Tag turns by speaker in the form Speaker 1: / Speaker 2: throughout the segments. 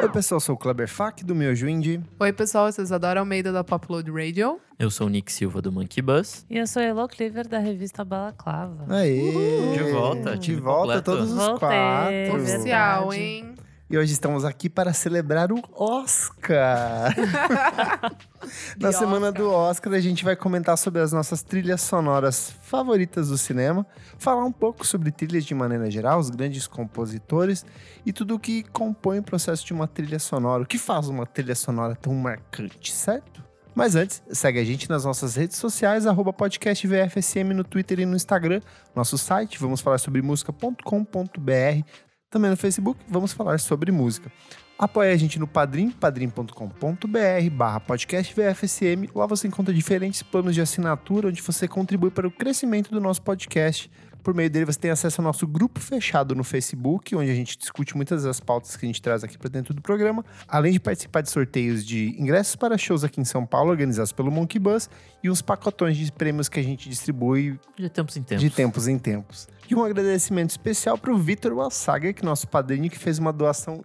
Speaker 1: Oi, pessoal, sou o Kleber Fak do Miojo Indie.
Speaker 2: Oi, pessoal, vocês adoram Almeida da Popload Radio?
Speaker 3: Eu sou o Nick Silva do Monkey Bus.
Speaker 4: E eu sou Elo Cleaver da revista Balaclava.
Speaker 1: Aê!
Speaker 3: De volta,
Speaker 1: De
Speaker 3: time
Speaker 1: volta
Speaker 3: completo.
Speaker 1: todos os
Speaker 4: Voltei. É
Speaker 1: quatro.
Speaker 4: Oficial.
Speaker 2: Oficial,
Speaker 4: verdade.
Speaker 2: hein?
Speaker 1: E hoje estamos aqui para celebrar o Oscar. Na
Speaker 2: De
Speaker 1: semana
Speaker 2: Oscar.
Speaker 1: do Oscar, a gente vai comentar sobre as nossas trilhas sonoras favoritas do cinema, falar um pouco sobre trilhas de maneira geral, os grandes compositores e tudo o que compõe o processo de uma trilha sonora, o que faz uma trilha sonora tão marcante, certo? Mas antes, segue a gente nas nossas redes sociais, arroba podcast VFSM no Twitter e no Instagram, nosso site, vamos falar sobre música.com.br, também no Facebook, vamos falar sobre música. Apoie a gente no Padrim, padrim.com.br barra podcast VFSM. Lá você encontra diferentes planos de assinatura, onde você contribui para o crescimento do nosso podcast. Por meio dele você tem acesso ao nosso grupo fechado no Facebook, onde a gente discute muitas das pautas que a gente traz aqui para dentro do programa, além de participar de sorteios de ingressos para shows aqui em São Paulo, organizados pelo Monkey Bus, e uns pacotões de prêmios que a gente distribui
Speaker 3: De tempos em tempos.
Speaker 1: de tempos em tempos. E um agradecimento especial para o Vitor Wassaga, que é nosso padrinho, que fez uma doação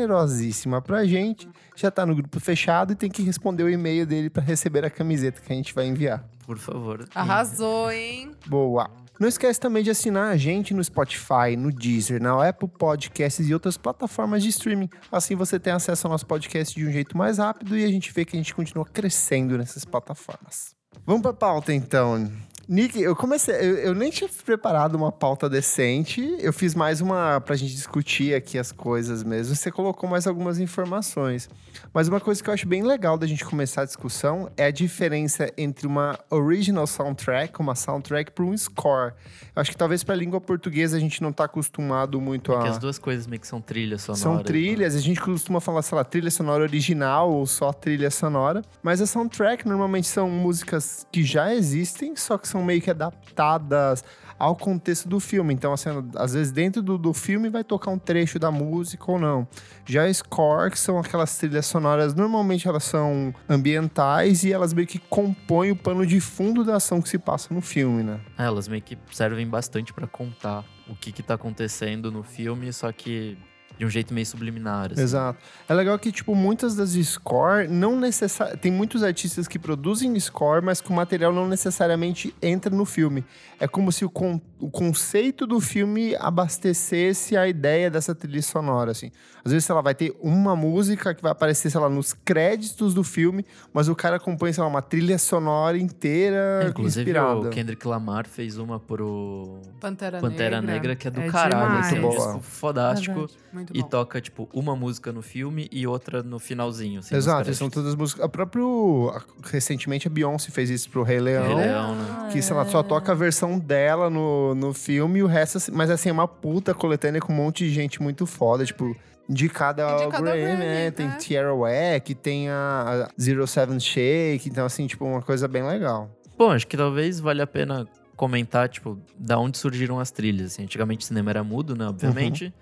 Speaker 1: generosíssima pra gente. Já tá no grupo fechado e tem que responder o e-mail dele para receber a camiseta que a gente vai enviar.
Speaker 3: Por favor.
Speaker 2: Arrasou, hein?
Speaker 1: Boa! Não esquece também de assinar a gente no Spotify, no Deezer, na Apple Podcasts e outras plataformas de streaming. Assim você tem acesso ao nosso podcast de um jeito mais rápido e a gente vê que a gente continua crescendo nessas plataformas. Vamos pra pauta então. Nick, eu comecei. Eu, eu nem tinha preparado uma pauta decente. Eu fiz mais uma pra gente discutir aqui as coisas mesmo. Você colocou mais algumas informações. Mas uma coisa que eu acho bem legal da gente começar a discussão é a diferença entre uma original soundtrack, uma soundtrack para um score. Eu acho que talvez para a língua portuguesa a gente não tá acostumado muito
Speaker 3: Porque as
Speaker 1: a.
Speaker 3: duas coisas meio que são trilhas sonoras. né?
Speaker 1: São trilhas, a gente costuma falar, sei lá, trilha sonora original ou só trilha sonora. Mas a soundtrack normalmente são músicas que já existem, só que são meio que adaptadas ao contexto do filme. Então, assim, às vezes dentro do, do filme vai tocar um trecho da música ou não. Já score, que são aquelas trilhas sonoras, normalmente elas são ambientais e elas meio que compõem o pano de fundo da ação que se passa no filme, né?
Speaker 3: né? É, elas meio que servem bastante pra contar o que que tá acontecendo no filme, só que de um jeito meio subliminar. assim.
Speaker 1: Exato. É legal que, tipo, muitas das score não necessariamente. Tem muitos artistas que produzem score, mas que o material não necessariamente entra no filme. É como se o, con- o conceito do filme abastecesse a ideia dessa trilha sonora, assim. Às vezes, sei lá, vai ter uma música que vai aparecer, sei lá, nos créditos do filme, mas o cara compõe, sei lá, uma trilha sonora inteira
Speaker 3: É, inclusive
Speaker 1: inspirada.
Speaker 3: o Kendrick Lamar fez uma pro
Speaker 2: Pantera,
Speaker 3: Pantera
Speaker 2: Negra.
Speaker 3: Negra, que é do caralho.
Speaker 2: demais.
Speaker 3: assim, É um
Speaker 1: Muito boa.
Speaker 3: disco fodástico.
Speaker 4: Verdade.
Speaker 2: Muito
Speaker 3: E
Speaker 2: bom.
Speaker 3: toca, tipo, uma música no filme e outra no finalzinho. Assim, nos
Speaker 1: Exato, são
Speaker 3: créditos.
Speaker 1: todas músicas. A próprio. a- Recentemente a Beyoncé fez isso pro Rei Leão.
Speaker 3: Rei Leão, né?
Speaker 1: Ah, Que, sei lá,
Speaker 2: Ah.
Speaker 1: só toca a versão dela no, no filme e o resto. assim, Mas assim, é uma puta coletânea com um monte de gente muito foda, tipo. Indicada ao
Speaker 2: Indicada ao
Speaker 1: Grammy,
Speaker 2: Grammy,
Speaker 1: né? Tem
Speaker 2: né?
Speaker 1: Tierra Wack, tem a, a Zero Seven Shake, então assim, tipo, uma coisa bem legal.
Speaker 3: Bom, acho que talvez valha a pena comentar, tipo, da onde surgiram as trilhas. assim. Antigamente o cinema era mudo, né? Obviamente.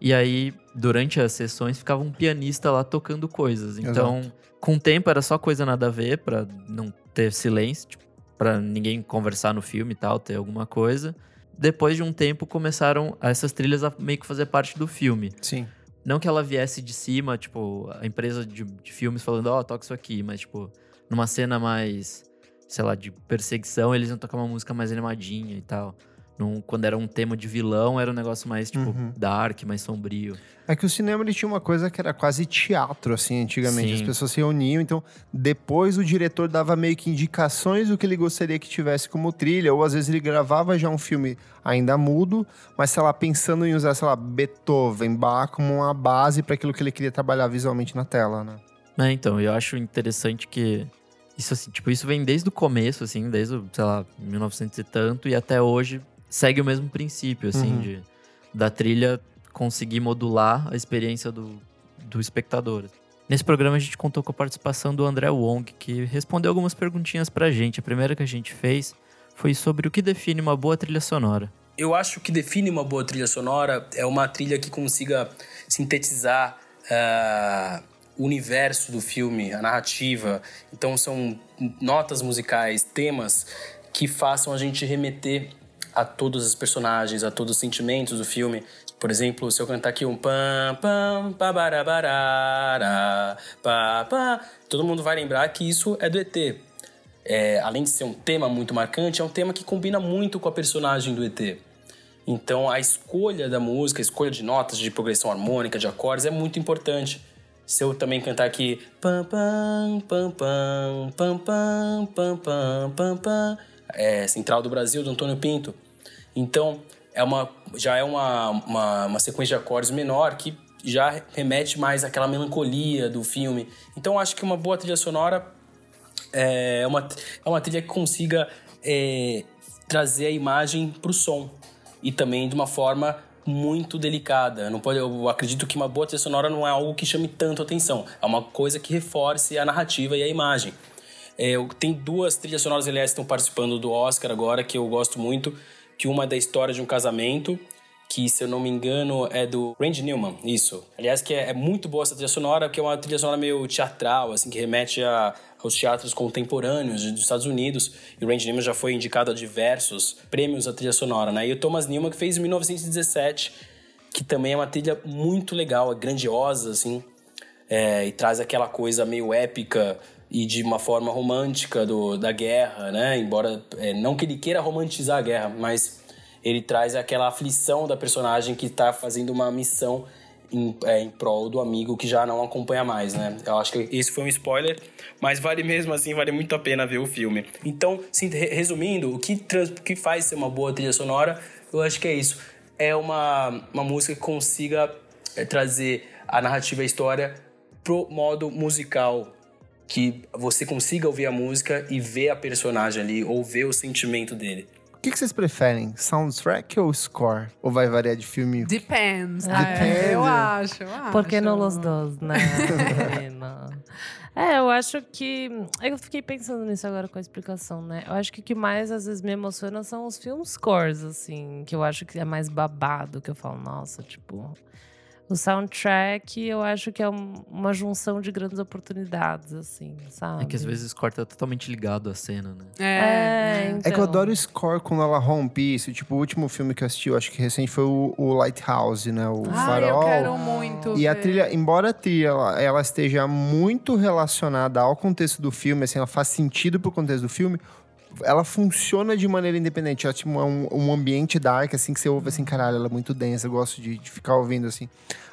Speaker 3: E aí, durante as sessões, ficava um pianista lá tocando coisas. Então, com o tempo era só coisa nada a ver, pra não ter silêncio, tipo, pra ninguém conversar no filme e tal, ter alguma coisa. Depois de um tempo, começaram essas trilhas a meio que fazer parte do filme.
Speaker 1: Sim.
Speaker 3: Não que ela viesse de cima, tipo, a empresa de, de filmes falando, ó, toca isso aqui, mas, tipo, numa cena mais, sei lá, de perseguição, eles iam tocar uma música mais animadinha e tal. Num- quando era um tema de vilão, era um negócio mais, tipo,
Speaker 1: Uhum.
Speaker 3: dark, mais sombrio.
Speaker 1: É que o cinema ele tinha uma coisa que era quase teatro, assim, antigamente.
Speaker 3: Sim.
Speaker 1: As pessoas se reuniam, então depois o diretor dava meio que indicações do que ele gostaria que tivesse como trilha, ou às vezes ele gravava já um filme ainda mudo, mas sei lá, pensando em usar, sei lá, Beethoven, Bach como uma base para aquilo que ele queria trabalhar visualmente na tela, né?
Speaker 3: É, então, eu acho interessante que isso, assim, tipo, isso vem desde o começo, assim, desde, o, sei lá, 1900 e tanto, e até hoje segue o mesmo princípio, assim,
Speaker 1: Uhum.
Speaker 3: de, da trilha conseguir modular a experiência do, do espectador. Nesse programa a gente contou com a participação do André Wong, que respondeu algumas perguntinhas pra gente. A primeira que a gente fez foi sobre o que define uma boa trilha sonora.
Speaker 5: Eu acho que define uma boa trilha sonora é uma trilha que consiga sintetizar ah, o universo do filme, a narrativa. Então são notas musicais, temas que façam a gente remeter a todos os personagens, a todos os sentimentos do filme. Por exemplo, se eu cantar aqui um pam pam pabarabarara pá pá, todo mundo vai lembrar que isso é do ET. É, além de ser um tema muito marcante, é um tema que combina muito com a personagem do ET. Então a escolha da música, a escolha de notas, de progressão harmônica, de acordes é muito importante. Se eu também cantar aqui pam pam pam pam pam pam pam pam pam pam, é Central do Brasil do Antônio Pinto. Então é uma já é uma, uma, uma sequência de acordes menor que já remete mais àquela melancolia do filme. Então acho que uma boa trilha sonora é uma é uma trilha que consiga é, trazer a imagem para o som e também de uma forma muito delicada. Não pode, eu acredito que uma boa trilha sonora não é algo que chame tanto atenção. É uma coisa que reforce a narrativa e a imagem. É, eu- tem duas trilhas sonoras, aliás, que estão participando do Oscar agora, que eu gosto muito. Que uma é da história de um casamento, que, se eu não me engano, é do Randy Newman, isso. Aliás, que é, é muito boa essa trilha sonora, porque é uma trilha sonora meio teatral, assim, que remete a, aos teatros contemporâneos dos Estados Unidos. E o Randy Newman já foi indicado a diversos prêmios da trilha sonora, né? E o Thomas Newman, que fez em 1917, que também é uma trilha muito legal, é grandiosa, assim, é, e traz aquela coisa meio épica e de uma forma romântica do, da guerra, né? Embora é, não que ele queira romantizar a guerra, mas ele traz aquela aflição da personagem que está fazendo uma missão em, é, em prol do amigo que já não acompanha mais, né? Eu acho que esse foi um spoiler, mas vale mesmo assim, vale muito a pena ver o filme. Então, sim, re- resumindo, o que, trans, o que faz ser uma boa trilha sonora, eu acho que é isso. É uma, uma música que consiga é, trazer a narrativa e a história pro modo musical. Que você consiga ouvir a música e ver a personagem ali, ou ver o sentimento dele.
Speaker 1: O que, que vocês preferem? Soundtrack ou score? Ou vai variar de filme?
Speaker 2: Depends.
Speaker 4: Ah,
Speaker 2: é,
Speaker 1: depende.
Speaker 2: eu acho, eu acho.
Speaker 4: Por que não os dois, né? menina? É, eu acho que. Eu fiquei pensando nisso agora com a explicação, né? Eu acho que o que mais às vezes me emociona são os filmes scores, assim, que eu acho que é mais babado, que eu falo, nossa, tipo. O soundtrack, eu acho que é um- uma junção de grandes oportunidades, assim, sabe?
Speaker 3: É que às vezes corta totalmente ligado a cena, né?
Speaker 2: É,
Speaker 4: É,
Speaker 2: é.
Speaker 1: É que eu
Speaker 4: então.
Speaker 1: adoro score quando ela rompe isso. Tipo, o último filme que eu assisti, eu acho que recente, foi o, o Lighthouse, né? O
Speaker 2: Ai, eu
Speaker 1: Farol.
Speaker 2: quero muito.
Speaker 1: E a
Speaker 2: ver.
Speaker 1: trilha, embora a trilha ela, ela esteja muito relacionada ao contexto do filme, assim, ela faz sentido pro contexto do filme, ela funciona de maneira independente. Ela tipo, é um, um ambiente dark, assim, que você ouve assim, caralho, ela é muito densa, eu gosto de, de ficar ouvindo, assim.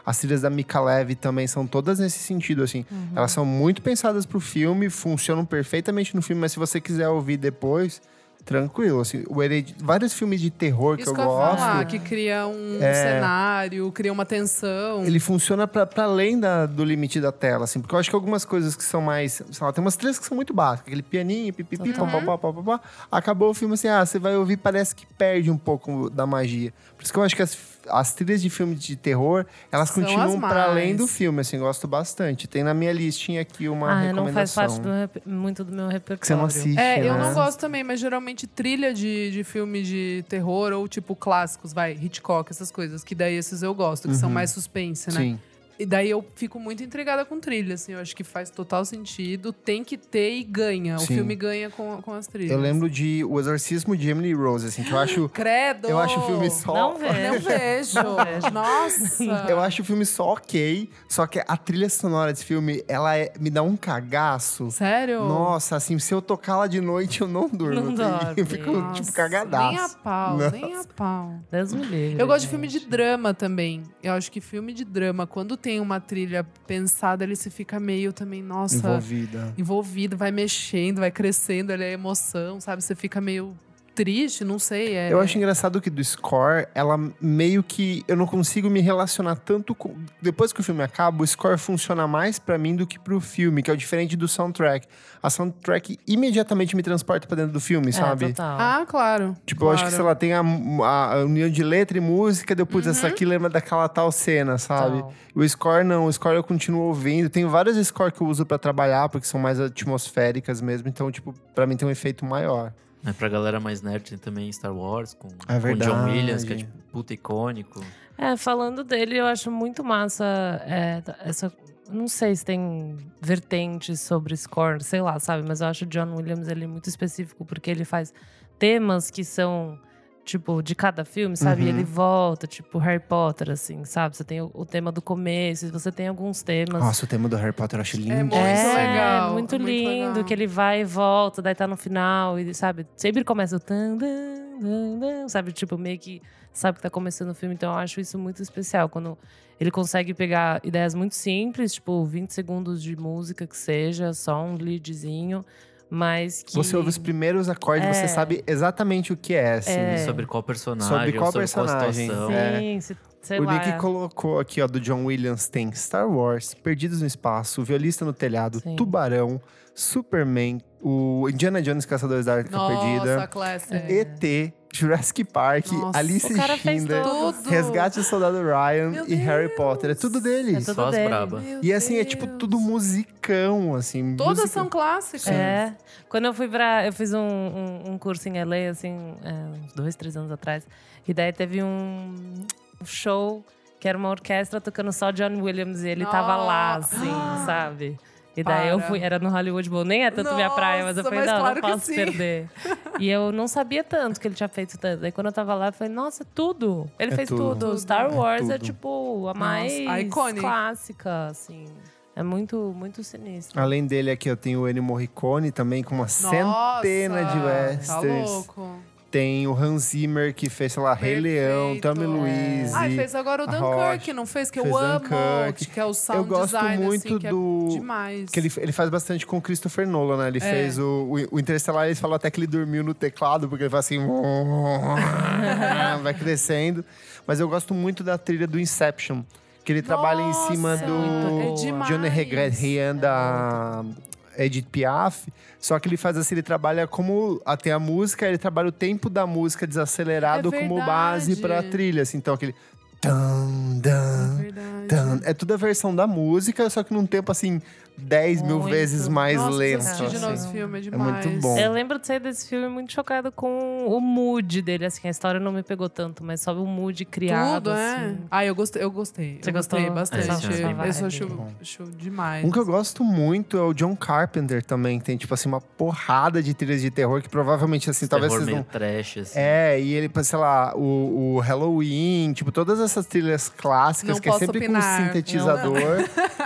Speaker 1: As trilhas da Mika Levy também são todas nesse sentido, assim.
Speaker 2: Uhum.
Speaker 1: Elas são muito pensadas pro filme, funcionam perfeitamente no filme, mas se você quiser ouvir depois, tranquilo, assim. O Hered... Vários filmes de terror que
Speaker 2: Isso
Speaker 1: eu
Speaker 2: que eu ia
Speaker 1: gosto... É.
Speaker 2: falar, que cria um cenário, cria uma tensão.
Speaker 1: Ele funciona pra pra além da- do limite da tela, assim. Porque eu acho que algumas coisas que são mais... Sei lá, tem umas trilhas que são muito básicas. Aquele pianinho, pipipi, pá, pá, pá, pá, pá, pá. Acabou o filme assim, ah, você vai ouvir, parece que perde um pouco da magia. Por isso que eu acho que as, as trilhas de filme de terror, elas
Speaker 2: São as
Speaker 1: continuam
Speaker 2: mais.
Speaker 1: pra além do filme, assim. Gosto bastante. Tem na minha listinha aqui uma
Speaker 4: Ah,
Speaker 1: recomendação.
Speaker 4: não faz parte do meu rep- muito do meu repertório.
Speaker 1: Que você não assiste,
Speaker 2: É,
Speaker 1: né?
Speaker 2: eu não gosto também, mas geralmente trilha de, de filme de terror ou tipo clássicos, vai, Hitchcock, essas coisas, que daí esses eu gosto, que
Speaker 1: Uhum.
Speaker 2: são mais suspense, né?
Speaker 1: Sim.
Speaker 2: E daí eu fico muito intrigada com trilha, assim, eu acho que faz total sentido, tem que ter e ganha. O
Speaker 1: Sim.
Speaker 2: filme ganha com, com as trilhas.
Speaker 1: Eu lembro de O Exorcismo de Emily Rose, assim. Que eu acho...
Speaker 2: Credo!
Speaker 1: eu acho o filme só...
Speaker 4: Não vejo.
Speaker 2: Não vejo. Nossa!
Speaker 1: Eu acho o filme só ok, só que a trilha sonora desse filme, ela é- me dá um cagaço.
Speaker 2: Sério?
Speaker 1: Nossa, assim, se eu tocar lá de noite, eu não durmo.
Speaker 4: Não
Speaker 1: eu
Speaker 4: dorme.
Speaker 1: fico, tipo,
Speaker 2: Nossa,
Speaker 1: cagadaço.
Speaker 2: Nem a pau, nem a pau.
Speaker 4: Deus me livre,
Speaker 2: Eu gosto de filme
Speaker 4: gente.
Speaker 2: de drama também. Eu acho que filme de drama, quando tem uma trilha pensada, ele se fica meio também, nossa,
Speaker 1: Envolvida.
Speaker 2: envolvido, vai mexendo, vai crescendo, ele é emoção, sabe? Você fica meio triste, não sei. É,
Speaker 1: Eu acho engraçado que do score, ela meio que. Eu não consigo me relacionar tanto com. Depois que o filme acaba, o score funciona mais pra mim do que pro filme, que é o diferente do soundtrack. A soundtrack imediatamente me transporta pra dentro do filme,
Speaker 4: É,
Speaker 1: sabe?
Speaker 4: total.
Speaker 2: Ah, claro.
Speaker 1: Tipo, eu acho que, sei lá, tem a, a- a união de letra e música, depois essa aqui lembra daquela tal cena, sabe?
Speaker 4: Total.
Speaker 1: O score não, o score eu continuo ouvindo. Tem vários scores que eu uso pra trabalhar, porque são mais atmosféricas mesmo, então, tipo, pra mim tem um efeito maior.
Speaker 3: É, pra galera mais nerd tem também Star Wars com,
Speaker 1: É
Speaker 3: com John Williams,
Speaker 1: verdade.
Speaker 3: que é tipo puta icônico.
Speaker 4: É, falando dele, eu acho muito massa é, essa. Não sei se tem vertentes sobre score, sei é lá, sabe? Mas eu acho o John Williams ele muito específico, porque ele faz temas que são tipo, de cada filme, sabe?
Speaker 1: Uhum.
Speaker 4: E ele volta, tipo, Harry Potter, assim, sabe? Você tem o, o tema do começo, e você tem alguns temas.
Speaker 1: Nossa, o tema do Harry Potter eu acho lindo.
Speaker 2: muito
Speaker 4: é,
Speaker 2: legal,
Speaker 4: muito
Speaker 2: é muito
Speaker 4: lindo,
Speaker 2: legal.
Speaker 4: que ele vai e volta, daí tá no final, e sabe, sempre começa o tan, dan, dan, dan, sabe, tipo, meio que sabe que tá começando o filme, então eu acho isso muito especial, quando ele consegue pegar ideias muito simples, tipo, 20 segundos de música que seja, só um leadzinho, mas que…
Speaker 1: Você ouve os primeiros acordes,
Speaker 4: É.
Speaker 1: você sabe exatamente o que é, assim.
Speaker 3: Sobre qual personagem,
Speaker 1: Sobre qual
Speaker 3: ou sobre
Speaker 1: personagem.
Speaker 3: qual situação.
Speaker 4: Sim, se- sei
Speaker 1: o
Speaker 4: lá. é.
Speaker 1: Nick colocou aqui, ó, do John Williams, tem Star Wars, Perdidos no Espaço, O Violista no Telhado,
Speaker 4: Sim.
Speaker 1: Tubarão, Superman, o Indiana Jones Caçadores da Arca
Speaker 2: Nossa,
Speaker 1: Perdida,
Speaker 2: classic.
Speaker 1: É. ET, Jurassic Park,
Speaker 2: É. Nossa.
Speaker 1: Alice
Speaker 4: O cara fez
Speaker 1: Schindler,
Speaker 4: todos.
Speaker 2: Tudo.
Speaker 1: Resgate do Soldado Ryan
Speaker 2: Meu
Speaker 1: e Harry Potter. É tudo dele.
Speaker 4: É tudo
Speaker 3: Só as
Speaker 4: dele.
Speaker 3: braba.
Speaker 1: E assim, é tipo tudo musicão, assim.
Speaker 2: Todas
Speaker 1: musica-
Speaker 2: são clássicas.
Speaker 4: É. Quando eu fui pra. Eu fiz um, um, um curso em LA, assim, é, uns dois, três anos atrás. E daí teve um, um show que era uma orquestra tocando só John Williams e ele tava lá,
Speaker 2: Nossa.
Speaker 4: assim, sabe? E daí eu
Speaker 2: Para.
Speaker 4: fui, era no Hollywood Bowl, nem é tanto minha praia, mas eu
Speaker 2: Nossa,
Speaker 4: falei,
Speaker 2: mas
Speaker 4: não,
Speaker 2: claro que
Speaker 4: não posso
Speaker 2: sim.
Speaker 4: perder. e eu não sabia tanto que ele tinha feito tanto. Daí quando eu tava lá, eu falei, nossa, tudo. Ele
Speaker 1: É
Speaker 4: fez
Speaker 1: tudo.
Speaker 4: tudo.
Speaker 2: Tudo.
Speaker 4: Star Wars é,
Speaker 1: tudo.
Speaker 4: tipo a
Speaker 2: Nossa,
Speaker 4: mais
Speaker 2: iconic.
Speaker 4: clássica, assim. É muito, muito sinistro.
Speaker 1: Além dele aqui, eu tenho o Ennio Morricone também, com uma centena de westerns.
Speaker 2: Tá louco.
Speaker 1: Tem o Hans Zimmer, que fez, sei lá, Rei Leão,
Speaker 2: Perfeito.
Speaker 1: Tommy
Speaker 2: É.
Speaker 1: Louise.
Speaker 2: Ai, fez agora o
Speaker 1: a
Speaker 2: Dunkirk,
Speaker 1: Rocha,
Speaker 2: não fez? Que
Speaker 1: fez
Speaker 2: eu amo,
Speaker 1: Dunkirk.
Speaker 2: que é o sound
Speaker 1: Eu gosto
Speaker 2: design,
Speaker 1: muito
Speaker 2: assim, que é
Speaker 1: do-
Speaker 2: demais.
Speaker 1: Que ele, ele faz bastante com o Christopher Nolan, né? Ele
Speaker 2: É.
Speaker 1: fez o, o, o Interestelar, ele falou até que ele dormiu no teclado, porque ele faz assim... vai crescendo. Mas eu gosto muito da trilha do Inception, que ele trabalha em cima
Speaker 2: Nossa,
Speaker 1: do...
Speaker 2: é demais. É
Speaker 1: Johnny Regan da uh, Edith Piaf, só que ele faz assim, ele trabalha como até a música, ele trabalha o tempo da música desacelerado
Speaker 2: É
Speaker 1: como base
Speaker 2: verdade.
Speaker 1: pra trilha, assim, então aquele tan, dan,
Speaker 2: Verdade.
Speaker 1: tan. é toda a versão da música, só que num tempo assim 10 mil
Speaker 4: Muito.
Speaker 1: vezes mais
Speaker 2: Nossa,
Speaker 1: lento.
Speaker 2: assisti de novo
Speaker 1: assim.
Speaker 2: esse filme, é
Speaker 1: É muito
Speaker 2: demais.
Speaker 1: bom.
Speaker 4: Eu lembro de sair desse filme muito chocado com o mood dele, assim. A história não me pegou tanto, mas só o mood criado,
Speaker 2: Tudo, é.
Speaker 4: assim.
Speaker 2: Ah, eu gostei. Eu gostei.
Speaker 4: Você
Speaker 2: eu gostei
Speaker 4: gostou?
Speaker 2: bastante.
Speaker 3: É, esse filme é
Speaker 2: eu só acho,
Speaker 4: muito
Speaker 1: bom.
Speaker 2: acho demais.
Speaker 1: Um que eu gosto muito é o John Carpenter também, que tem tipo assim uma porrada de trilhas de terror que provavelmente assim, talvez
Speaker 3: Terror
Speaker 1: vocês
Speaker 3: meio
Speaker 1: não
Speaker 3: trash, assim.
Speaker 1: É, e ele, sei lá, o, o Halloween, tipo, todas essas trilhas clássicas,
Speaker 2: Não
Speaker 1: que é
Speaker 2: posso
Speaker 1: sempre
Speaker 2: opinar.
Speaker 1: com sintetizador.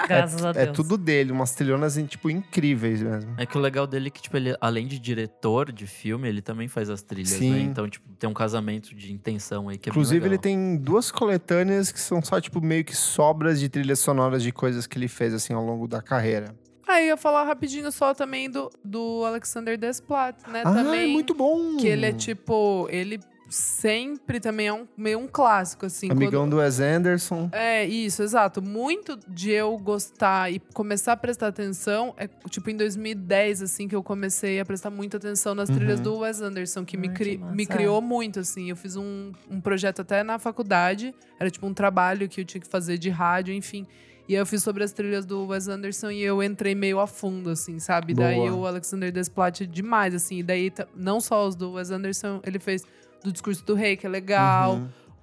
Speaker 4: Graças a
Speaker 1: É
Speaker 4: Deus.
Speaker 1: tudo dele, umas trilhonas, tipo, incríveis mesmo.
Speaker 3: É que o legal dele é que, tipo, ele, além de diretor de filme, ele também faz as trilhas,
Speaker 1: Sim.
Speaker 3: né? Então, tipo, tem um casamento de intenção aí que é bem
Speaker 1: Inclusive, ele
Speaker 3: legal.
Speaker 1: tem duas coletâneas que são só, tipo, meio que sobras de trilhas sonoras de coisas que ele fez, assim, ao longo da carreira.
Speaker 2: Aí eu ia falar rapidinho só também do, do Alexander Desplat, né?
Speaker 1: ah,
Speaker 2: também.
Speaker 1: é muito bom!
Speaker 2: Que ele é tipo. Ele sempre também é um, meio um clássico, assim.
Speaker 1: Amigão
Speaker 2: quando-
Speaker 1: do Wes Anderson.
Speaker 2: É, isso, exato. Muito de eu gostar e começar a prestar atenção é tipo em 2010, assim, que eu comecei a prestar muita atenção nas trilhas
Speaker 1: Uhum.
Speaker 2: do Wes Anderson, que me,
Speaker 4: Ah, que
Speaker 2: cri-
Speaker 4: massa.
Speaker 2: me criou muito, assim. Eu fiz um, um projeto até na faculdade, era tipo um trabalho que eu tinha que fazer de rádio, enfim. E aí eu fiz sobre as trilhas do Wes Anderson e eu entrei meio a fundo, assim, sabe? E Daí
Speaker 1: Boa.
Speaker 2: o Alexander Desplat é demais, assim. E daí ta- não só os do Wes Anderson, ele fez do Discurso do Rei, que é legal.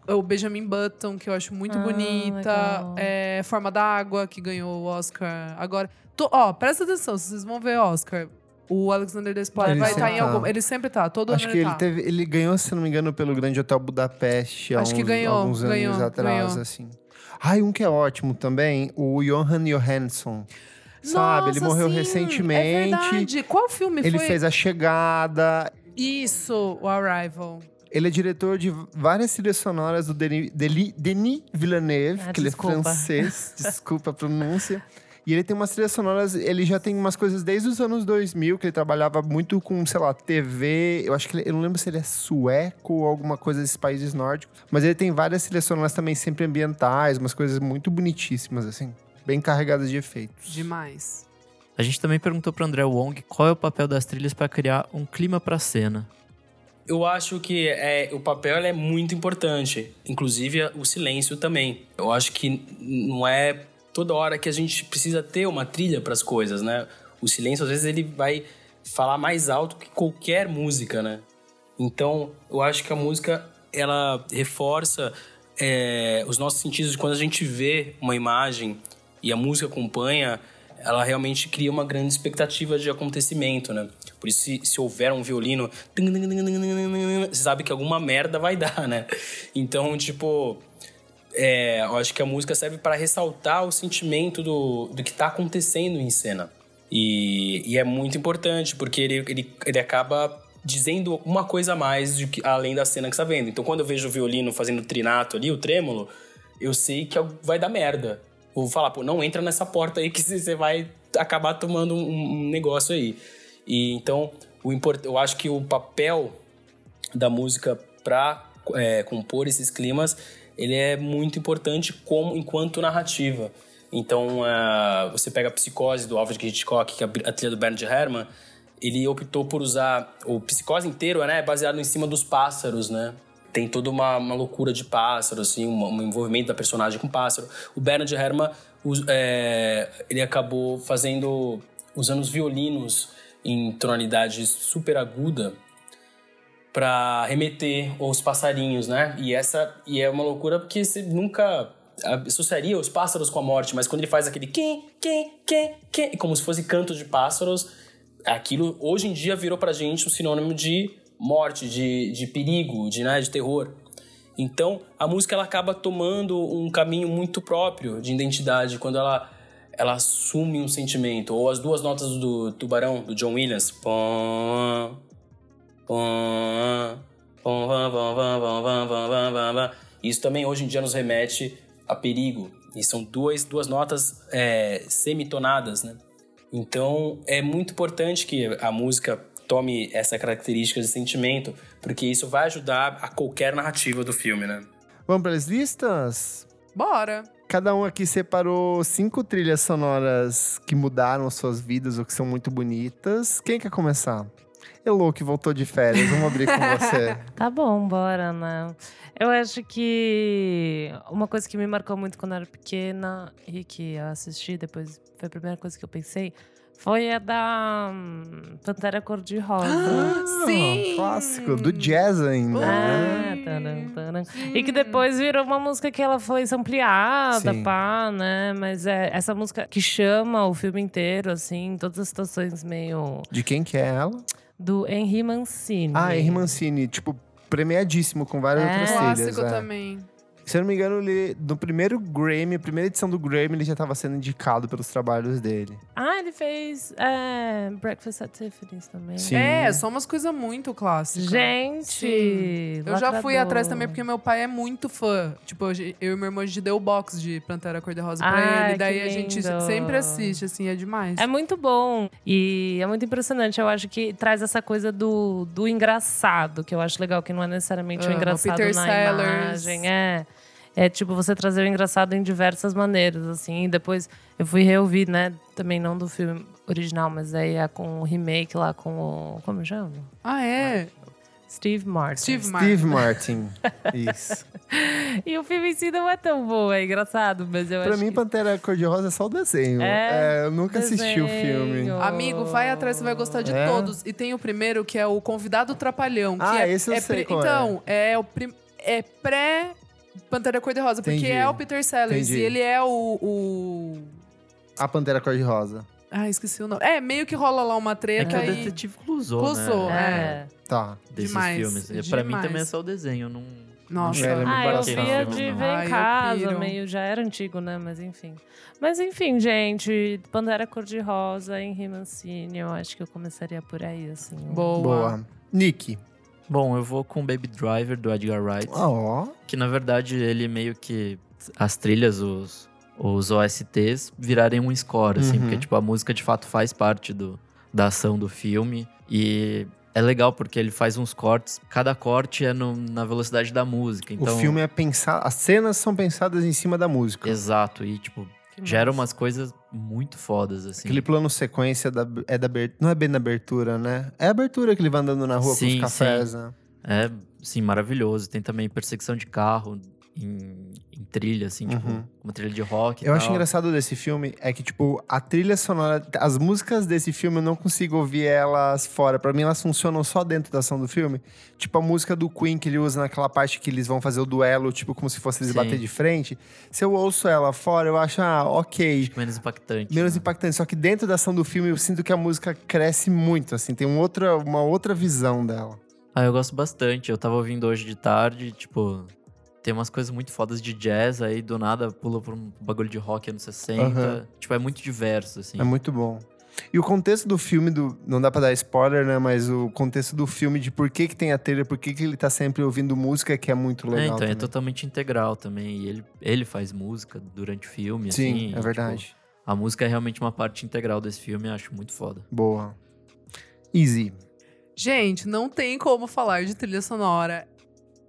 Speaker 1: Uhum.
Speaker 2: O Benjamin Button, que eu acho muito
Speaker 4: Ah,
Speaker 2: bonita.
Speaker 4: legal.
Speaker 2: É, Forma da Água, que ganhou o Oscar agora. Tô- ó, presta atenção, vocês vão ver Oscar. O Alexander Desplat
Speaker 1: Ele
Speaker 2: vai estar
Speaker 1: sempre
Speaker 2: em
Speaker 1: tá.
Speaker 2: algum. Ele sempre tá, todo
Speaker 1: Acho
Speaker 2: ano
Speaker 1: que
Speaker 2: ele
Speaker 1: ele,
Speaker 2: tá.
Speaker 1: teve, ele ganhou, se não me engano, pelo Grande Hotel Budapeste há
Speaker 2: Acho que
Speaker 1: uns-
Speaker 2: ganhou,
Speaker 1: alguns anos
Speaker 2: ganhou,
Speaker 1: atrás,
Speaker 2: ganhou.
Speaker 1: assim. Ai, um que é ótimo também, o Johan Johansson. Sabe, ele
Speaker 2: Nossa,
Speaker 1: morreu
Speaker 2: sim, É
Speaker 1: recentemente.
Speaker 2: verdade. Qual filme
Speaker 1: ele
Speaker 2: foi?
Speaker 1: fez A Chegada.
Speaker 2: Isso, o Arrival.
Speaker 1: Ele é diretor de várias trilhas sonoras do Denis, Deli- Denis Villeneuve,
Speaker 4: Ah,
Speaker 1: que ele é
Speaker 4: desculpa.
Speaker 1: francês, desculpa a pronúncia. E ele tem umas trilhas sonoras, ele já tem umas coisas desde os anos 2000, que ele trabalhava muito com, sei lá, TV. Eu acho que ele, eu não lembro se ele é sueco ou alguma coisa desses países nórdicos. Mas ele tem várias trilhas sonoras também sempre ambientais, umas coisas muito bonitíssimas, assim. Bem carregadas de efeitos.
Speaker 2: Demais.
Speaker 3: A gente também perguntou pro André Wong qual é o papel das trilhas pra criar um clima pra cena.
Speaker 5: Eu acho que é, o papel ele é muito importante, inclusive a- o silêncio também. Eu acho que n- não é toda hora que a gente precisa ter uma trilha para as coisas, né? O silêncio às vezes ele vai falar mais alto que qualquer música, né? Então eu acho que a música ela reforça é, os nossos sentidos quando a gente vê uma imagem e a música acompanha, ela realmente cria uma grande expectativa de acontecimento, né? Por isso, se, se houver um violino, você sabe que alguma merda vai dar, né? Então, tipo, é, eu acho que a música serve para ressaltar o sentimento do, do que está acontecendo em cena. E, e é muito importante, porque ele, ele, ele acaba dizendo uma coisa a mais do que, além da cena que você está vendo. Então, quando eu vejo o violino fazendo o trinato ali, o trêmulo, eu sei que vai dar merda. Vou falar, pô, não entra nessa porta aí que você vai acabar tomando um, um negócio aí. E então, o import, eu acho que o papel da música para é, compor esses climas ele é muito importante como enquanto narrativa. Então, uh, você pega a Psicose do Alfred Hitchcock, que é a trilha do Bernard Herrmann, ele optou por usar o Psicose inteiro, né, baseado em cima dos pássaros, né? Tem toda uma, uma loucura de pássaro, assim, um, um, envolvimento da personagem com pássaro. O Bernard Herrmann, us, é, ele acabou fazendo usando os violinos em tonalidade super aguda para remeter aos passarinhos, né? E essa e é uma loucura porque você nunca ah, associaria os pássaros com a morte, mas quando ele faz aquele quem, quem, quem, quem, como se fosse canto de pássaros, aquilo hoje em dia virou pra gente um sinônimo de morte, de, de perigo, de, né, de terror. Então, a música ela acaba tomando um caminho muito próprio de identidade quando ela ela assume um sentimento, ou as duas notas do Tubarão do John Williams, pom, isso também hoje em dia nos remete a perigo. E são duas, duas notas é, semitonadas, né? Então é muito importante que a música tome essa característica de sentimento, porque isso vai ajudar a qualquer narrativa do filme, né?
Speaker 1: Vamos para as listas?
Speaker 2: Bora!
Speaker 1: Cada um aqui separou cinco trilhas sonoras que mudaram suas vidas ou que são muito bonitas. Quem quer começar? Elô, que voltou de férias, vamos abrir com você.
Speaker 4: tá bom, bora, né? Eu acho que uma coisa que me marcou muito quando eu era pequena e que eu assisti depois, foi a primeira coisa que eu pensei, foi a da hum, Pantera Cor-de-Rosa.
Speaker 2: Ah, Sim!
Speaker 1: Clássico, do jazz ainda. né?
Speaker 4: Ah, taran, taran. E que depois virou uma música que ela foi ampliada,
Speaker 1: Sim.
Speaker 4: pá, né? Mas é essa música que chama o filme inteiro, assim, em todas as situações meio
Speaker 1: De quem que é ela?
Speaker 4: do Henry Mancini.
Speaker 1: Ah, Henry Mancini, tipo, premiadíssimo com várias
Speaker 4: É.
Speaker 1: outras trilhas.
Speaker 2: Clássico
Speaker 1: é.
Speaker 2: também.
Speaker 1: Se eu não me engano, ele, no primeiro Grammy, primeira edição do Grammy, ele já estava sendo indicado pelos trabalhos dele.
Speaker 4: Ah, ele fez é, Breakfast at Tiffany's também.
Speaker 1: Sim.
Speaker 2: É, só umas coisas muito clássicas.
Speaker 4: Gente!
Speaker 2: Sim. Eu já fui
Speaker 4: lacrador.
Speaker 2: atrás também porque meu pai é muito fã. Tipo, a gen- eu e meu irmão a gente deu o box de Pantera Cor-de-Rosa pra
Speaker 4: Ai,
Speaker 2: ele.
Speaker 4: que
Speaker 2: Daí a gente
Speaker 4: lindo.
Speaker 2: sempre assiste, assim, é demais.
Speaker 4: É muito bom e é muito impressionante. Eu acho que traz essa coisa do, do engraçado, que eu acho legal, que não é necessariamente o
Speaker 2: Ah, o
Speaker 4: engraçado
Speaker 2: Peter
Speaker 4: na
Speaker 2: Sellers.
Speaker 4: imagem. É. É tipo você trazer o engraçado em diversas maneiras, assim. E depois eu fui reouvir, né? Também não do filme original, mas aí é com o remake lá com o. Como chama?
Speaker 2: Ah, é?
Speaker 4: Steve Martin.
Speaker 2: Steve Martin.
Speaker 1: Steve Martin. Isso.
Speaker 4: E o filme em si não é tão bom, é engraçado, mas eu
Speaker 1: pra
Speaker 4: acho
Speaker 1: mim,
Speaker 4: que...
Speaker 1: Pantera Cor-de-Rosa é só o desenho.
Speaker 4: É,
Speaker 1: É, eu nunca assisti o filme.
Speaker 4: desenho.
Speaker 2: Amigo, vai atrás, você vai gostar de
Speaker 1: É?
Speaker 2: todos. E tem o primeiro, que é o Convidado Trapalhão. Que
Speaker 1: Ah,
Speaker 2: é,
Speaker 1: esse eu
Speaker 2: é
Speaker 1: sei
Speaker 2: pre-
Speaker 1: qual é.
Speaker 2: Então, é, o prim- é pré Pantera Cor-de-Rosa, porque
Speaker 1: Entendi.
Speaker 2: é o Peter Sellers.
Speaker 1: Entendi.
Speaker 2: E ele é o... o...
Speaker 1: A Pantera Cor-de-Rosa.
Speaker 2: Ah, esqueci o nome. É, meio que rola lá uma
Speaker 3: É que
Speaker 2: treta
Speaker 3: o
Speaker 2: e...
Speaker 3: detetive Clusou,
Speaker 2: Clouseau,
Speaker 3: né?
Speaker 4: É.
Speaker 1: Tá.
Speaker 3: Desses
Speaker 2: Demais,
Speaker 3: filmes. E Pra mim
Speaker 2: demais.
Speaker 3: também é só o desenho, não...
Speaker 2: Nossa.
Speaker 1: É, ele é muito
Speaker 4: Ah,
Speaker 1: barato
Speaker 4: eu
Speaker 1: esse
Speaker 4: via
Speaker 1: filme,
Speaker 4: de
Speaker 1: não.
Speaker 4: ver
Speaker 2: Ai,
Speaker 4: em
Speaker 2: Ah, eu
Speaker 4: casa,
Speaker 2: piro.
Speaker 4: meio já era antigo, né? Mas enfim. Mas enfim, gente, Pantera Cor-de-Rosa em Rimancini, eu acho que eu começaria por aí, assim.
Speaker 2: Boa.
Speaker 1: Boa. Nick.
Speaker 3: Bom, eu vou com Baby Driver, do Edgar Wright.
Speaker 1: Ah, Ó.
Speaker 3: Que, na verdade, ele meio que... As trilhas, os, os OSTs, virarem um score, assim.
Speaker 1: Uhum.
Speaker 3: Porque, tipo, a música, de fato, faz parte do, da ação do filme. E... É legal porque ele faz uns cortes. Cada corte é no- na velocidade da música. Então,
Speaker 1: o filme é pensado. As cenas são pensadas em cima da música.
Speaker 3: Exato. E, tipo, gera umas coisas muito fodas, assim.
Speaker 1: Aquele plano sequência da, é da abertura. Não é bem na abertura, né? É a abertura que ele vai andando na rua com os
Speaker 3: Sim,
Speaker 1: cafés, né?
Speaker 3: É, sim, maravilhoso. Tem também perseguição de carro em, em trilha, assim,
Speaker 1: Uhum.
Speaker 3: tipo, uma trilha de rock. e
Speaker 1: Eu acho
Speaker 3: tal.
Speaker 1: engraçado desse filme é que, tipo, a trilha sonora, as músicas desse filme eu não consigo ouvir elas fora. Pra mim, elas funcionam só dentro da ação do filme. Tipo, a música do Queen que ele usa naquela parte que eles vão fazer o duelo, tipo, como se fosse eles
Speaker 3: Sim.
Speaker 1: bater de frente. Se eu ouço ela fora, eu acho, ah, ok.
Speaker 3: Menos impactante.
Speaker 1: Menos
Speaker 3: né?
Speaker 1: impactante. Só que dentro da ação do filme, eu sinto que a música cresce muito, assim. Tem um outra, uma outra visão dela.
Speaker 3: Ah, eu gosto bastante. Eu tava ouvindo hoje de tarde, tipo, tem umas coisas muito fodas de jazz, aí do nada pula por um bagulho de rock anos 60. Tipo, é muito diverso, assim.
Speaker 1: É muito bom. E o contexto do filme, do, não dá pra dar spoiler, né? Mas o contexto do filme de por que, que tem a trilha, por que, que ele tá sempre ouvindo música, que é muito
Speaker 3: É,
Speaker 1: legal.
Speaker 3: então, é
Speaker 1: também.
Speaker 3: totalmente integral também. E ele, ele faz música durante o filme,
Speaker 1: Sim,
Speaker 3: assim. e,
Speaker 1: é
Speaker 3: tipo,
Speaker 1: verdade.
Speaker 3: a música é realmente uma parte integral desse filme, eu acho muito foda.
Speaker 1: Boa. Easy.
Speaker 2: Gente, não tem como falar de trilha sonora.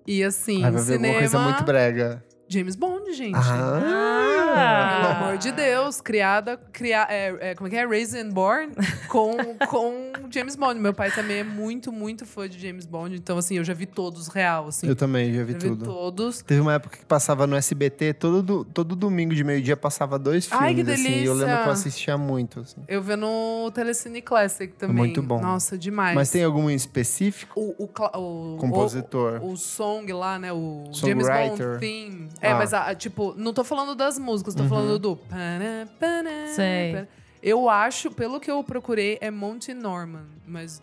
Speaker 2: E assim,
Speaker 1: Aí vai ver alguma
Speaker 2: cinema.
Speaker 1: coisa muito Ah. brega.
Speaker 2: James Bond, gente. Pelo
Speaker 4: Ah!
Speaker 2: amor de Deus, criada. Cria, é, é, como é que é? Raised and Born com, com James Bond. Meu pai também é muito, muito fã de James Bond. Então, assim, eu já vi todos real, assim.
Speaker 1: Eu também, já vi
Speaker 2: já vi
Speaker 1: tudo.
Speaker 2: todos.
Speaker 1: Teve uma época que passava no SBT, todo, do- todo domingo de meio-dia passava dois filmes,
Speaker 2: Ai, que
Speaker 1: assim. E eu lembro que eu
Speaker 2: delícia.
Speaker 1: assistia muito, assim.
Speaker 2: Eu vi no Telecine Classic também.
Speaker 1: Muito bom.
Speaker 2: Nossa, demais.
Speaker 1: Mas tem algum em específico?
Speaker 2: o, o, cla- o-
Speaker 1: Compositor.
Speaker 2: o song lá, né? O James
Speaker 1: Songwriter.
Speaker 2: Bond theme. É,
Speaker 1: Ah.
Speaker 2: mas, a- a, tipo, não tô falando das músicas, tô
Speaker 1: Uhum.
Speaker 2: falando do... pana, pana,
Speaker 4: Sei.
Speaker 2: pana. Eu acho, pelo que eu procurei, é Monty Norman. Mas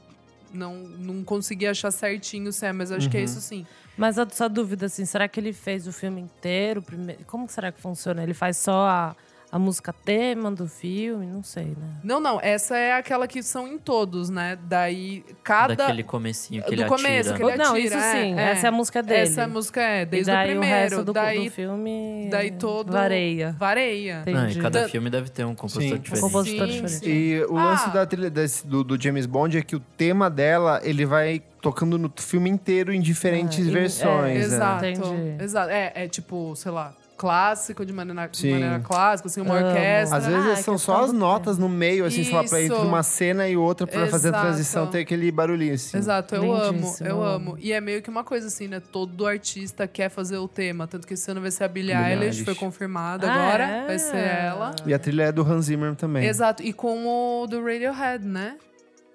Speaker 2: não, não consegui achar certinho se é, mas acho que é
Speaker 1: Uhum.
Speaker 2: isso sim.
Speaker 4: Mas a sua dúvida, assim, será que ele fez o filme inteiro? Primeiro? Como que será que funciona? Ele faz só a, a música tema do filme? Não sei, né?
Speaker 2: Não, não, essa é aquela que são em todos, né? Daí, cada...
Speaker 3: Daquele comecinho que
Speaker 2: do
Speaker 3: ele
Speaker 2: começo,
Speaker 3: atira.
Speaker 2: que ele
Speaker 4: Não,
Speaker 2: atira,
Speaker 4: isso
Speaker 2: é,
Speaker 4: sim.
Speaker 2: é.
Speaker 4: Essa é a música dele.
Speaker 2: Essa música é, desde
Speaker 4: e daí
Speaker 2: o
Speaker 4: o
Speaker 2: primeiro.
Speaker 4: resto do,
Speaker 2: daí,
Speaker 4: do filme
Speaker 2: daí todo...
Speaker 4: vareia.
Speaker 2: Vareia.
Speaker 4: Tem-
Speaker 3: Não, e
Speaker 4: Entendi.
Speaker 3: cada
Speaker 2: Da-
Speaker 3: filme deve ter um compositor
Speaker 1: Sim.
Speaker 3: diferente.
Speaker 4: Compositor é
Speaker 2: Sim,
Speaker 4: diferente.
Speaker 2: sim.
Speaker 1: E o
Speaker 2: Ah.
Speaker 1: lance da trilha desse- do, do James Bond é que o tema dela, ele vai tocando no filme inteiro em diferentes
Speaker 4: Ah, e- é,
Speaker 1: versões, né?
Speaker 2: Exato.
Speaker 4: Entendi.
Speaker 2: Exato. É, é tipo, sei lá, clássico de maneira, de
Speaker 1: Sim.
Speaker 2: maneira clássica, assim, uma
Speaker 4: Amo.
Speaker 2: orquestra.
Speaker 1: Às
Speaker 4: Ah,
Speaker 1: vezes
Speaker 4: é
Speaker 1: são
Speaker 4: questão
Speaker 1: só as
Speaker 4: do
Speaker 1: notas no meio, assim, sei lá, pra entre
Speaker 2: Isso.
Speaker 1: uma cena e outra, pra fazer a
Speaker 2: Exato.
Speaker 1: transição, ter aquele barulhinho, assim.
Speaker 2: Exato, eu amo,
Speaker 4: Lindíssimo,
Speaker 2: eu
Speaker 4: eu
Speaker 2: amo.
Speaker 4: amo.
Speaker 2: E é meio que uma coisa assim, né? Todo artista quer fazer o tema. Tanto que esse ano vai ser a Billie
Speaker 1: Billie
Speaker 2: Eilish,
Speaker 1: Eilish.
Speaker 2: foi confirmada
Speaker 4: Ah,
Speaker 2: agora.
Speaker 4: é?
Speaker 2: Vai ser ela.
Speaker 1: E a trilha é do Hans Zimmer também.
Speaker 2: Exato, e com o do Radiohead, né?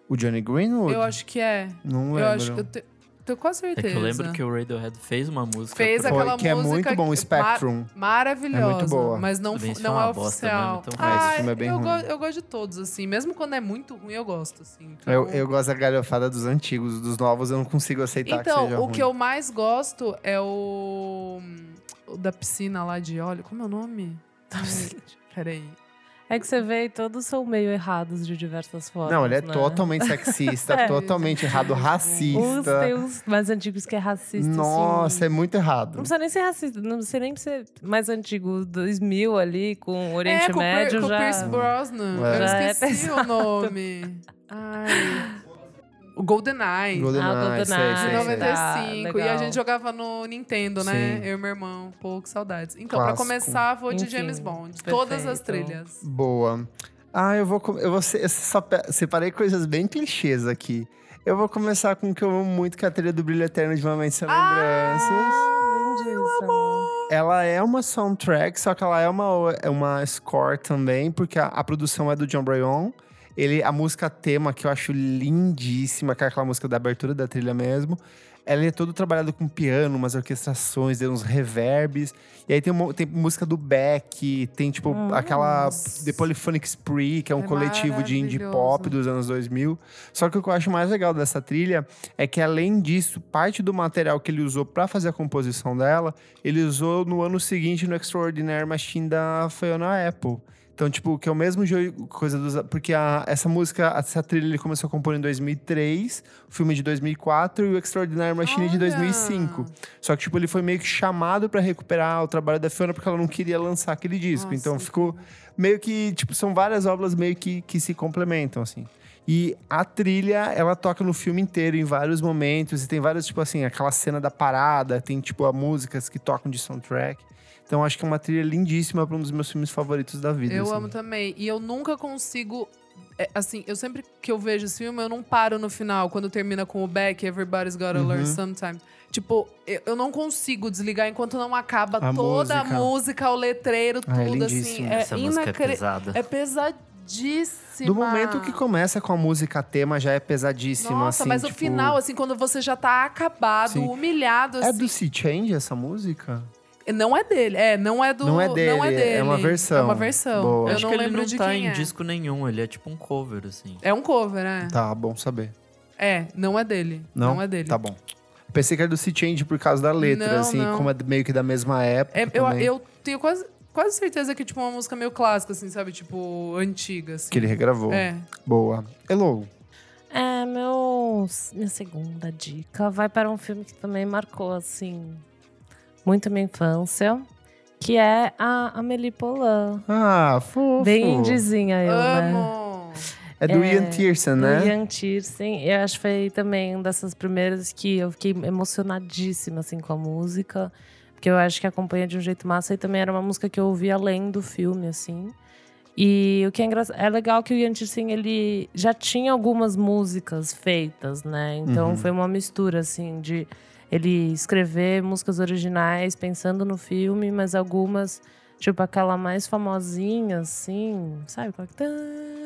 Speaker 1: O Johnny Greenwood?
Speaker 2: Eu acho que é.
Speaker 1: Não
Speaker 2: Eu
Speaker 1: lembro.
Speaker 2: acho que eu te- tô quase
Speaker 3: É
Speaker 2: certeza.
Speaker 3: que eu lembro que o Radiohead fez uma música.
Speaker 2: Fez
Speaker 3: pro-
Speaker 1: Foi,
Speaker 2: aquela
Speaker 1: que é
Speaker 2: música
Speaker 1: muito bom,
Speaker 2: que-
Speaker 1: o Spectrum.
Speaker 2: Maravilhosa.
Speaker 1: É muito boa.
Speaker 2: Mas não,
Speaker 3: Tudo bem,
Speaker 2: fu-
Speaker 3: isso é
Speaker 2: não
Speaker 3: uma
Speaker 2: é
Speaker 3: bosta
Speaker 2: oficial.
Speaker 3: mesmo, então
Speaker 1: vai, esse
Speaker 2: Ah,
Speaker 1: filme é bem
Speaker 2: eu,
Speaker 1: ruim.
Speaker 2: go- eu gosto de todos, assim. Mesmo quando é muito ruim, eu gosto, assim. Então-
Speaker 1: É, Eu, eu gosto da galhofada dos antigos, dos novos eu não consigo aceitar que
Speaker 2: Então,
Speaker 1: seja
Speaker 2: o
Speaker 1: ruim.
Speaker 2: que eu mais gosto é o... o da piscina lá de óleo. Como é o nome? Peraí.
Speaker 4: É que você vê e todos são meio errados de diversas formas.
Speaker 1: Não, ele é
Speaker 4: né?
Speaker 1: totalmente sexista,
Speaker 4: É.
Speaker 1: totalmente errado,
Speaker 4: Uns tem
Speaker 1: racista.
Speaker 4: uns mais antigos que é racista. assim.
Speaker 1: Nossa, é muito
Speaker 4: Não
Speaker 1: errado.
Speaker 4: precisa nem ser racista, não precisa nem ser mais antigo, 2000 ali, com o Oriente
Speaker 2: é, com o Pier-
Speaker 4: Médio
Speaker 2: com o
Speaker 4: já.
Speaker 2: Pierce Brosnan.
Speaker 1: É.
Speaker 2: Eu
Speaker 4: Já é
Speaker 2: esqueci o nome. Ai. O GoldenEye.
Speaker 1: GoldenEye,
Speaker 4: Ah,
Speaker 1: sei, sei, sei.
Speaker 4: GoldenEye.
Speaker 2: 95. e a
Speaker 4: legal.
Speaker 2: gente jogava no Nintendo, né?
Speaker 1: Sim.
Speaker 2: Eu e meu irmão. Pô, que saudades. Então, pra
Speaker 1: Clássico.
Speaker 2: começar, vou de
Speaker 4: Enfim,
Speaker 2: James Bond. Todas as
Speaker 4: perfeito.
Speaker 2: trilhas.
Speaker 1: Boa. Ah, eu vou. com- Eu, vou se- eu só pe- separei coisas bem clichês aqui. Eu vou começar com o que eu amo muito, que é a trilha do Brilho Eterno de Uma Mente Sem
Speaker 4: Ah!
Speaker 1: Lembranças.
Speaker 4: Lindíssimo.
Speaker 1: Ela é uma soundtrack, só que ela é uma, é uma score também, porque a, a produção é do John Bryan. Ele, a música tema, que eu acho lindíssima, que é aquela música da abertura da trilha mesmo. Ela é todo trabalhado com piano, umas orquestrações, tem uns reverbs. E aí tem, uma- tem música do Beck, tem tipo aquela The Polyphonic Spree, que é um
Speaker 2: É
Speaker 1: coletivo de indie pop
Speaker 2: maravilhoso.
Speaker 1: dos anos 2000. Só que o que eu acho mais legal dessa trilha é que, além disso, parte do material que ele usou pra fazer a composição dela, ele usou no ano seguinte no Extraordinary Machine da Fiona Apple. Então, tipo, que é o mesmo jogo, coisa dos... Porque a- essa música, essa trilha, ele começou a compor em 2003, o filme é de 2004 e o Extraordinary Machine é de
Speaker 2: Olha!
Speaker 1: 2005. Só que, tipo, ele foi meio que chamado pra recuperar o trabalho da Fiona porque ela não queria lançar aquele disco.
Speaker 2: Nossa,
Speaker 1: então, ficou meio que, tipo, são várias obras meio que, que se complementam, assim. E a trilha, ela toca no filme inteiro, em vários momentos. E tem várias, tipo assim, aquela cena da parada, tem, tipo, a músicas que tocam de soundtrack. Então, acho que é uma trilha lindíssima pra um dos meus filmes favoritos da vida.
Speaker 2: Eu
Speaker 1: assim.
Speaker 2: amo também. E eu nunca consigo é, assim, eu sempre que eu vejo esse filme, eu não paro no final, quando termina com o Beck, Everybody's Gotta
Speaker 1: Uhum.
Speaker 2: Learn Sometimes. Tipo, eu, eu não consigo desligar enquanto não acaba
Speaker 1: A
Speaker 2: toda
Speaker 1: música.
Speaker 2: a música, o letreiro,
Speaker 1: Ah, é
Speaker 2: tudo, assim.
Speaker 1: lindíssimo.
Speaker 2: É
Speaker 3: Essa música é
Speaker 2: inacre-
Speaker 3: pesada.
Speaker 2: É pesadíssima.
Speaker 1: Do momento que começa com a música tema, já é pesadíssimo,
Speaker 2: Nossa,
Speaker 1: assim.
Speaker 2: mas o
Speaker 1: tipo,
Speaker 2: final, assim, quando você já tá acabado,
Speaker 1: Sim.
Speaker 2: humilhado,
Speaker 1: É
Speaker 2: assim.
Speaker 1: do Sea Change essa música?
Speaker 2: Não é dele. É, não é do.
Speaker 1: Não é dele, é uma versão.
Speaker 2: É uma versão.
Speaker 1: Boa.
Speaker 2: Eu
Speaker 3: acho
Speaker 2: não
Speaker 3: que ele
Speaker 2: lembro
Speaker 3: não
Speaker 2: de
Speaker 3: tá
Speaker 2: quem
Speaker 3: em
Speaker 2: é.
Speaker 3: disco nenhum, ele é tipo um cover, assim.
Speaker 2: É um cover, né?
Speaker 1: Tá, bom saber.
Speaker 2: É, não é dele.
Speaker 1: Não,
Speaker 2: Não, é dele.
Speaker 1: Tá bom. Pensei que era do Sea Change por causa da letra,
Speaker 2: Não,
Speaker 1: assim,
Speaker 2: não.
Speaker 1: como é meio que da mesma época.
Speaker 2: É, eu,
Speaker 1: também,
Speaker 2: eu tenho quase, quase certeza que é tipo uma música meio clássica, assim, sabe? Tipo, antiga, assim.
Speaker 1: Que ele regravou.
Speaker 2: É.
Speaker 1: Boa. Hello.
Speaker 4: É, meu, minha segunda dica vai para um filme que também marcou, assim, muito minha infância, que é a Amélie Poulain.
Speaker 1: Ah, fofo.
Speaker 4: Bem indizinha eu, né?
Speaker 2: Amo!
Speaker 1: É do
Speaker 4: É,
Speaker 1: Ian Tiersen,
Speaker 4: Do
Speaker 1: né?
Speaker 4: Ian Tiersen. Eu acho que foi também uma dessas primeiras que eu fiquei emocionadíssima, assim, com a música. Porque eu acho que acompanha de um jeito massa. E também era uma música que eu ouvi além do filme, assim. E o que é engraçado... É legal que o Ian Tiersen, ele já tinha algumas músicas feitas, né? Então
Speaker 1: Uhum.
Speaker 4: foi uma mistura, assim, de... Ele escrever músicas originais pensando no filme, mas algumas... Tipo, aquela mais famosinha, assim, sabe? Aquela que...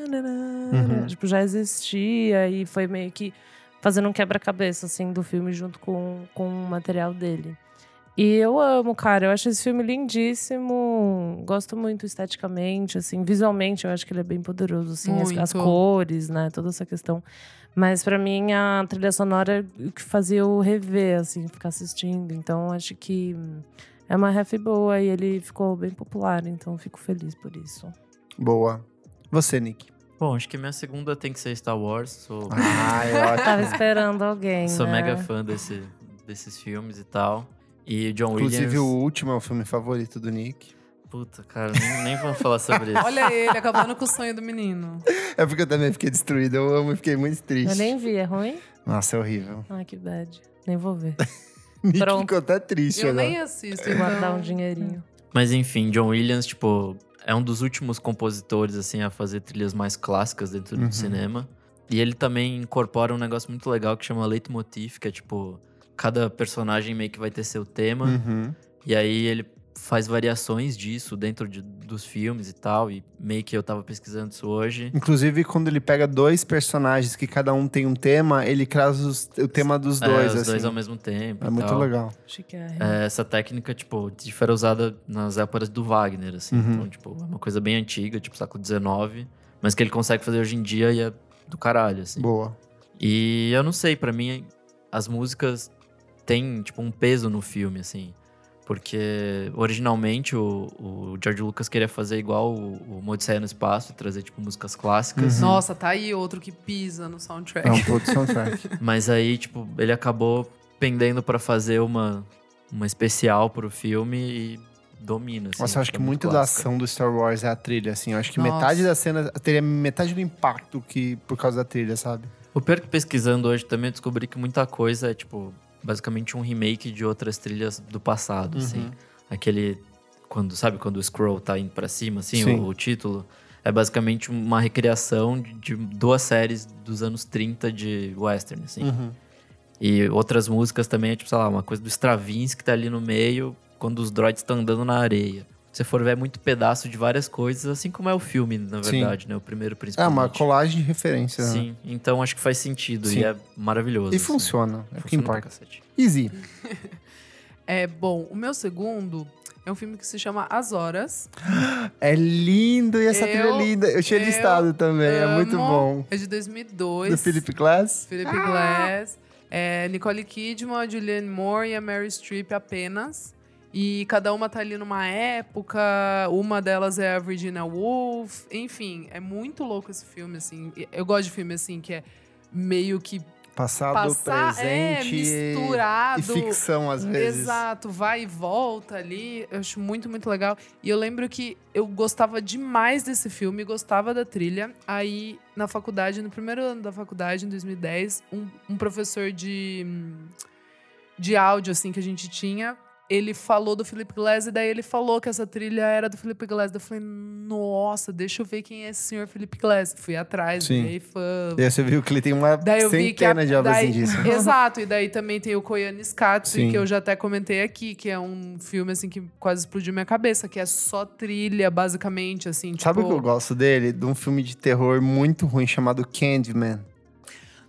Speaker 1: Uhum.
Speaker 4: Tipo, já existia e foi meio que fazendo um quebra-cabeça, assim, do filme junto com, com o material dele. E eu amo, cara. Eu acho esse filme lindíssimo. Gosto muito esteticamente, assim. Visualmente, eu acho que ele é bem poderoso, assim. As, as
Speaker 2: Muito.
Speaker 4: cores, né? Toda essa questão. Mas pra mim, a trilha sonora é o que fazia eu rever, assim. Ficar assistindo. Então, acho que... hum, É uma ref boa e ele ficou bem popular, então fico feliz por isso.
Speaker 1: Boa. Você, Nick.
Speaker 3: Bom, acho que minha segunda tem que ser Star Wars. Sou,
Speaker 1: Ah, é
Speaker 4: Tava
Speaker 1: ótimo.
Speaker 4: esperando alguém.
Speaker 3: sou
Speaker 4: né?
Speaker 3: mega fã desse, desses filmes e tal. E John Williams.
Speaker 1: Inclusive, o último é o filme favorito do Nick.
Speaker 3: Puta, cara, nem, nem vamos falar sobre isso.
Speaker 2: Olha ele, acabando com o sonho do menino.
Speaker 1: É porque eu também fiquei destruído. Eu amo e fiquei muito triste.
Speaker 4: Eu nem vi, é ruim?
Speaker 1: Nossa, é horrível.
Speaker 4: Ai, que bad. Nem vou ver.
Speaker 1: Nick
Speaker 4: Pronto.
Speaker 1: ficou até triste né?
Speaker 2: Eu
Speaker 1: agora.
Speaker 2: nem assisto,
Speaker 4: Vou
Speaker 2: então.
Speaker 4: guardar um dinheirinho.
Speaker 3: Mas enfim, John Williams, tipo, é um dos últimos compositores, assim, a fazer trilhas mais clássicas dentro
Speaker 1: Uhum.
Speaker 3: do cinema. E ele também incorpora um negócio muito legal que chama leitmotiv, que é tipo, cada personagem meio que vai ter seu tema.
Speaker 1: Uhum.
Speaker 3: E aí ele faz variações disso dentro de- dos filmes e tal. E meio que eu tava pesquisando isso hoje.
Speaker 1: Inclusive, quando ele pega dois personagens que cada um tem um tema, ele traz os- o tema dos
Speaker 3: é,
Speaker 1: dois,
Speaker 3: os
Speaker 1: assim.
Speaker 3: dois ao mesmo tempo.
Speaker 1: é
Speaker 3: e
Speaker 1: muito
Speaker 3: tal.
Speaker 1: legal.
Speaker 4: Chiquérrimo.
Speaker 3: É, essa técnica, tipo, tipo, era usada nas óperas do Wagner, assim.
Speaker 1: Uhum.
Speaker 3: Então, tipo, é uma coisa bem antiga, tipo, século XIX, mas que ele consegue fazer hoje em dia e é do caralho, assim.
Speaker 1: Boa.
Speaker 3: E eu não sei, pra mim, as músicas têm, tipo, um peso no filme, assim. Porque originalmente o, o George Lucas queria fazer igual o, o Uma Odisseia no Espaço, trazer, tipo, músicas
Speaker 1: Uhum.
Speaker 3: clássicas.
Speaker 2: Nossa, tá aí outro que pisa no soundtrack.
Speaker 1: É um puto soundtrack.
Speaker 3: Mas aí, tipo, ele acabou pendendo pra fazer uma, uma especial pro filme e domina. Assim,
Speaker 1: Nossa, eu acho
Speaker 3: tipo,
Speaker 1: que muito da
Speaker 3: clássica.
Speaker 1: ação do Star Wars é a trilha, assim. Eu acho que
Speaker 2: Nossa.
Speaker 1: metade da cena teria metade do impacto que por causa da trilha, sabe?
Speaker 3: O pior que pesquisando hoje também eu descobri que muita coisa é, tipo, basicamente um remake de outras trilhas do passado,
Speaker 1: Uhum.
Speaker 3: assim. Aquele. Quando, sabe, quando o scroll tá indo pra cima, assim,
Speaker 1: Sim.
Speaker 3: o, o título. É basicamente uma recriação de, de duas séries dos anos 30 de western, assim.
Speaker 1: Uhum.
Speaker 3: E outras músicas também, é, tipo, sei lá, uma coisa do Stravinsky que tá ali no meio, quando os droids estão andando na areia. Se você for ver, é muito pedaço de várias coisas, assim como é o filme, na
Speaker 1: Sim.
Speaker 3: verdade, né? O primeiro
Speaker 1: É
Speaker 3: principalmente.
Speaker 1: uma colagem de referência. né?
Speaker 3: Sim, então acho que faz sentido
Speaker 1: Sim.
Speaker 3: e é maravilhoso.
Speaker 1: E
Speaker 3: assim.
Speaker 1: funciona, é o que
Speaker 3: Funciona pra
Speaker 1: importa.
Speaker 3: cacete.
Speaker 1: Easy.
Speaker 2: É, bom, o meu segundo é um filme que se chama As Horas.
Speaker 1: É lindo e essa
Speaker 2: Eu-
Speaker 1: trilha é linda. Eu tinha
Speaker 2: eu
Speaker 1: listado também, é muito
Speaker 2: Amo.
Speaker 1: bom.
Speaker 2: É de 2002.
Speaker 1: Do Philip Glass?
Speaker 2: Philip Glass, é, Nicole Kidman, a Julianne Moore e a Mary Streep apenas. E cada uma tá ali numa época, uma delas é a Virginia Woolf. Enfim, é muito louco esse filme, assim. E Eu gosto de filme, assim, que é meio que
Speaker 1: Passado,
Speaker 2: passar, é,
Speaker 1: presente e-
Speaker 2: misturado.
Speaker 1: e ficção, às vezes.
Speaker 2: Exato, vai e volta ali. Eu acho muito, muito legal. E eu lembro que eu gostava demais desse filme, gostava da trilha. Aí, na faculdade, no primeiro ano da faculdade, em 2010, um, um professor de, hum, de áudio, assim, que a gente tinha, ele falou do Felipe Glass e daí ele falou que essa trilha era do Felipe Glass. Daí eu falei, nossa, deixa eu ver quem é esse senhor Felipe Glass. Fui atrás,
Speaker 1: Sim.
Speaker 2: virei fã.
Speaker 1: E aí você viu que ele tem uma
Speaker 2: Daí eu vi que a,
Speaker 1: centena de obras
Speaker 2: daí-
Speaker 1: indígenas.
Speaker 2: Exato, e daí também tem o Koyaanisqatsi,
Speaker 1: Sim.
Speaker 2: que eu já até comentei aqui, que é um filme assim que quase explodiu minha cabeça, que é só trilha basicamente assim, tipo,
Speaker 1: Sabe o que eu gosto dele? De um filme de terror muito ruim chamado Candyman.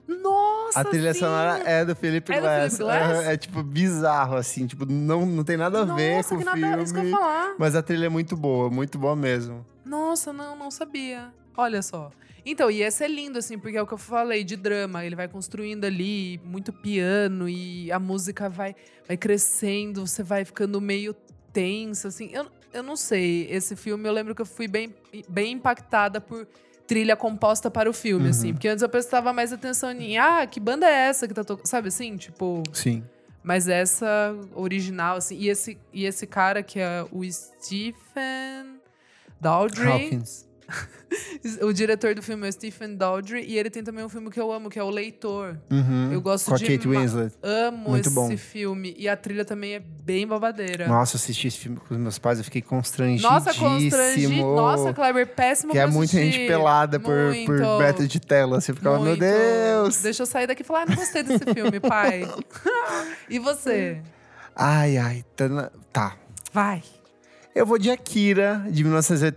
Speaker 2: Nossa,
Speaker 1: a trilha
Speaker 2: sim!
Speaker 1: sonora é do Felipe
Speaker 2: É do
Speaker 1: Glass.
Speaker 2: Felipe Glass?
Speaker 1: É, é, tipo bizarro, assim, tipo, não, não tem nada a ver
Speaker 2: Nossa,
Speaker 1: com o
Speaker 2: que
Speaker 1: filme.
Speaker 2: nada, isso que eu ia falar.
Speaker 1: mas a trilha é muito boa, muito boa mesmo.
Speaker 2: Nossa, não, não sabia. Olha só. Então, e esse é lindo, assim, porque é o que eu falei de drama. Ele vai construindo ali, muito piano, e a música vai, vai crescendo, você vai ficando meio tenso, assim. Eu, eu não sei. Esse filme, eu lembro que eu fui bem, bem impactada por trilha composta para o filme,
Speaker 1: Uhum.
Speaker 2: assim. Porque antes eu prestava mais atenção em, ah, que banda é essa que tá tocando? Sabe assim? Tipo.
Speaker 1: Sim.
Speaker 2: Mas essa original, assim. E esse, e esse cara que é o Stephen Daldry.
Speaker 1: Hopkins.
Speaker 2: O diretor do filme é o Stephen Daldry. E ele tem também um filme que eu amo, que é O Leitor.
Speaker 1: Uhum.
Speaker 2: Eu gosto
Speaker 1: Com a
Speaker 2: de
Speaker 1: Kate
Speaker 2: ma-
Speaker 1: Winslet.
Speaker 2: Amo
Speaker 1: Muito
Speaker 2: esse
Speaker 1: bom.
Speaker 2: filme. E a trilha também é bem babadeira.
Speaker 1: Nossa, eu assisti esse filme com os meus pais, eu fiquei constrangidíssimo.
Speaker 2: Nossa, constrangi. Nossa, Kleber, péssimo
Speaker 1: Que é
Speaker 2: pra
Speaker 1: muita gente
Speaker 2: assistir.
Speaker 1: pelada por, por
Speaker 2: Muito.
Speaker 1: beta de tela. Você ficava, meu
Speaker 2: Muito.
Speaker 1: Deus!
Speaker 2: Deixa eu sair daqui e falar, ah, não gostei desse filme, pai. e você?
Speaker 1: Ai, ai, tá. na- tá.
Speaker 2: Vai.
Speaker 1: Eu vou de Akira, de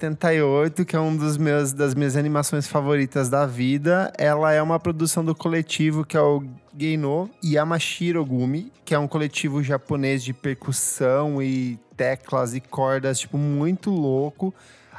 Speaker 1: 1988, que é um dos meus das minhas animações favoritas da vida. Ela é uma produção do coletivo que é o Geino Yamashiro Gumi, que é um coletivo japonês de percussão e teclas e cordas, tipo muito louco.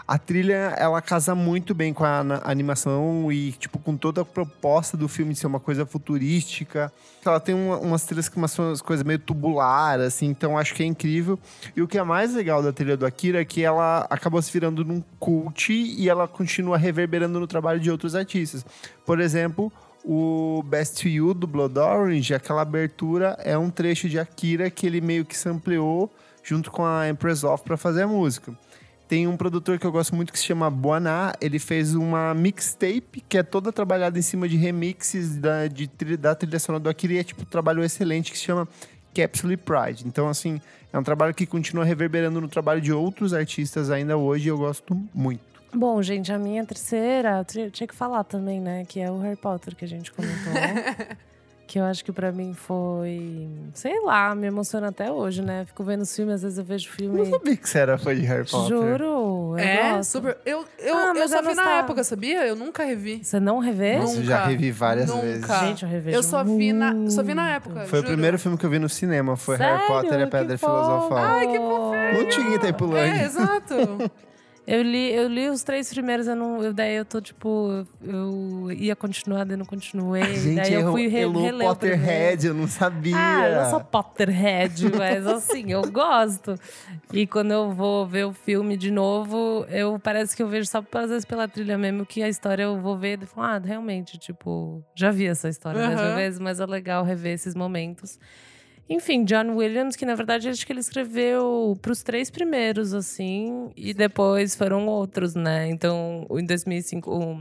Speaker 1: A trilha, ela casa muito bem com a ana- animação e, tipo, com toda a proposta do filme de ser uma coisa futurística. Ela tem uma- umas trilhas que umas, umas coisas meio tubular, assim, então acho que é incrível. E o que é mais legal da trilha do Akira é que ela acabou se virando num cult e ela continua reverberando no trabalho de outros artistas. Por exemplo, o Best You do Blood Orange, aquela abertura é um trecho de Akira que ele meio que sampleou junto com a Empress Off para fazer a música. Tem um produtor que eu gosto muito que se chama Buaná. Ele fez uma mixtape que é toda trabalhada em cima de remixes da, de, tri- da trilha sonora do Akira. E é tipo um trabalho excelente que se chama Capsule Pride. Então, assim, é um trabalho que continua reverberando no trabalho de outros artistas ainda hoje e eu gosto muito.
Speaker 4: Bom, gente, a minha terceira, tri- tinha que falar também, né? Que é o Harry Potter que a gente comentou. que eu acho que pra mim foi. Sei lá, me emociona até hoje, né? Fico vendo os filmes, às vezes eu vejo
Speaker 1: Eu não
Speaker 4: filme.
Speaker 1: sabia que você era fã de Harry Potter.
Speaker 4: Juro! Eu
Speaker 2: É,
Speaker 4: gosto.
Speaker 2: super. Eu, eu,
Speaker 4: Ah,
Speaker 2: eu
Speaker 4: mas
Speaker 2: só
Speaker 4: eu
Speaker 2: vi na
Speaker 4: gostava.
Speaker 2: época, sabia? Eu nunca revi.
Speaker 4: Você não revê?
Speaker 1: Nossa, eu já
Speaker 2: Nunca.
Speaker 1: revi várias
Speaker 2: Nunca.
Speaker 1: vezes.
Speaker 4: Gente, eu revejo.
Speaker 2: Eu só vi na, só vi na época.
Speaker 1: Foi
Speaker 2: juro.
Speaker 1: o primeiro filme que eu vi no cinema, foi Harry
Speaker 4: Sério?
Speaker 1: Potter e a
Speaker 4: Que
Speaker 1: Pedra
Speaker 4: fofo.
Speaker 1: Filosofal.
Speaker 4: Ai,
Speaker 2: que
Speaker 1: Não tinha Itapulândia.
Speaker 2: É, exato.
Speaker 4: Eu li, eu li os três primeiros, eu não, eu, daí eu tô tipo, eu ia continuar, daí eu não continuei. daí eu fui re,
Speaker 1: eu
Speaker 4: reler o primeiro.
Speaker 1: Potterhead, eu não sabia.
Speaker 4: Ah, eu não sou Potterhead, mas assim, eu gosto. E quando eu vou ver o filme de novo, eu parece que eu vejo só às vezes pela trilha mesmo, que a história eu vou ver e falo, ah, realmente, tipo, já vi essa história mais
Speaker 2: Aham.
Speaker 4: uma vez, mas é legal rever esses momentos. Enfim, John Williams, que na verdade acho que ele escreveu pros três primeiros, assim, e depois foram outros, né? Então, em 2005, o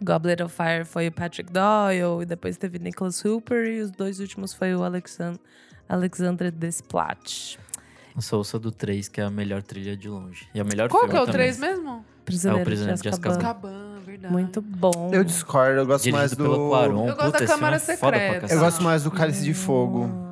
Speaker 4: Goblet of Fire foi o Patrick Doyle, e depois teve Nicholas Hooper, e os dois últimos foi o Alexan Alexandre Desplat.
Speaker 3: Nossa, ouça do 3, que é a melhor trilha de longe. E a melhor
Speaker 2: Qual
Speaker 3: filme
Speaker 2: que é o
Speaker 3: também.
Speaker 2: 3 mesmo?
Speaker 4: Prisioneiro,
Speaker 3: É Prisioneiro de Azkaban.
Speaker 2: Azkaban, verdade.
Speaker 4: Muito bom.
Speaker 1: Eu discordo, eu gosto
Speaker 3: Dirigido
Speaker 1: mais do.
Speaker 3: pelo Cuarón.
Speaker 2: Eu gosto
Speaker 3: Puta,
Speaker 2: da
Speaker 3: esse filme
Speaker 2: Câmara
Speaker 3: é foda pra
Speaker 2: Secreta.
Speaker 3: cacete.
Speaker 1: Eu gosto mais do Cálice de Fogo.
Speaker 4: Hum,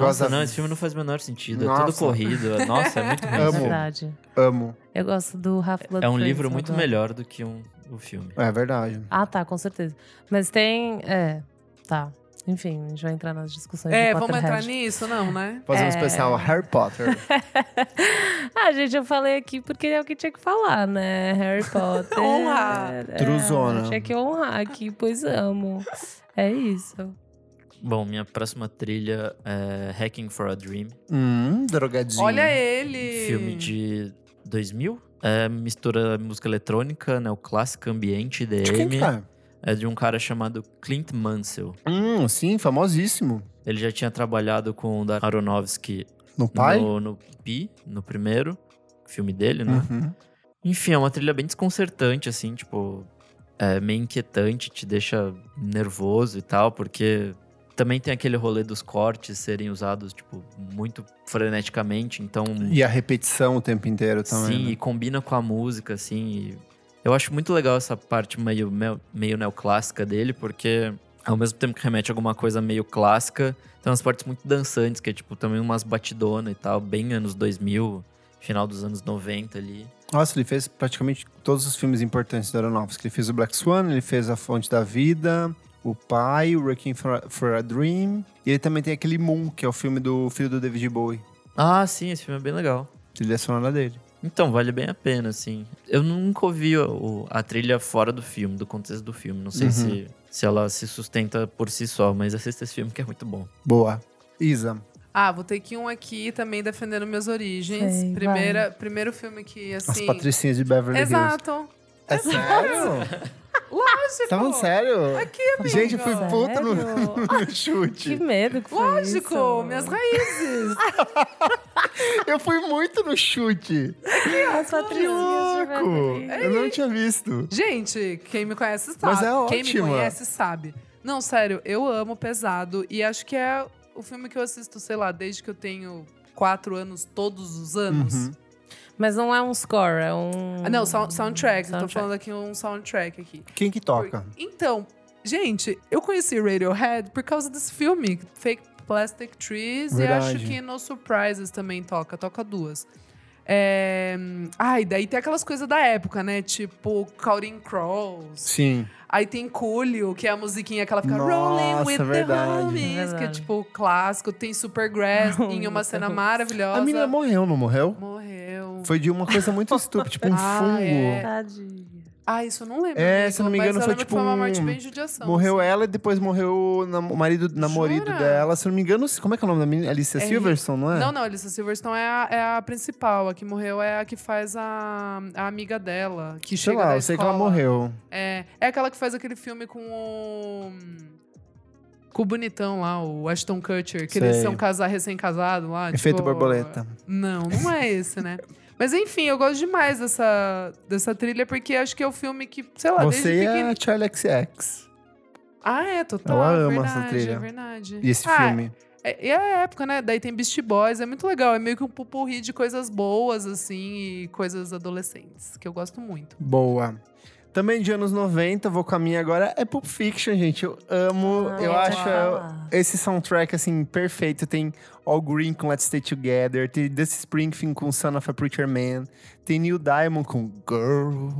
Speaker 3: Nossa,
Speaker 1: Gosto da-
Speaker 3: não, esse filme não faz o menor sentido. É
Speaker 1: Nossa.
Speaker 3: todo corrido. é- Nossa, é muito ruim.
Speaker 1: Amo.
Speaker 3: esse filme.
Speaker 4: Verdade.
Speaker 1: Amo.
Speaker 4: Eu gosto do Half-Blood
Speaker 3: É um
Speaker 4: Prince,
Speaker 3: livro muito
Speaker 4: adoro.
Speaker 3: melhor do que um, o filme.
Speaker 1: É verdade.
Speaker 4: Ah, tá, com certeza. Mas tem. É, tá. Enfim, a gente vai entrar nas discussões.
Speaker 2: É,
Speaker 4: do
Speaker 2: vamos
Speaker 4: Potterhead.
Speaker 2: entrar nisso, não, né?
Speaker 1: Fazer um
Speaker 4: É.
Speaker 1: especial Harry Potter.
Speaker 4: ah, gente, eu falei aqui porque é o que tinha que falar, né? Harry Potter.
Speaker 2: Honrar.
Speaker 4: É,
Speaker 1: Truzona.
Speaker 4: Tinha que honrar aqui, pois amo. É isso.
Speaker 3: Bom, minha próxima trilha é Hacking for a Dream.
Speaker 1: hum, drogadinho.
Speaker 2: Olha ele.
Speaker 3: Filme de 2000. É, mistura música eletrônica, neoclássica, ambiente,
Speaker 1: De quem
Speaker 3: IDM.
Speaker 1: que tá?
Speaker 3: É de um cara chamado Clint Mansell.
Speaker 1: Hum, sim, famosíssimo.
Speaker 3: Ele já tinha trabalhado com o Darren Aronofsky
Speaker 1: No pai?
Speaker 3: no, no Pi, no primeiro filme dele, né?
Speaker 1: Uhum.
Speaker 3: Enfim, é uma trilha bem desconcertante, assim, tipo, é meio inquietante, te deixa nervoso e tal, porque Também tem aquele rolê dos cortes serem usados, tipo, muito freneticamente, então...
Speaker 1: E a repetição o tempo inteiro também.
Speaker 3: Sim,
Speaker 1: né?
Speaker 3: e combina com a música, assim. e eu acho muito legal essa parte meio, meo- meio neoclássica dele, porque ao mesmo tempo que remete a alguma coisa meio clássica, tem umas partes muito dançantes, que é tipo também umas batidonas e tal, bem anos 2000, final dos anos 90 ali.
Speaker 1: Nossa, ele fez praticamente todos os filmes importantes do Aronofsky. Ele fez o Black Swan, ele fez A Fonte da Vida, O Pai, o Working for a, for a Dream. E ele também tem aquele Moon, que é o filme do filho do David Bowie.
Speaker 3: Ah, sim, esse filme é bem legal.
Speaker 1: Trilha sonora dele.
Speaker 3: Então, vale bem a pena, assim. Eu nunca ouvi o- a trilha fora do filme, do contexto do filme. Não sei
Speaker 1: Uhum.
Speaker 3: se, se ela se sustenta por si só, mas assista esse filme que é muito bom.
Speaker 1: Boa. Isa,
Speaker 2: Ah, vou ter que ir um aqui também defendendo minhas origens.
Speaker 4: Sei, vai.
Speaker 2: Primeira, primeiro filme que,
Speaker 1: As
Speaker 2: assim.
Speaker 1: patricinhas de Beverly Hills.
Speaker 2: Exato.
Speaker 1: É sério?
Speaker 2: Lógico.
Speaker 1: Estavam Tá sério? Aqui,
Speaker 4: amigo.
Speaker 1: Gente, eu fui puto no,
Speaker 4: Sério?
Speaker 1: no
Speaker 4: Que
Speaker 1: chute.
Speaker 4: medo que foi
Speaker 2: Lógico,
Speaker 4: isso.
Speaker 2: minhas raízes.
Speaker 1: Eu fui muito no chute.
Speaker 4: As
Speaker 1: Que louco.
Speaker 4: patricinhas.
Speaker 1: Eu não tinha visto.
Speaker 2: Gente, quem me conhece sabe.
Speaker 1: Mas é
Speaker 2: quem
Speaker 1: ótima.
Speaker 2: me conhece sabe. Não, sério, eu amo pesado e acho que é o filme que eu assisto, sei lá, desde que eu tenho quatro anos, todos os anos.
Speaker 1: Uhum.
Speaker 4: Mas não é um score, é um.
Speaker 2: Ah, não, sou- soundtrack. eu Tô
Speaker 4: Soundtrack.
Speaker 2: falando aqui um soundtrack aqui.
Speaker 1: Quem que toca?
Speaker 2: Então, gente, eu conheci Radiohead por causa desse filme, Fake Plastic Trees, e
Speaker 1: Verdade.
Speaker 2: acho que No Surprises também toca, toca duas. É... hum, Ai, daí tem aquelas coisas da época, né? Tipo Counting Crows.
Speaker 1: Sim.
Speaker 2: Aí tem Coolio, que é a musiquinha que ela fica
Speaker 1: Nossa,
Speaker 2: Rolling with
Speaker 1: verdade.
Speaker 2: the Homies, que é
Speaker 4: Verdade.
Speaker 2: tipo clássico. Tem Supergrass
Speaker 4: Rolling
Speaker 2: em uma
Speaker 4: with the
Speaker 2: cena
Speaker 4: Homies.
Speaker 2: maravilhosa.
Speaker 1: A é menina morreu, não morreu?
Speaker 2: Morreu.
Speaker 1: Foi de uma coisa muito estúpida, tipo um
Speaker 2: Ah,
Speaker 1: fungo.
Speaker 2: é.
Speaker 4: Tadinha.
Speaker 2: Ah, isso eu não lembro.
Speaker 1: É,
Speaker 2: amigo,
Speaker 1: se eu não me
Speaker 2: mas
Speaker 1: engano,
Speaker 2: eu
Speaker 1: foi
Speaker 2: lembro que
Speaker 1: tipo
Speaker 2: uma
Speaker 1: um-
Speaker 2: morte bem judiação.
Speaker 1: Morreu
Speaker 2: assim.
Speaker 1: ela e depois morreu o nam- o marido namorido
Speaker 2: Jura?
Speaker 1: dela. Se eu não me engano, como é que é o nome da menina? Alicia
Speaker 2: É-
Speaker 1: Silverson, não é?
Speaker 2: Não, não, Alicia Silverstone é a, é a principal. A que morreu é a que faz a, a amiga dela, que
Speaker 1: Sei
Speaker 2: chega
Speaker 1: lá,
Speaker 2: da
Speaker 1: eu sei que ela
Speaker 2: escola.
Speaker 1: morreu.
Speaker 2: É, é aquela que faz aquele filme com o... Com o bonitão lá, o Ashton Kutcher. Que eles
Speaker 1: Sei.
Speaker 2: são casar, recém-casado lá.
Speaker 1: Efeito
Speaker 2: tipo-
Speaker 1: borboleta.
Speaker 2: Não, não é esse, né? Mas enfim, eu gosto demais dessa, dessa trilha, porque acho que é o filme que, sei lá,
Speaker 1: Você é
Speaker 2: desde
Speaker 1: e
Speaker 2: pequeno...
Speaker 1: a Charlie XX.
Speaker 2: Ah, é, total.
Speaker 1: Ela ama
Speaker 2: verdade,
Speaker 1: essa trilha.
Speaker 2: É verdade.
Speaker 1: E esse
Speaker 2: Ah,
Speaker 1: filme.
Speaker 2: É, e a época, né? Daí tem Beast Boys, é muito legal. É meio que um pupurri de coisas boas, assim, e coisas adolescentes, que eu gosto muito.
Speaker 1: Boa. Também de anos 90, vou com a minha agora. É Pulp Fiction, gente. Eu amo.
Speaker 4: Ah,
Speaker 2: então
Speaker 1: eu
Speaker 4: ia
Speaker 1: acho é
Speaker 4: falar.
Speaker 1: esse soundtrack, assim, perfeito. Tem All Green com Let's Stay Together. Tem Dusty Springfield com Son of a Preacher Man. Tem Neil Diamond com Girl,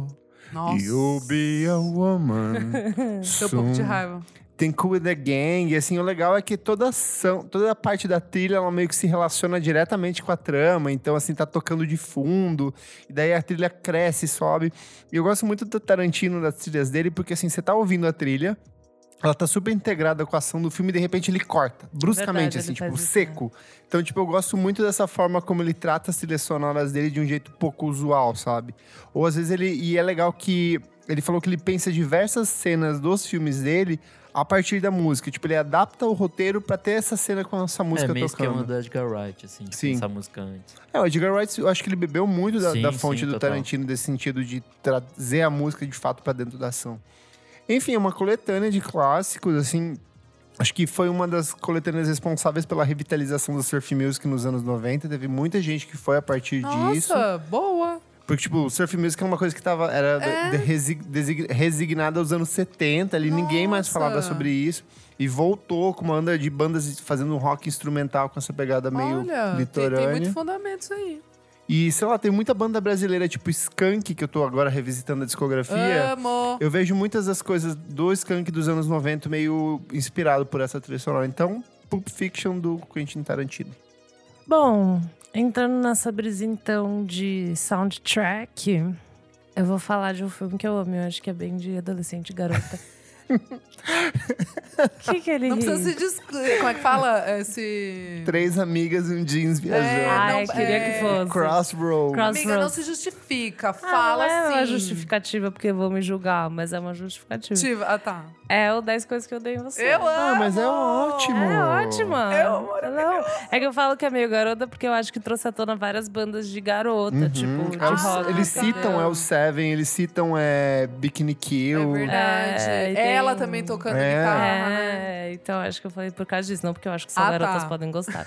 Speaker 2: Nossa.
Speaker 1: You'll Be a Woman.
Speaker 2: Deu um pouco de
Speaker 1: Soon.
Speaker 2: raiva.
Speaker 1: Tem Cool with the Gang, e assim, o legal é que toda ação, toda a parte da trilha, ela meio que se relaciona diretamente com a trama, então assim, tá tocando de fundo, e daí a trilha cresce, sobe. E eu gosto muito do Tarantino, das trilhas dele, porque assim, você tá ouvindo a trilha, ela tá super integrada com a ação do filme, e de repente ele corta, bruscamente,
Speaker 4: Verdade,
Speaker 1: assim,
Speaker 4: ele
Speaker 1: tipo,
Speaker 4: faz isso, né?
Speaker 1: seco. Então, tipo, eu gosto muito dessa forma como ele trata as trilhas sonoras dele de um jeito pouco usual, sabe? Ou às vezes ele. E é legal que ele falou que ele pensa diversas cenas dos filmes dele a partir da música. Tipo, ele adapta o roteiro pra ter essa cena com essa música
Speaker 3: é meio esquema
Speaker 1: tocando.
Speaker 3: do Edgar Wright, assim, de
Speaker 1: Sim.
Speaker 3: pensar música antes.
Speaker 1: É, o Edgar Wright, eu acho que ele bebeu muito da,
Speaker 3: Sim,
Speaker 1: da fonte
Speaker 3: sim,
Speaker 1: do
Speaker 3: total.
Speaker 1: Tarantino, desse sentido de trazer a música de fato pra dentro da ação. Enfim, é uma coletânea de clássicos, assim. Acho que foi uma das coletâneas responsáveis pela revitalização do surf music nos anos 90. Teve muita gente que foi a partir disso.
Speaker 2: Nossa, boa.
Speaker 1: Porque, tipo, o surf music é uma coisa que tava, era
Speaker 2: É.
Speaker 1: de- resig- desig- resignada aos anos 70, ali ninguém mais
Speaker 2: Nossa.
Speaker 1: falava sobre isso. E voltou com uma onda de bandas fazendo um rock instrumental com essa pegada meio
Speaker 2: Olha, tem- tem,
Speaker 1: litorânea.
Speaker 2: muito fundamento isso aí.
Speaker 1: E, sei lá, tem muita banda brasileira, tipo Skank, que eu tô agora revisitando a discografia.
Speaker 2: Amo.
Speaker 1: Eu vejo muitas das coisas do Skank dos anos 90 meio inspirado por essa trilha sonora. Então, Pulp Fiction do Quentin Tarantino.
Speaker 4: Bom, entrando nessa brisa então de soundtrack, eu vou falar de um filme que eu amo, eu acho que é bem de adolescente e garota. O que, que ele
Speaker 2: Não precisa
Speaker 4: ri?
Speaker 2: se dis... Como é que fala? É, Se...
Speaker 1: Três amigas e um jeans viajando.
Speaker 2: É,
Speaker 4: Ai,
Speaker 2: não-
Speaker 4: queria
Speaker 2: é-
Speaker 4: que fosse.
Speaker 1: Crossroad.
Speaker 4: Cross-
Speaker 2: Amiga, não se justifica. justifica, fala
Speaker 4: não
Speaker 2: assim.
Speaker 4: é uma justificativa porque vão me julgar, mas é uma justificativa.
Speaker 2: Justificativa. Ah, tá.
Speaker 4: É o 10 coisas que eu dei em você.
Speaker 2: Eu amo!
Speaker 1: Ah, mas é ótimo. um
Speaker 4: É ótima.
Speaker 2: Eu,
Speaker 4: não. É que eu falo que é meio garota porque eu acho que trouxe à tona várias bandas de garota,
Speaker 1: Uhum.
Speaker 4: tipo, de
Speaker 1: Ah,
Speaker 2: eles-
Speaker 4: rock.
Speaker 1: Eles
Speaker 2: entendeu?
Speaker 1: citam é o Seven, eles citam é Bikini
Speaker 2: É
Speaker 1: Kill.
Speaker 2: verdade.
Speaker 4: É, e
Speaker 2: Ela
Speaker 4: tem-
Speaker 2: também tocando
Speaker 1: É.
Speaker 2: guitarra, né?
Speaker 4: É, então acho que eu falei por causa disso, não porque eu acho que só
Speaker 2: Ah,
Speaker 4: garotas
Speaker 2: tá.
Speaker 4: podem gostar.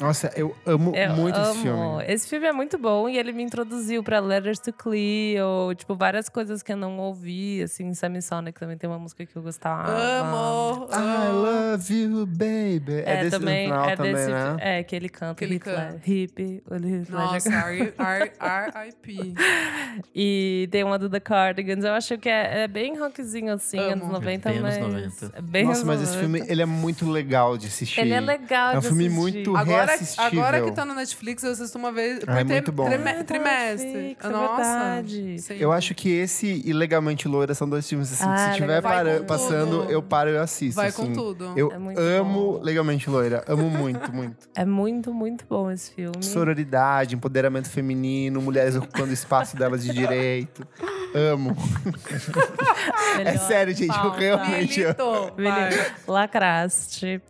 Speaker 1: Nossa, eu amo
Speaker 4: Eu
Speaker 1: muito
Speaker 4: amo.
Speaker 1: esse filme.
Speaker 4: Esse filme é muito bom e ele me introduziu pra Letters to Cleo, tipo, várias coisas que eu não ouvi, assim, Semisonic também tem uma música que eu gostava.
Speaker 2: Amo!
Speaker 1: I
Speaker 2: amo.
Speaker 1: love you, baby. É, desse
Speaker 4: também,
Speaker 1: no final
Speaker 4: Ah. é
Speaker 1: também,
Speaker 4: desse,
Speaker 1: né?
Speaker 4: é que ele canta
Speaker 2: Que ele
Speaker 4: Heath
Speaker 2: canta.
Speaker 4: Led- Hippie, olha Heath Ledger.
Speaker 2: Nossa, R- R- R.I.P.
Speaker 4: E tem uma do The Cardigans. Eu acho que é, é bem rockzinho assim,
Speaker 2: Amo.
Speaker 4: anos 90,
Speaker 3: É bem
Speaker 4: mas.
Speaker 3: anos 90.
Speaker 4: É bem
Speaker 1: Nossa,
Speaker 4: anos
Speaker 1: mas esse
Speaker 4: 90.
Speaker 1: filme, ele é muito legal de assistir.
Speaker 4: Ele é legal,
Speaker 1: É um
Speaker 4: de
Speaker 1: filme
Speaker 4: assistir.
Speaker 1: muito
Speaker 2: Agora,
Speaker 1: reassistível.
Speaker 2: agora que tá no Netflix, eu assisto uma vez por
Speaker 1: Ah, é
Speaker 2: tri-
Speaker 1: muito bom.
Speaker 2: trime-
Speaker 4: É
Speaker 2: trimestre.
Speaker 4: Netflix, é
Speaker 2: Nossa.
Speaker 4: verdade.
Speaker 2: Sim.
Speaker 1: Eu acho que esse e Legalmente Loira são dois filmes assim, que
Speaker 4: Ah,
Speaker 1: se tiver
Speaker 4: legal.
Speaker 2: Vai
Speaker 1: para-
Speaker 2: com
Speaker 1: passando,
Speaker 2: tudo.
Speaker 1: eu paro e eu assisto.
Speaker 2: Vai
Speaker 1: assim.
Speaker 2: com tudo.
Speaker 1: Eu
Speaker 4: É muito
Speaker 1: amo
Speaker 4: bom.
Speaker 1: Legalmente Loira. Amo muito, muito.
Speaker 4: É muito, muito bom esse filme.
Speaker 1: Uhum. Sororidade, empoderamento feminino, mulheres ocupando o espaço delas de direito. Amo.
Speaker 4: Melhor
Speaker 1: É sério, gente, eu
Speaker 4: pauta.
Speaker 1: realmente amo.
Speaker 2: Milito, vai.
Speaker 4: Beleza. Lacraste.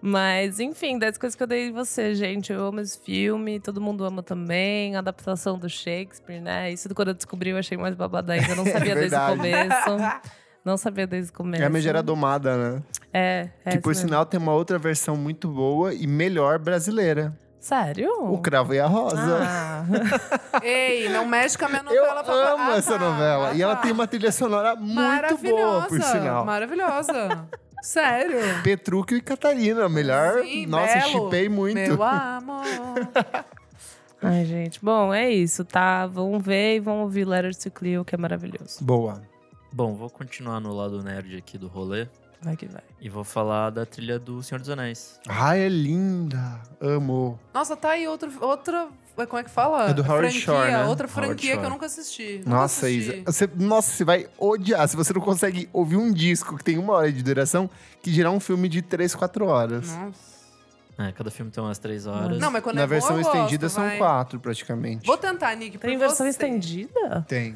Speaker 4: Mas, enfim, das coisas que eu dei em você, gente. Eu amo esse filme, todo mundo ama também. A adaptação do Shakespeare, né? Isso quando eu descobri, eu achei mais babada ainda. Eu não sabia desde o
Speaker 1: É verdade.
Speaker 4: começo. Não sabia desde o começo.
Speaker 1: É a megera domada, né?
Speaker 4: É, é.
Speaker 1: que por
Speaker 4: isso mesmo.
Speaker 1: sinal tem uma outra versão muito boa e melhor brasileira.
Speaker 4: Sério?
Speaker 1: O Cravo e a Rosa.
Speaker 4: Ah.
Speaker 2: Ei, não mexe com a minha
Speaker 1: Eu
Speaker 2: novela. favor-
Speaker 1: amo
Speaker 2: Ah,
Speaker 1: essa
Speaker 2: tá,
Speaker 1: novela.
Speaker 2: ah,
Speaker 1: E ela
Speaker 2: tá.
Speaker 1: tem uma trilha sonora muito boa, por sinal.
Speaker 2: Maravilhosa. Sério.
Speaker 1: Petrúquio e Catarina, a melhor.
Speaker 2: Sim,
Speaker 1: Nossa,
Speaker 2: belo.
Speaker 1: chipei muito.
Speaker 2: Meu amor.
Speaker 4: Ai, gente. Bom, é isso, tá? Vão ver e vão ouvir Letters to Cleo, que é maravilhoso.
Speaker 1: Boa.
Speaker 3: Bom, vou continuar no lado nerd aqui do rolê
Speaker 4: Vai que vai.
Speaker 3: e vou falar da trilha do Senhor dos Anéis.
Speaker 1: Ai, é linda. Amo.
Speaker 2: Nossa, tá aí outro, outra. Como é que fala?
Speaker 1: É do Howard
Speaker 2: franquia,
Speaker 1: Shore, né?
Speaker 2: Outra
Speaker 3: Howard
Speaker 2: franquia que eu
Speaker 3: Shore.
Speaker 2: nunca assisti. Nunca
Speaker 1: Nossa,
Speaker 2: assisti.
Speaker 1: Isa. Você, nossa, você vai odiar. Se você não consegue ouvir um disco que tem uma hora de duração, que gerar um filme de 3, 4 horas.
Speaker 2: Nossa.
Speaker 3: É, cada filme tem umas três horas.
Speaker 2: Não, mas quando
Speaker 1: Na
Speaker 2: é bom,
Speaker 1: versão
Speaker 2: eu gosto,
Speaker 1: estendida são
Speaker 2: vai.
Speaker 1: 4, praticamente.
Speaker 2: Vou tentar, Nick. por
Speaker 4: Tem versão
Speaker 2: você.
Speaker 4: estendida?
Speaker 1: Tem.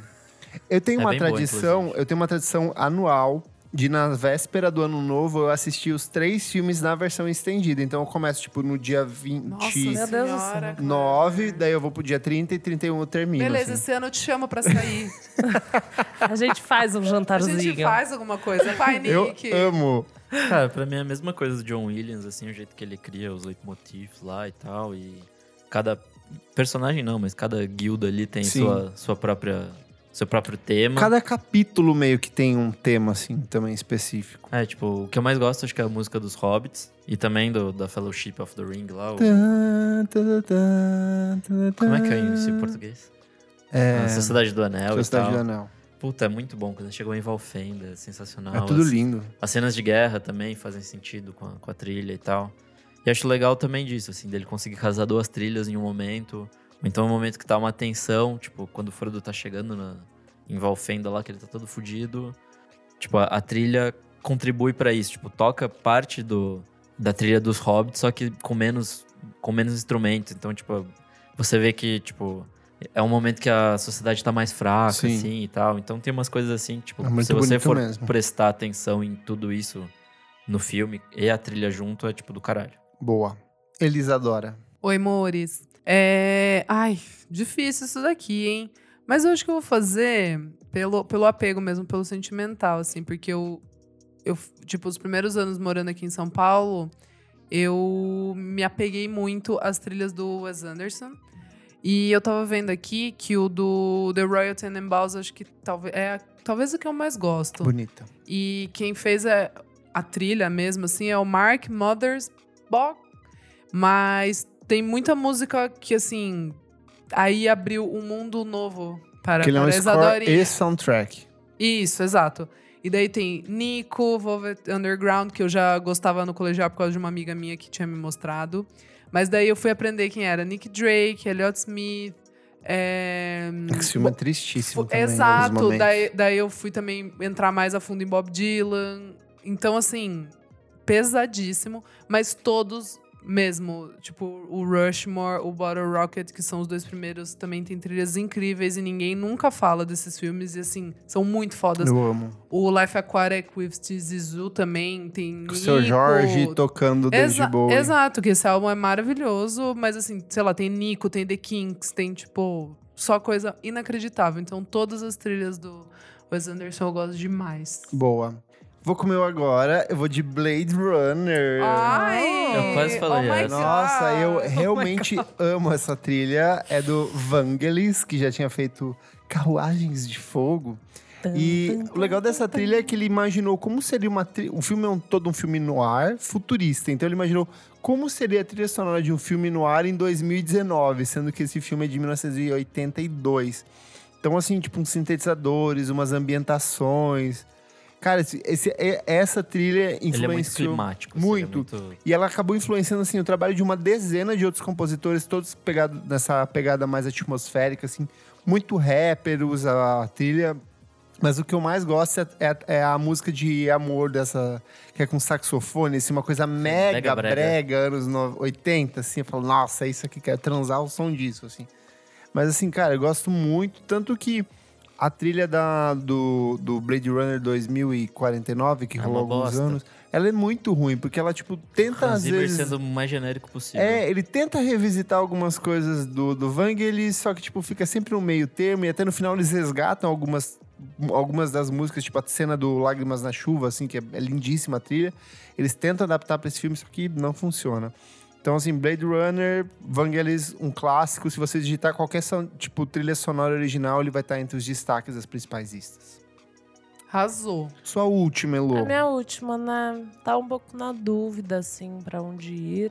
Speaker 1: Eu tenho
Speaker 3: É
Speaker 1: uma
Speaker 3: bem boa,
Speaker 1: tradição,
Speaker 3: inclusive.
Speaker 1: eu tenho uma tradição anual de na véspera do ano novo eu assistir os três filmes na versão estendida. Então eu começo tipo no dia
Speaker 2: Nossa,
Speaker 1: 29,
Speaker 4: Meu Deus do céu.
Speaker 2: senhora, cara.
Speaker 1: daí eu vou pro dia 30 e 31 eu termino.
Speaker 2: Beleza,
Speaker 1: assim.
Speaker 2: esse ano eu te chamo pra sair.
Speaker 4: A gente faz um
Speaker 2: A
Speaker 4: jantarzinho.
Speaker 2: gente faz alguma coisa. Vai,
Speaker 1: Eu
Speaker 2: é Nick.
Speaker 1: amo.
Speaker 3: Cara, pra mim é a mesma coisa do John Williams, assim, o jeito que ele cria os leitmotifs lá e tal. E cada personagem não, mas cada guilda ali tem
Speaker 1: Sim.
Speaker 3: sua, sua própria, seu próprio tema.
Speaker 1: Cada capítulo meio que tem um tema assim também específico.
Speaker 3: É, tipo, o que eu mais gosto acho que é a música dos Hobbits e também do, da Fellowship of the Ring lá. o- Como é que é isso em português?
Speaker 1: É,
Speaker 3: A Sociedade do Anel
Speaker 1: Sociedade
Speaker 3: e
Speaker 1: do
Speaker 3: tal.
Speaker 1: Anel.
Speaker 3: Puta, é muito bom. Quando chegou em Valfenda, é sensacional.
Speaker 1: É tudo
Speaker 3: As-
Speaker 1: lindo.
Speaker 3: As cenas de guerra também fazem sentido com a, com a trilha e tal. E acho legal também disso, assim, dele conseguir casar duas trilhas em um momento. Ou então um momento que tá uma tensão, tipo, quando o Frodo tá chegando na, em Valfenda lá, que ele tá todo fudido. Tipo, a, a trilha contribui pra isso. Tipo, toca parte do, da trilha dos Hobbits, só que com menos, com menos instrumentos. Então, tipo, você vê que, tipo... É um momento que a sociedade tá mais fraca,
Speaker 1: Sim.
Speaker 3: assim, e tal. Então tem umas coisas assim, tipo,
Speaker 1: É muito
Speaker 3: se você
Speaker 1: bonito
Speaker 3: for
Speaker 1: mesmo.
Speaker 3: prestar atenção em tudo isso no filme e a trilha junto, é tipo do caralho.
Speaker 1: Boa. Elisadora.
Speaker 2: Oi, Mores. É... Ai, difícil isso daqui, hein? Mas eu acho que eu vou fazer pelo, pelo apego mesmo, pelo sentimental, assim, porque eu, eu, tipo, os primeiros anos morando aqui em São Paulo, eu me apeguei muito às trilhas do Wes Anderson. E eu tava vendo aqui que o do The Royal Tenenbaums, acho que talvez é a- talvez o que eu mais gosto.
Speaker 1: Bonita.
Speaker 2: E quem fez a, a trilha mesmo, assim, é o Mark Mothers Bock. Mas tem muita música que, assim, aí abriu um mundo novo para,
Speaker 1: Que ele é
Speaker 2: para
Speaker 1: um
Speaker 2: a
Speaker 1: score
Speaker 2: Isadorinha.
Speaker 1: e soundtrack. É
Speaker 2: Isso, exato. E daí tem Nico, Velvet Underground, que eu já gostava no colegial por causa de uma amiga minha que tinha me mostrado. Mas daí eu fui aprender quem era Nick Drake, Elliot Smith, é,
Speaker 1: Esse filme é tristíssimo
Speaker 2: Fu-
Speaker 1: também. em alguns
Speaker 2: Exato.
Speaker 1: momentos.
Speaker 2: Daí, daí eu fui também entrar mais a fundo em Bob Dylan. Então, assim, pesadíssimo. Mas todos mesmo, tipo, o Rushmore, o Bottle Rocket, que são os dois primeiros, também tem trilhas incríveis e ninguém nunca fala desses filmes e assim, são muito fodas.
Speaker 1: Eu amo.
Speaker 2: O Life Aquatic with Zizu também tem
Speaker 1: Com o seu
Speaker 2: Nico,
Speaker 1: Jorge tocando David
Speaker 2: Exa-
Speaker 1: Bowie.
Speaker 2: Exato, que esse álbum é maravilhoso, mas assim, sei lá, tem Nico, tem The Kinks, tem tipo, só coisa inacreditável. Então todas as trilhas do Wes Anderson eu gosto demais.
Speaker 1: Boa. Vou comer eu agora, eu vou de Blade Runner.
Speaker 3: Ah,
Speaker 2: Ai!
Speaker 3: Eu quase falei
Speaker 2: oh my
Speaker 3: essa.
Speaker 1: É. Nossa, eu
Speaker 2: God.
Speaker 1: realmente amo essa trilha. É do Vangelis, que já tinha feito Carruagens de Fogo. E o legal dessa trilha é que ele imaginou como seria uma trilha. O filme é um, todo um filme no ar futurista. Então ele imaginou como seria a trilha sonora de um filme no ar em 2019, sendo que esse filme é de 1982. Então, assim, tipo, uns sintetizadores, umas ambientações. Cara, esse, esse- é- essa trilha influenciou.
Speaker 3: Ele é muito climático. assim,
Speaker 1: muito.
Speaker 3: ele é muito...
Speaker 1: E ela acabou influenciando, assim, o trabalho de uma dezena de outros compositores, todos pegados nessa pegada mais atmosférica, assim. Muito rapper usa a trilha. Mas o que eu mais gosto é, é- é a música de amor dessa... Que é com saxofone, assim, uma coisa mega,
Speaker 3: mega
Speaker 1: brega,
Speaker 3: brega.
Speaker 1: anos no- 80, assim. Eu falo, nossa, é isso aqui, quero transar o som disso, assim. Mas assim, cara, eu gosto muito. Tanto que a trilha da, do, do Blade Runner 2049, que
Speaker 3: É
Speaker 1: rolou
Speaker 3: uma
Speaker 1: alguns
Speaker 3: bosta.
Speaker 1: anos, ela é muito ruim, porque ela, tipo, tenta
Speaker 3: Hans
Speaker 1: às
Speaker 3: Zimmer
Speaker 1: vezes.
Speaker 3: sendo o mais genérico possível.
Speaker 1: É, ele tenta revisitar algumas coisas do, do Vangelis, só que, tipo, fica sempre um meio termo, e até no final eles resgatam algumas, algumas das músicas, tipo a cena do Lágrimas na Chuva, assim, que é, é lindíssima a trilha. Eles tentam adaptar pra esse filme, só que não funciona. Então, assim, Blade Runner, Vangelis, um clássico. Se você digitar qualquer, son- tipo, trilha sonora original, ele vai estar entre os destaques das principais listas.
Speaker 2: Arrasou.
Speaker 1: Sua última, Elô.
Speaker 4: A minha última, né? Tá um pouco na dúvida, assim, pra onde ir.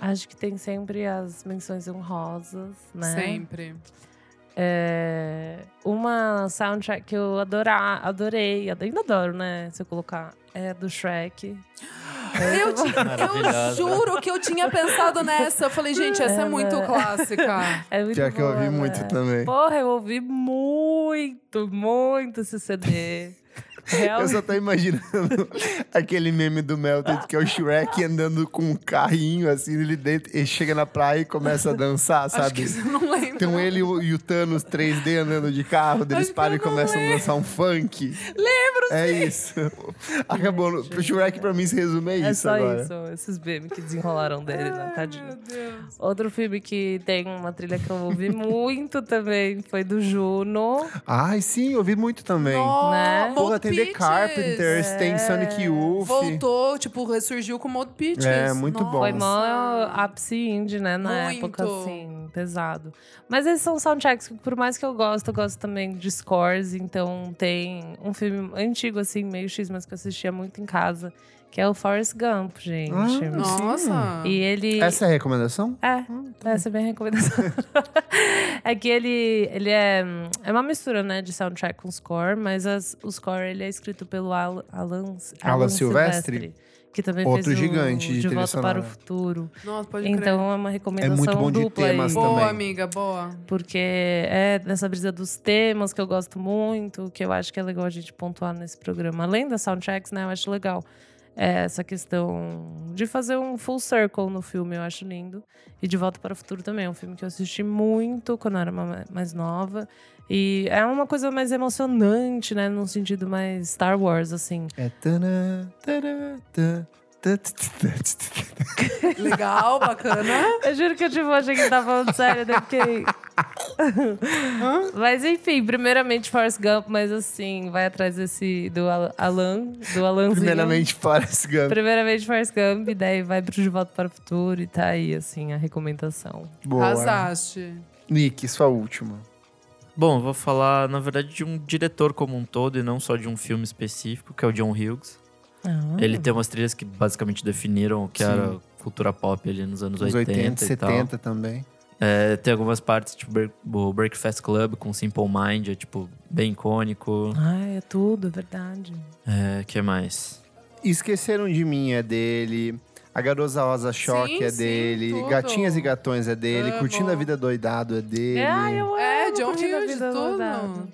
Speaker 4: Acho que tem sempre as menções honrosas, né?
Speaker 2: Sempre.
Speaker 4: É, uma soundtrack que eu adora, adorei, ad- ainda adoro, né? Se eu colocar, é do Shrek.
Speaker 2: Eu, ti- eu
Speaker 3: Maravilhosa.
Speaker 2: juro que eu tinha pensado nessa. Eu falei, gente, essa é muito clássica.
Speaker 4: É muito
Speaker 1: Pior que eu
Speaker 4: boa,
Speaker 1: ouvi muito
Speaker 4: né?
Speaker 1: também.
Speaker 4: Porra, eu ouvi muito, muito esse CD.
Speaker 1: Eu
Speaker 4: Realmente.
Speaker 1: só tô imaginando aquele meme do Melted, que é o Shrek andando com um carrinho, assim, ele, dentro, ele chega na praia e começa a dançar,
Speaker 2: Acho
Speaker 1: sabe?
Speaker 2: que você não lembra.
Speaker 1: Então ele e o- e o Thanos 3D andando de carro, eles
Speaker 2: Acho que
Speaker 1: param e
Speaker 2: eu não
Speaker 1: começam a
Speaker 2: lembro.
Speaker 1: dançar um funk. Lembro, É isso. Acabou. no- O Shrek pra mim se resume a isso
Speaker 4: É só
Speaker 1: agora.
Speaker 4: isso, esses BM que desenrolaram dele, né? Tadinho.
Speaker 2: Meu Deus.
Speaker 4: Outro filme que tem uma trilha que eu ouvi muito também foi do Juno.
Speaker 1: Ai, sim, eu vi muito também.
Speaker 2: Nossa,
Speaker 4: Né?
Speaker 2: Mold
Speaker 1: Porra, tem The
Speaker 2: Pitches.
Speaker 1: Carpenters, tem
Speaker 4: É.
Speaker 1: Sonic Youth.
Speaker 2: Voltou, tipo, ressurgiu com o Mold Pitches.
Speaker 1: É, muito bom.
Speaker 4: Foi
Speaker 2: Nossa.
Speaker 4: mó ápice indie, né? Na
Speaker 2: Muito.
Speaker 4: época, assim, pesado. Mas esses são soundtracks que, por mais que eu gosto, eu gosto também de scores. Então tem um filme antigo, assim, meio X, mas que eu assistia muito em casa, que é o Forrest Gump, gente.
Speaker 1: Ah,
Speaker 2: Nossa.
Speaker 4: E ele.
Speaker 1: Essa é a recomendação?
Speaker 4: É, essa é a minha recomendação. é que ele, ele é, hum, é uma mistura, né, de soundtrack com score, mas as- o score ele é escrito pelo Al- Alan, Alan,
Speaker 1: Alan Silvestre?
Speaker 4: que também
Speaker 1: Outro
Speaker 4: fez o
Speaker 1: gigante de
Speaker 4: De
Speaker 1: trilha
Speaker 4: Volta para
Speaker 1: sonora.
Speaker 4: o Futuro.
Speaker 2: Nossa, pode
Speaker 4: Então é uma recomendação
Speaker 1: bom de
Speaker 4: dupla
Speaker 1: temas
Speaker 4: aí.
Speaker 2: crer. Boa,
Speaker 1: também.
Speaker 2: amiga, boa.
Speaker 4: Porque é nessa brisa dos temas que eu gosto muito, que eu acho que é legal a gente pontuar nesse programa. Além das soundtracks, né? Eu acho legal é, essa questão de fazer um full circle no filme, eu acho lindo. E De Volta para o Futuro também, é um filme que eu assisti muito quando eu era ma- mais nova. E é uma coisa mais emocionante, né? Num sentido mais Star Wars, assim.
Speaker 1: É tanã, tanã, tan, tan, tan, tan, tan, tan.
Speaker 2: Legal, bacana.
Speaker 4: Eu juro que eu tipo, achei que ele tava falando sério, daí fiquei. mas enfim, primeiramente Forrest Gump, mas assim, vai atrás desse do Al- Alan, do Alanzinho.
Speaker 2: um
Speaker 1: Primeiramente, é Forrest Gump.
Speaker 4: Primeiramente Forrest Gump, daí vai pro De Volta para o Futuro e tá aí, assim, a recomendação.
Speaker 1: Boa.
Speaker 2: Arrasaste.
Speaker 1: Nick, sua última.
Speaker 3: Bom, eu vou falar, na verdade, de um diretor como um todo e não só de um filme específico, que é o John Hughes.
Speaker 4: Ah,
Speaker 3: Ele tem umas trilhas que basicamente definiram o que
Speaker 1: Ah. Sim.
Speaker 3: era cultura pop ali nos anos
Speaker 1: Os
Speaker 3: 80,
Speaker 1: 80,
Speaker 3: e tal.
Speaker 1: 70 também.
Speaker 3: É, tem algumas partes, tipo Break- o Breakfast Club com Simple Mind, é tipo bem icônico.
Speaker 4: Ai, é tudo, é verdade.
Speaker 3: É, que mais?
Speaker 1: Esqueceram de Mim é dele. A Garosa Rosa Choque
Speaker 2: Sim,
Speaker 1: é
Speaker 2: sim,
Speaker 1: dele.
Speaker 2: tudo.
Speaker 1: Gatinhas e Gatões é dele.
Speaker 2: Amo.
Speaker 1: Curtindo a Vida Doidado é dele.
Speaker 4: Ai, eu
Speaker 2: É,
Speaker 4: amo
Speaker 2: John
Speaker 4: Curtindo a
Speaker 2: Hughes,
Speaker 4: Vida
Speaker 2: tudo.
Speaker 4: Doidado.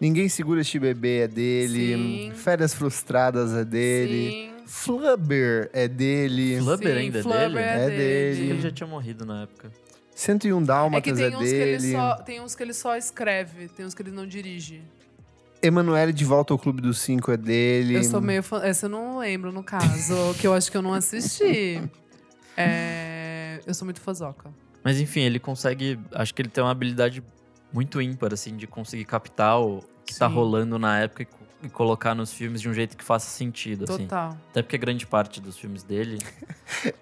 Speaker 1: Ninguém Segura Este Bebê é dele.
Speaker 2: Sim.
Speaker 1: Férias Frustradas é dele.
Speaker 2: Sim.
Speaker 1: Flubber é dele.
Speaker 3: Flubber
Speaker 2: Sim,
Speaker 3: ainda é
Speaker 2: Flubber
Speaker 3: dele?
Speaker 2: é
Speaker 1: É
Speaker 2: dele.
Speaker 1: dele.
Speaker 3: Ele já tinha morrido na época.
Speaker 1: 101
Speaker 2: É que
Speaker 1: Dálmatas é,
Speaker 2: tem uns, que ele
Speaker 1: dele.
Speaker 2: só, tem uns que ele só escreve, tem uns que ele não dirige.
Speaker 1: Emanuele de Volta ao Clube dos Cinco é dele.
Speaker 2: Eu sou meio fã. Essa eu não lembro, no caso, que eu acho que eu não assisti. É, eu sou muito fãzoca.
Speaker 3: Mas enfim, ele consegue. Acho que ele tem uma habilidade muito ímpar, assim, de conseguir captar o que tá
Speaker 2: Sim.
Speaker 3: rolando na época e, co- e colocar nos filmes de um jeito que faça sentido, assim.
Speaker 2: Total.
Speaker 3: Até porque grande parte dos filmes dele.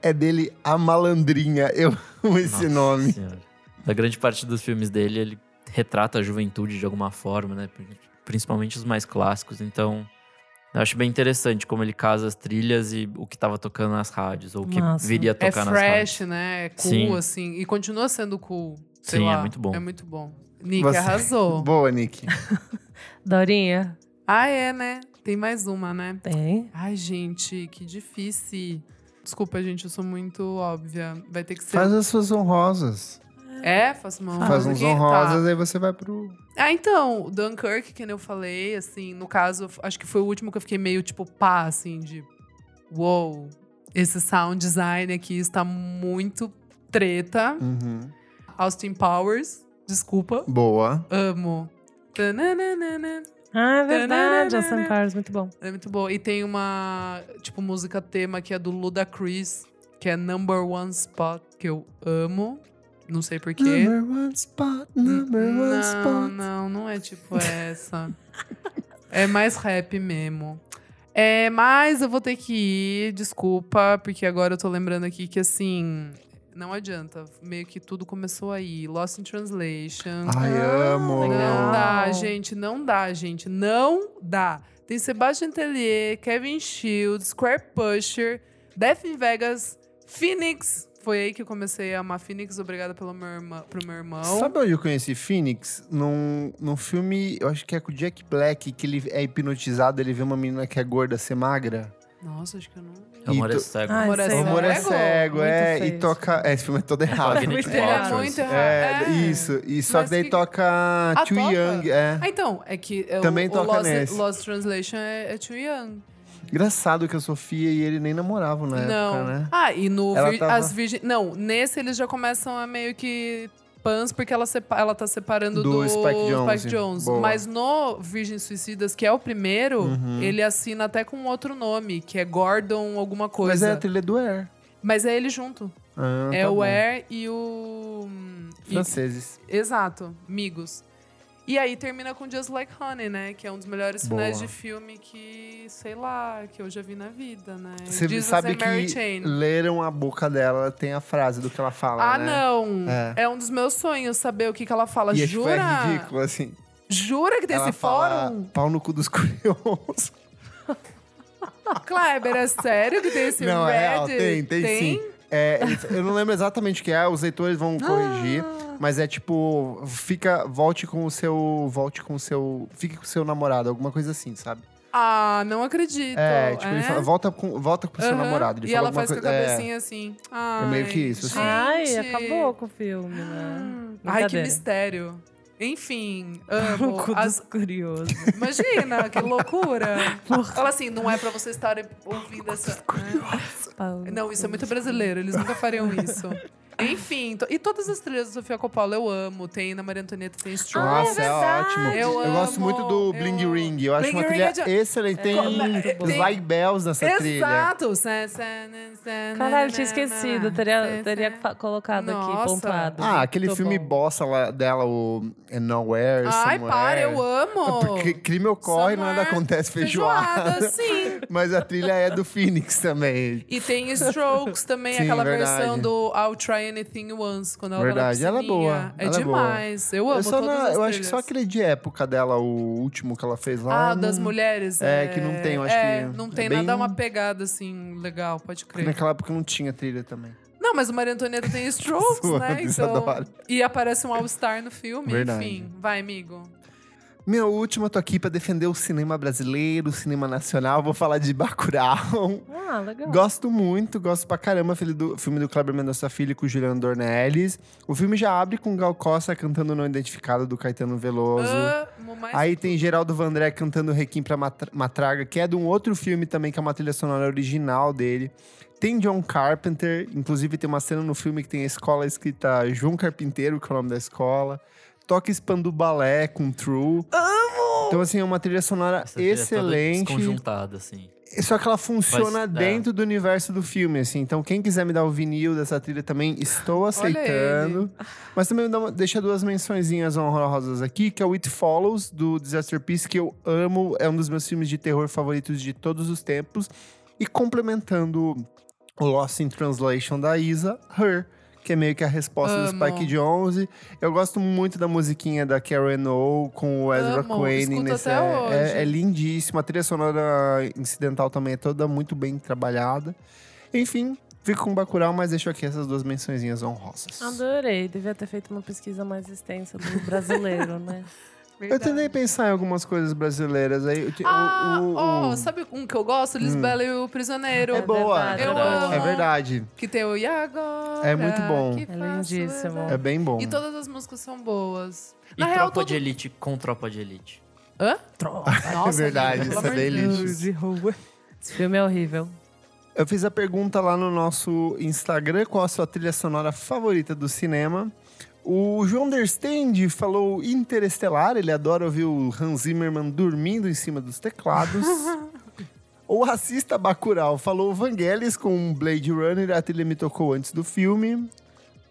Speaker 1: É dele a malandrinha. Eu amo esse
Speaker 3: Nossa
Speaker 1: nome.
Speaker 3: Senhora. assim, A grande parte dos filmes dele, ele retrata a juventude de alguma forma, né? Pri- Principalmente os mais clássicos. Então, eu acho bem interessante como ele casa as trilhas e o que tava tocando nas rádios, ou o que
Speaker 4: Massa.
Speaker 3: viria a
Speaker 2: É
Speaker 3: tocar nas rádios.
Speaker 2: fresh, né? É cool,
Speaker 3: Sim.
Speaker 2: assim. E continua sendo cool. sei
Speaker 3: Sim, é
Speaker 2: lá.
Speaker 3: muito bom.
Speaker 2: É muito bom. Nick
Speaker 1: Você-
Speaker 2: arrasou.
Speaker 1: Boa, Nick.
Speaker 4: Dorinha,
Speaker 2: Ah, é, né? Tem mais uma, né?
Speaker 4: tem?
Speaker 2: Ai, gente, que difícil. Desculpa, gente, eu sou muito óbvia. Vai ter que ser.
Speaker 1: Faz as suas honrosas.
Speaker 2: É, faço uma
Speaker 1: Faz
Speaker 2: honrosa
Speaker 1: uns
Speaker 2: aqui?
Speaker 1: honrosas,
Speaker 2: Tá.
Speaker 1: aí você vai pro.
Speaker 2: Ah, então, o Dunkirk, que nem eu falei, assim, no caso, acho que foi o último que eu fiquei meio tipo pá, assim, de. Uou, esse sound design aqui está muito treta.
Speaker 1: Uhum.
Speaker 2: Austin Powers, desculpa.
Speaker 1: Boa.
Speaker 2: Amo. Tananana.
Speaker 4: Ah, é verdade.
Speaker 2: Tananana.
Speaker 4: Austin Powers, muito bom.
Speaker 2: É muito boa. E tem uma, tipo, música tema que é do Ludacris, que é Number One Spot, que eu amo. Não sei porquê.
Speaker 1: Number one spot, number one
Speaker 2: Não,
Speaker 1: spot.
Speaker 2: não, não é tipo essa. é mais rap mesmo. É, mas eu vou ter que ir, desculpa, porque agora eu tô lembrando aqui que assim. Não adianta. Meio que tudo começou aí. Lost in Translation.
Speaker 1: Ai,
Speaker 4: Ah,
Speaker 1: amo.
Speaker 2: Não
Speaker 4: legal.
Speaker 2: dá, gente, não dá, gente. Não dá. Tem Sebastian Tellier, Kevin Shields, Square Pusher, Death in Vegas, Phoenix. Foi aí que eu comecei a amar Phoenix. Obrigada pelo meu irmã, pro meu irmão.
Speaker 1: Sabe onde eu conheci Phoenix? Num, num filme, eu acho que é com o Jack Black, que ele é hipnotizado, ele vê uma menina que é gorda ser magra.
Speaker 2: Nossa, acho que eu não.
Speaker 3: É o
Speaker 1: E
Speaker 3: Amor é
Speaker 1: tu-
Speaker 3: Cego.
Speaker 4: Ai,
Speaker 2: Amor é
Speaker 1: O
Speaker 4: sei lá.
Speaker 1: amor é
Speaker 2: cego?
Speaker 1: cego,
Speaker 4: Muito
Speaker 1: é,
Speaker 4: feio.
Speaker 1: e toca. É, esse filme é todo errado.
Speaker 3: Fala, Gwyneth
Speaker 4: Muito errado.
Speaker 3: Paltrow,
Speaker 2: Muito
Speaker 3: assim.
Speaker 2: errado.
Speaker 1: É,
Speaker 2: É.
Speaker 1: isso. E só
Speaker 2: Mas
Speaker 1: que daí
Speaker 2: que-
Speaker 1: toca
Speaker 2: Ah,
Speaker 1: Too
Speaker 2: toca?
Speaker 1: Young, é.
Speaker 2: Ah, então, é que é,
Speaker 1: Também
Speaker 2: o, o
Speaker 1: toca
Speaker 2: Lost,
Speaker 1: nesse.
Speaker 2: Lost Translation é, é Too Young.
Speaker 1: Engraçado que a Sofia e ele nem namoravam na
Speaker 2: não.
Speaker 1: época, né?
Speaker 2: Ah, e no
Speaker 1: Ela
Speaker 2: vir-
Speaker 1: tava-
Speaker 2: as virgem, não, nesse eles já começam a meio que pans porque ela sepa- ela tá separando
Speaker 1: Do
Speaker 2: do,
Speaker 1: Spike Jonze.
Speaker 2: Jones.
Speaker 1: Boa.
Speaker 2: Mas no Virgem Suicidas, que é o primeiro,
Speaker 1: Uhum.
Speaker 2: ele assina até com outro nome, que é Gordon alguma coisa.
Speaker 1: Mas é a trilha do Air.
Speaker 2: Mas é ele junto.
Speaker 1: Ah,
Speaker 2: é
Speaker 1: tá
Speaker 2: o
Speaker 1: bom.
Speaker 2: Air e o e-
Speaker 1: Franceses.
Speaker 2: Exato, Migos. E aí termina com Just Like Honey, né? Que é um dos melhores finais
Speaker 1: Boa.
Speaker 2: de filme que, sei lá, que eu já vi na vida, né?
Speaker 1: Você
Speaker 2: Jesus
Speaker 1: sabe
Speaker 2: and Mary
Speaker 1: que
Speaker 2: Chain. né?
Speaker 1: leram a boca dela, ela tem a frase do que ela fala,
Speaker 2: Ah,
Speaker 1: né?
Speaker 2: não!
Speaker 1: É.
Speaker 2: É. um dos meus sonhos saber o que, que ela fala.
Speaker 1: E tipo,
Speaker 2: Jura?
Speaker 1: é ridículo, assim.
Speaker 2: Jura que tem
Speaker 1: ela
Speaker 2: esse
Speaker 1: fala,
Speaker 2: fórum?
Speaker 1: Pau no cu dos curiosos.
Speaker 2: Kleber, é sério que tem esse
Speaker 1: não,
Speaker 2: Reddit?
Speaker 1: é, ó, tem, tem, sim. É, ele- eu não lembro exatamente o que é, os leitores vão
Speaker 2: Ah.
Speaker 1: corrigir. Mas é tipo, fica, volte com o seu, volte com o seu, fique com o seu namorado, alguma coisa assim, sabe?
Speaker 2: Ah, não acredito.
Speaker 1: É, tipo, ele fala, volta com, volta com o seu
Speaker 2: Aham.
Speaker 1: namorado. Ele
Speaker 2: e
Speaker 1: fala
Speaker 2: ela
Speaker 1: alguma
Speaker 2: faz com a
Speaker 1: coisa- é.
Speaker 2: cabecinha assim. Ai,
Speaker 1: meio que isso, assim.
Speaker 4: Ai,
Speaker 2: gente.
Speaker 4: acabou com o filme, né?
Speaker 2: Ai, que
Speaker 4: Brincadeira. Tá
Speaker 2: mistério. Enfim,
Speaker 4: No
Speaker 2: amo.
Speaker 4: cu
Speaker 2: As-
Speaker 4: dos curiosos.
Speaker 2: Imagina, que loucura. Fala assim, não é pra vocês estarem ouvindo essa... É. Não, isso é muito brasileiro, eles nunca fariam isso. Enfim, to- e todas as trilhas da Sofia Coppola eu amo. Tem na Maria Antonieta, tem Strong.
Speaker 4: Ah,
Speaker 1: Nossa, é,
Speaker 4: verdade.
Speaker 1: ótimo.
Speaker 2: Ah, Eu amo,
Speaker 1: gosto muito do
Speaker 2: eu
Speaker 1: Bling
Speaker 2: amo.
Speaker 1: Ring. Eu acho
Speaker 2: Bling
Speaker 1: uma
Speaker 2: Ring
Speaker 1: trilha
Speaker 2: é de-
Speaker 1: excelente. Tem
Speaker 2: É,
Speaker 1: os
Speaker 2: tem-
Speaker 1: like bells nessa trilha.
Speaker 2: Exato! né,
Speaker 4: Caralho, eu tinha esquecido. Teria, teria fa- colocado aqui,
Speaker 2: Nossa.
Speaker 4: pontuado.
Speaker 1: Ah, aquele
Speaker 4: Tô
Speaker 1: filme
Speaker 4: bom.
Speaker 1: bossa lá dela, o é Nowhere,
Speaker 2: Ai,
Speaker 1: Somewhere.
Speaker 2: para, eu amo!
Speaker 1: é Ah, Porque crime ocorre, é
Speaker 2: Somewhere,
Speaker 1: nada acontece feijoada.
Speaker 2: sim!
Speaker 1: Mas a trilha é do Phoenix também.
Speaker 2: E tem Strokes também,
Speaker 1: Sim,
Speaker 2: aquela
Speaker 1: verdade.
Speaker 2: versão do I'll Try Anything Once, quando ela
Speaker 1: Verdade,
Speaker 2: tá na
Speaker 1: ela é
Speaker 2: piscininha.
Speaker 1: boa,
Speaker 2: É
Speaker 1: ela é
Speaker 2: demais. Eu amo
Speaker 1: eu só
Speaker 2: todas
Speaker 1: não-
Speaker 2: as
Speaker 1: eu acho que só
Speaker 2: trilhas.
Speaker 1: aquele de época dela, o último que ela fez lá.
Speaker 2: Ah, o das
Speaker 1: não-
Speaker 2: mulheres.
Speaker 1: é, que não tem, eu acho
Speaker 2: é,
Speaker 1: que
Speaker 2: Não
Speaker 1: é
Speaker 2: tem
Speaker 1: bem-
Speaker 2: nada, uma pegada assim legal, pode crer.
Speaker 1: Naquela época não tinha trilha também.
Speaker 2: Não, mas o Maria Antonieta tem strokes,
Speaker 1: Zoando,
Speaker 2: né?
Speaker 1: eu
Speaker 2: Então...
Speaker 1: adoro.
Speaker 2: E aparece um All-Star no filme,
Speaker 1: Verdade.
Speaker 2: enfim. Vai, amigo.
Speaker 1: Minha última, tô aqui pra defender o cinema brasileiro, o cinema nacional. Vou falar de Bacurau.
Speaker 4: Ah, legal.
Speaker 1: Gosto muito, gosto pra caramba filme do filme do Kleber Mendonça Filho com o Juliano Dornelles. O filme já abre com Gal Costa cantando Não Identificado do Caetano Veloso.
Speaker 2: Ah, Amo, mas
Speaker 1: Aí tem Geraldo Vandré cantando Requiem pra Matra- Matraga, que é de um outro filme também, que é uma trilha sonora original dele. Tem John Carpenter, inclusive tem uma cena no filme que tem a escola escrita João Carpinteiro, que é o nome da escola. Toca Expandu Balé com True. Amo! Então, assim, é uma trilha sonora
Speaker 3: Essa trilha toda
Speaker 1: excelente.
Speaker 3: Desconjuntada, assim.
Speaker 1: É Só que ela funciona
Speaker 3: Mas, é.
Speaker 1: dentro do universo do filme, assim. Então, quem quiser me dar o vinil dessa trilha também, estou aceitando. Mas também dá uma- deixa duas mençõezinhas honrosas aqui, que é o It Follows, do Disaster Piece, que eu amo. É um dos meus filmes de terror favoritos de todos os tempos. E complementando o Lost in Translation da Isa, Her. Que é meio que a resposta do
Speaker 2: Amo.
Speaker 1: Spike Jonze. Eu gosto muito da musiquinha da Karen O com o Ezra
Speaker 2: Amo,
Speaker 1: Cohen
Speaker 2: escuto
Speaker 1: nesse.
Speaker 2: até
Speaker 1: é-
Speaker 2: hoje.
Speaker 1: é- é lindíssima. A trilha sonora incidental também é toda muito bem trabalhada. Enfim, fico com Bacurau, mas deixo aqui essas duas mençõezinhas honrosas.
Speaker 4: Adorei. Devia ter feito uma pesquisa mais extensa do brasileiro, né?
Speaker 1: Eu
Speaker 2: verdade.
Speaker 1: tentei pensar em algumas coisas brasileiras aí. eu te- o-
Speaker 2: Ah,
Speaker 1: o- o-
Speaker 2: ó,
Speaker 1: Hum.
Speaker 2: sabe um que eu gosto? Lisbela e o Prisioneiro.
Speaker 1: É boa.
Speaker 4: verdade,
Speaker 2: Eu
Speaker 3: verdade.
Speaker 2: amo.
Speaker 1: É verdade.
Speaker 2: Que tem o E agora?
Speaker 1: É muito bom.
Speaker 2: que
Speaker 1: É
Speaker 2: faço
Speaker 4: lindíssimo.
Speaker 2: eu?
Speaker 1: É bem bom.
Speaker 2: E todas as músicas são boas.
Speaker 3: E
Speaker 2: Na
Speaker 3: Tropa
Speaker 2: real, todo...
Speaker 3: de Elite com Tropa de Elite.
Speaker 2: Hã?
Speaker 4: Troca.
Speaker 2: Nossa,
Speaker 1: é verdade,
Speaker 2: gente, pelo
Speaker 1: isso é
Speaker 2: amor de
Speaker 1: bem
Speaker 2: Deus.
Speaker 1: lixo.
Speaker 4: Esse filme é horrível.
Speaker 1: Eu fiz a pergunta lá no nosso Instagram, qual a sua trilha sonora favorita do cinema? O João Derstende falou Interestelar, ele adora ouvir o Hans Zimmerman dormindo em cima dos teclados. o assista Bacurau falou Vangelis com Blade Runner, a trilha me tocou antes do filme.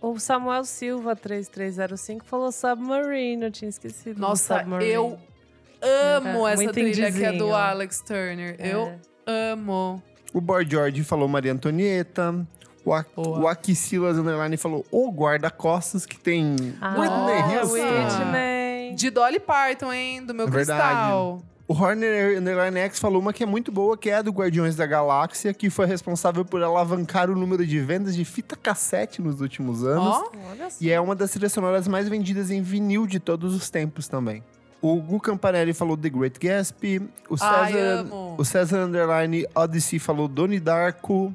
Speaker 4: O Samuel Silva, 3305, falou Submarine. Eu tinha esquecido. do
Speaker 2: Nossa,
Speaker 4: Submarine.
Speaker 2: eu amo
Speaker 4: É,
Speaker 2: essa
Speaker 4: muito
Speaker 2: trilha que é do
Speaker 4: indizinho.
Speaker 2: Alex Turner.
Speaker 4: É.
Speaker 2: Eu amo.
Speaker 1: O Boy George falou Maria Antonieta. O, a
Speaker 2: Boa.
Speaker 1: o Aki Silas Underline falou O Guarda-Costas, que tem
Speaker 4: Ah,
Speaker 1: Whitney Houston.
Speaker 4: Whitney.
Speaker 2: De Dolly Parton, hein? Do meu
Speaker 1: É verdade.
Speaker 2: cristal.
Speaker 1: O Horner Underline X falou uma que é muito boa, que é a do Guardiões da Galáxia, que foi responsável por alavancar o número de vendas de fita cassete nos últimos anos.
Speaker 2: Ó,
Speaker 4: Olha só.
Speaker 1: E é uma das trilhas sonoras mais vendidas em vinil de todos os tempos também. O Gu Campanelli falou The Great Gatsby. O
Speaker 2: ai,
Speaker 1: César,
Speaker 2: amo.
Speaker 1: o César Underline Odyssey falou Donnie Darko.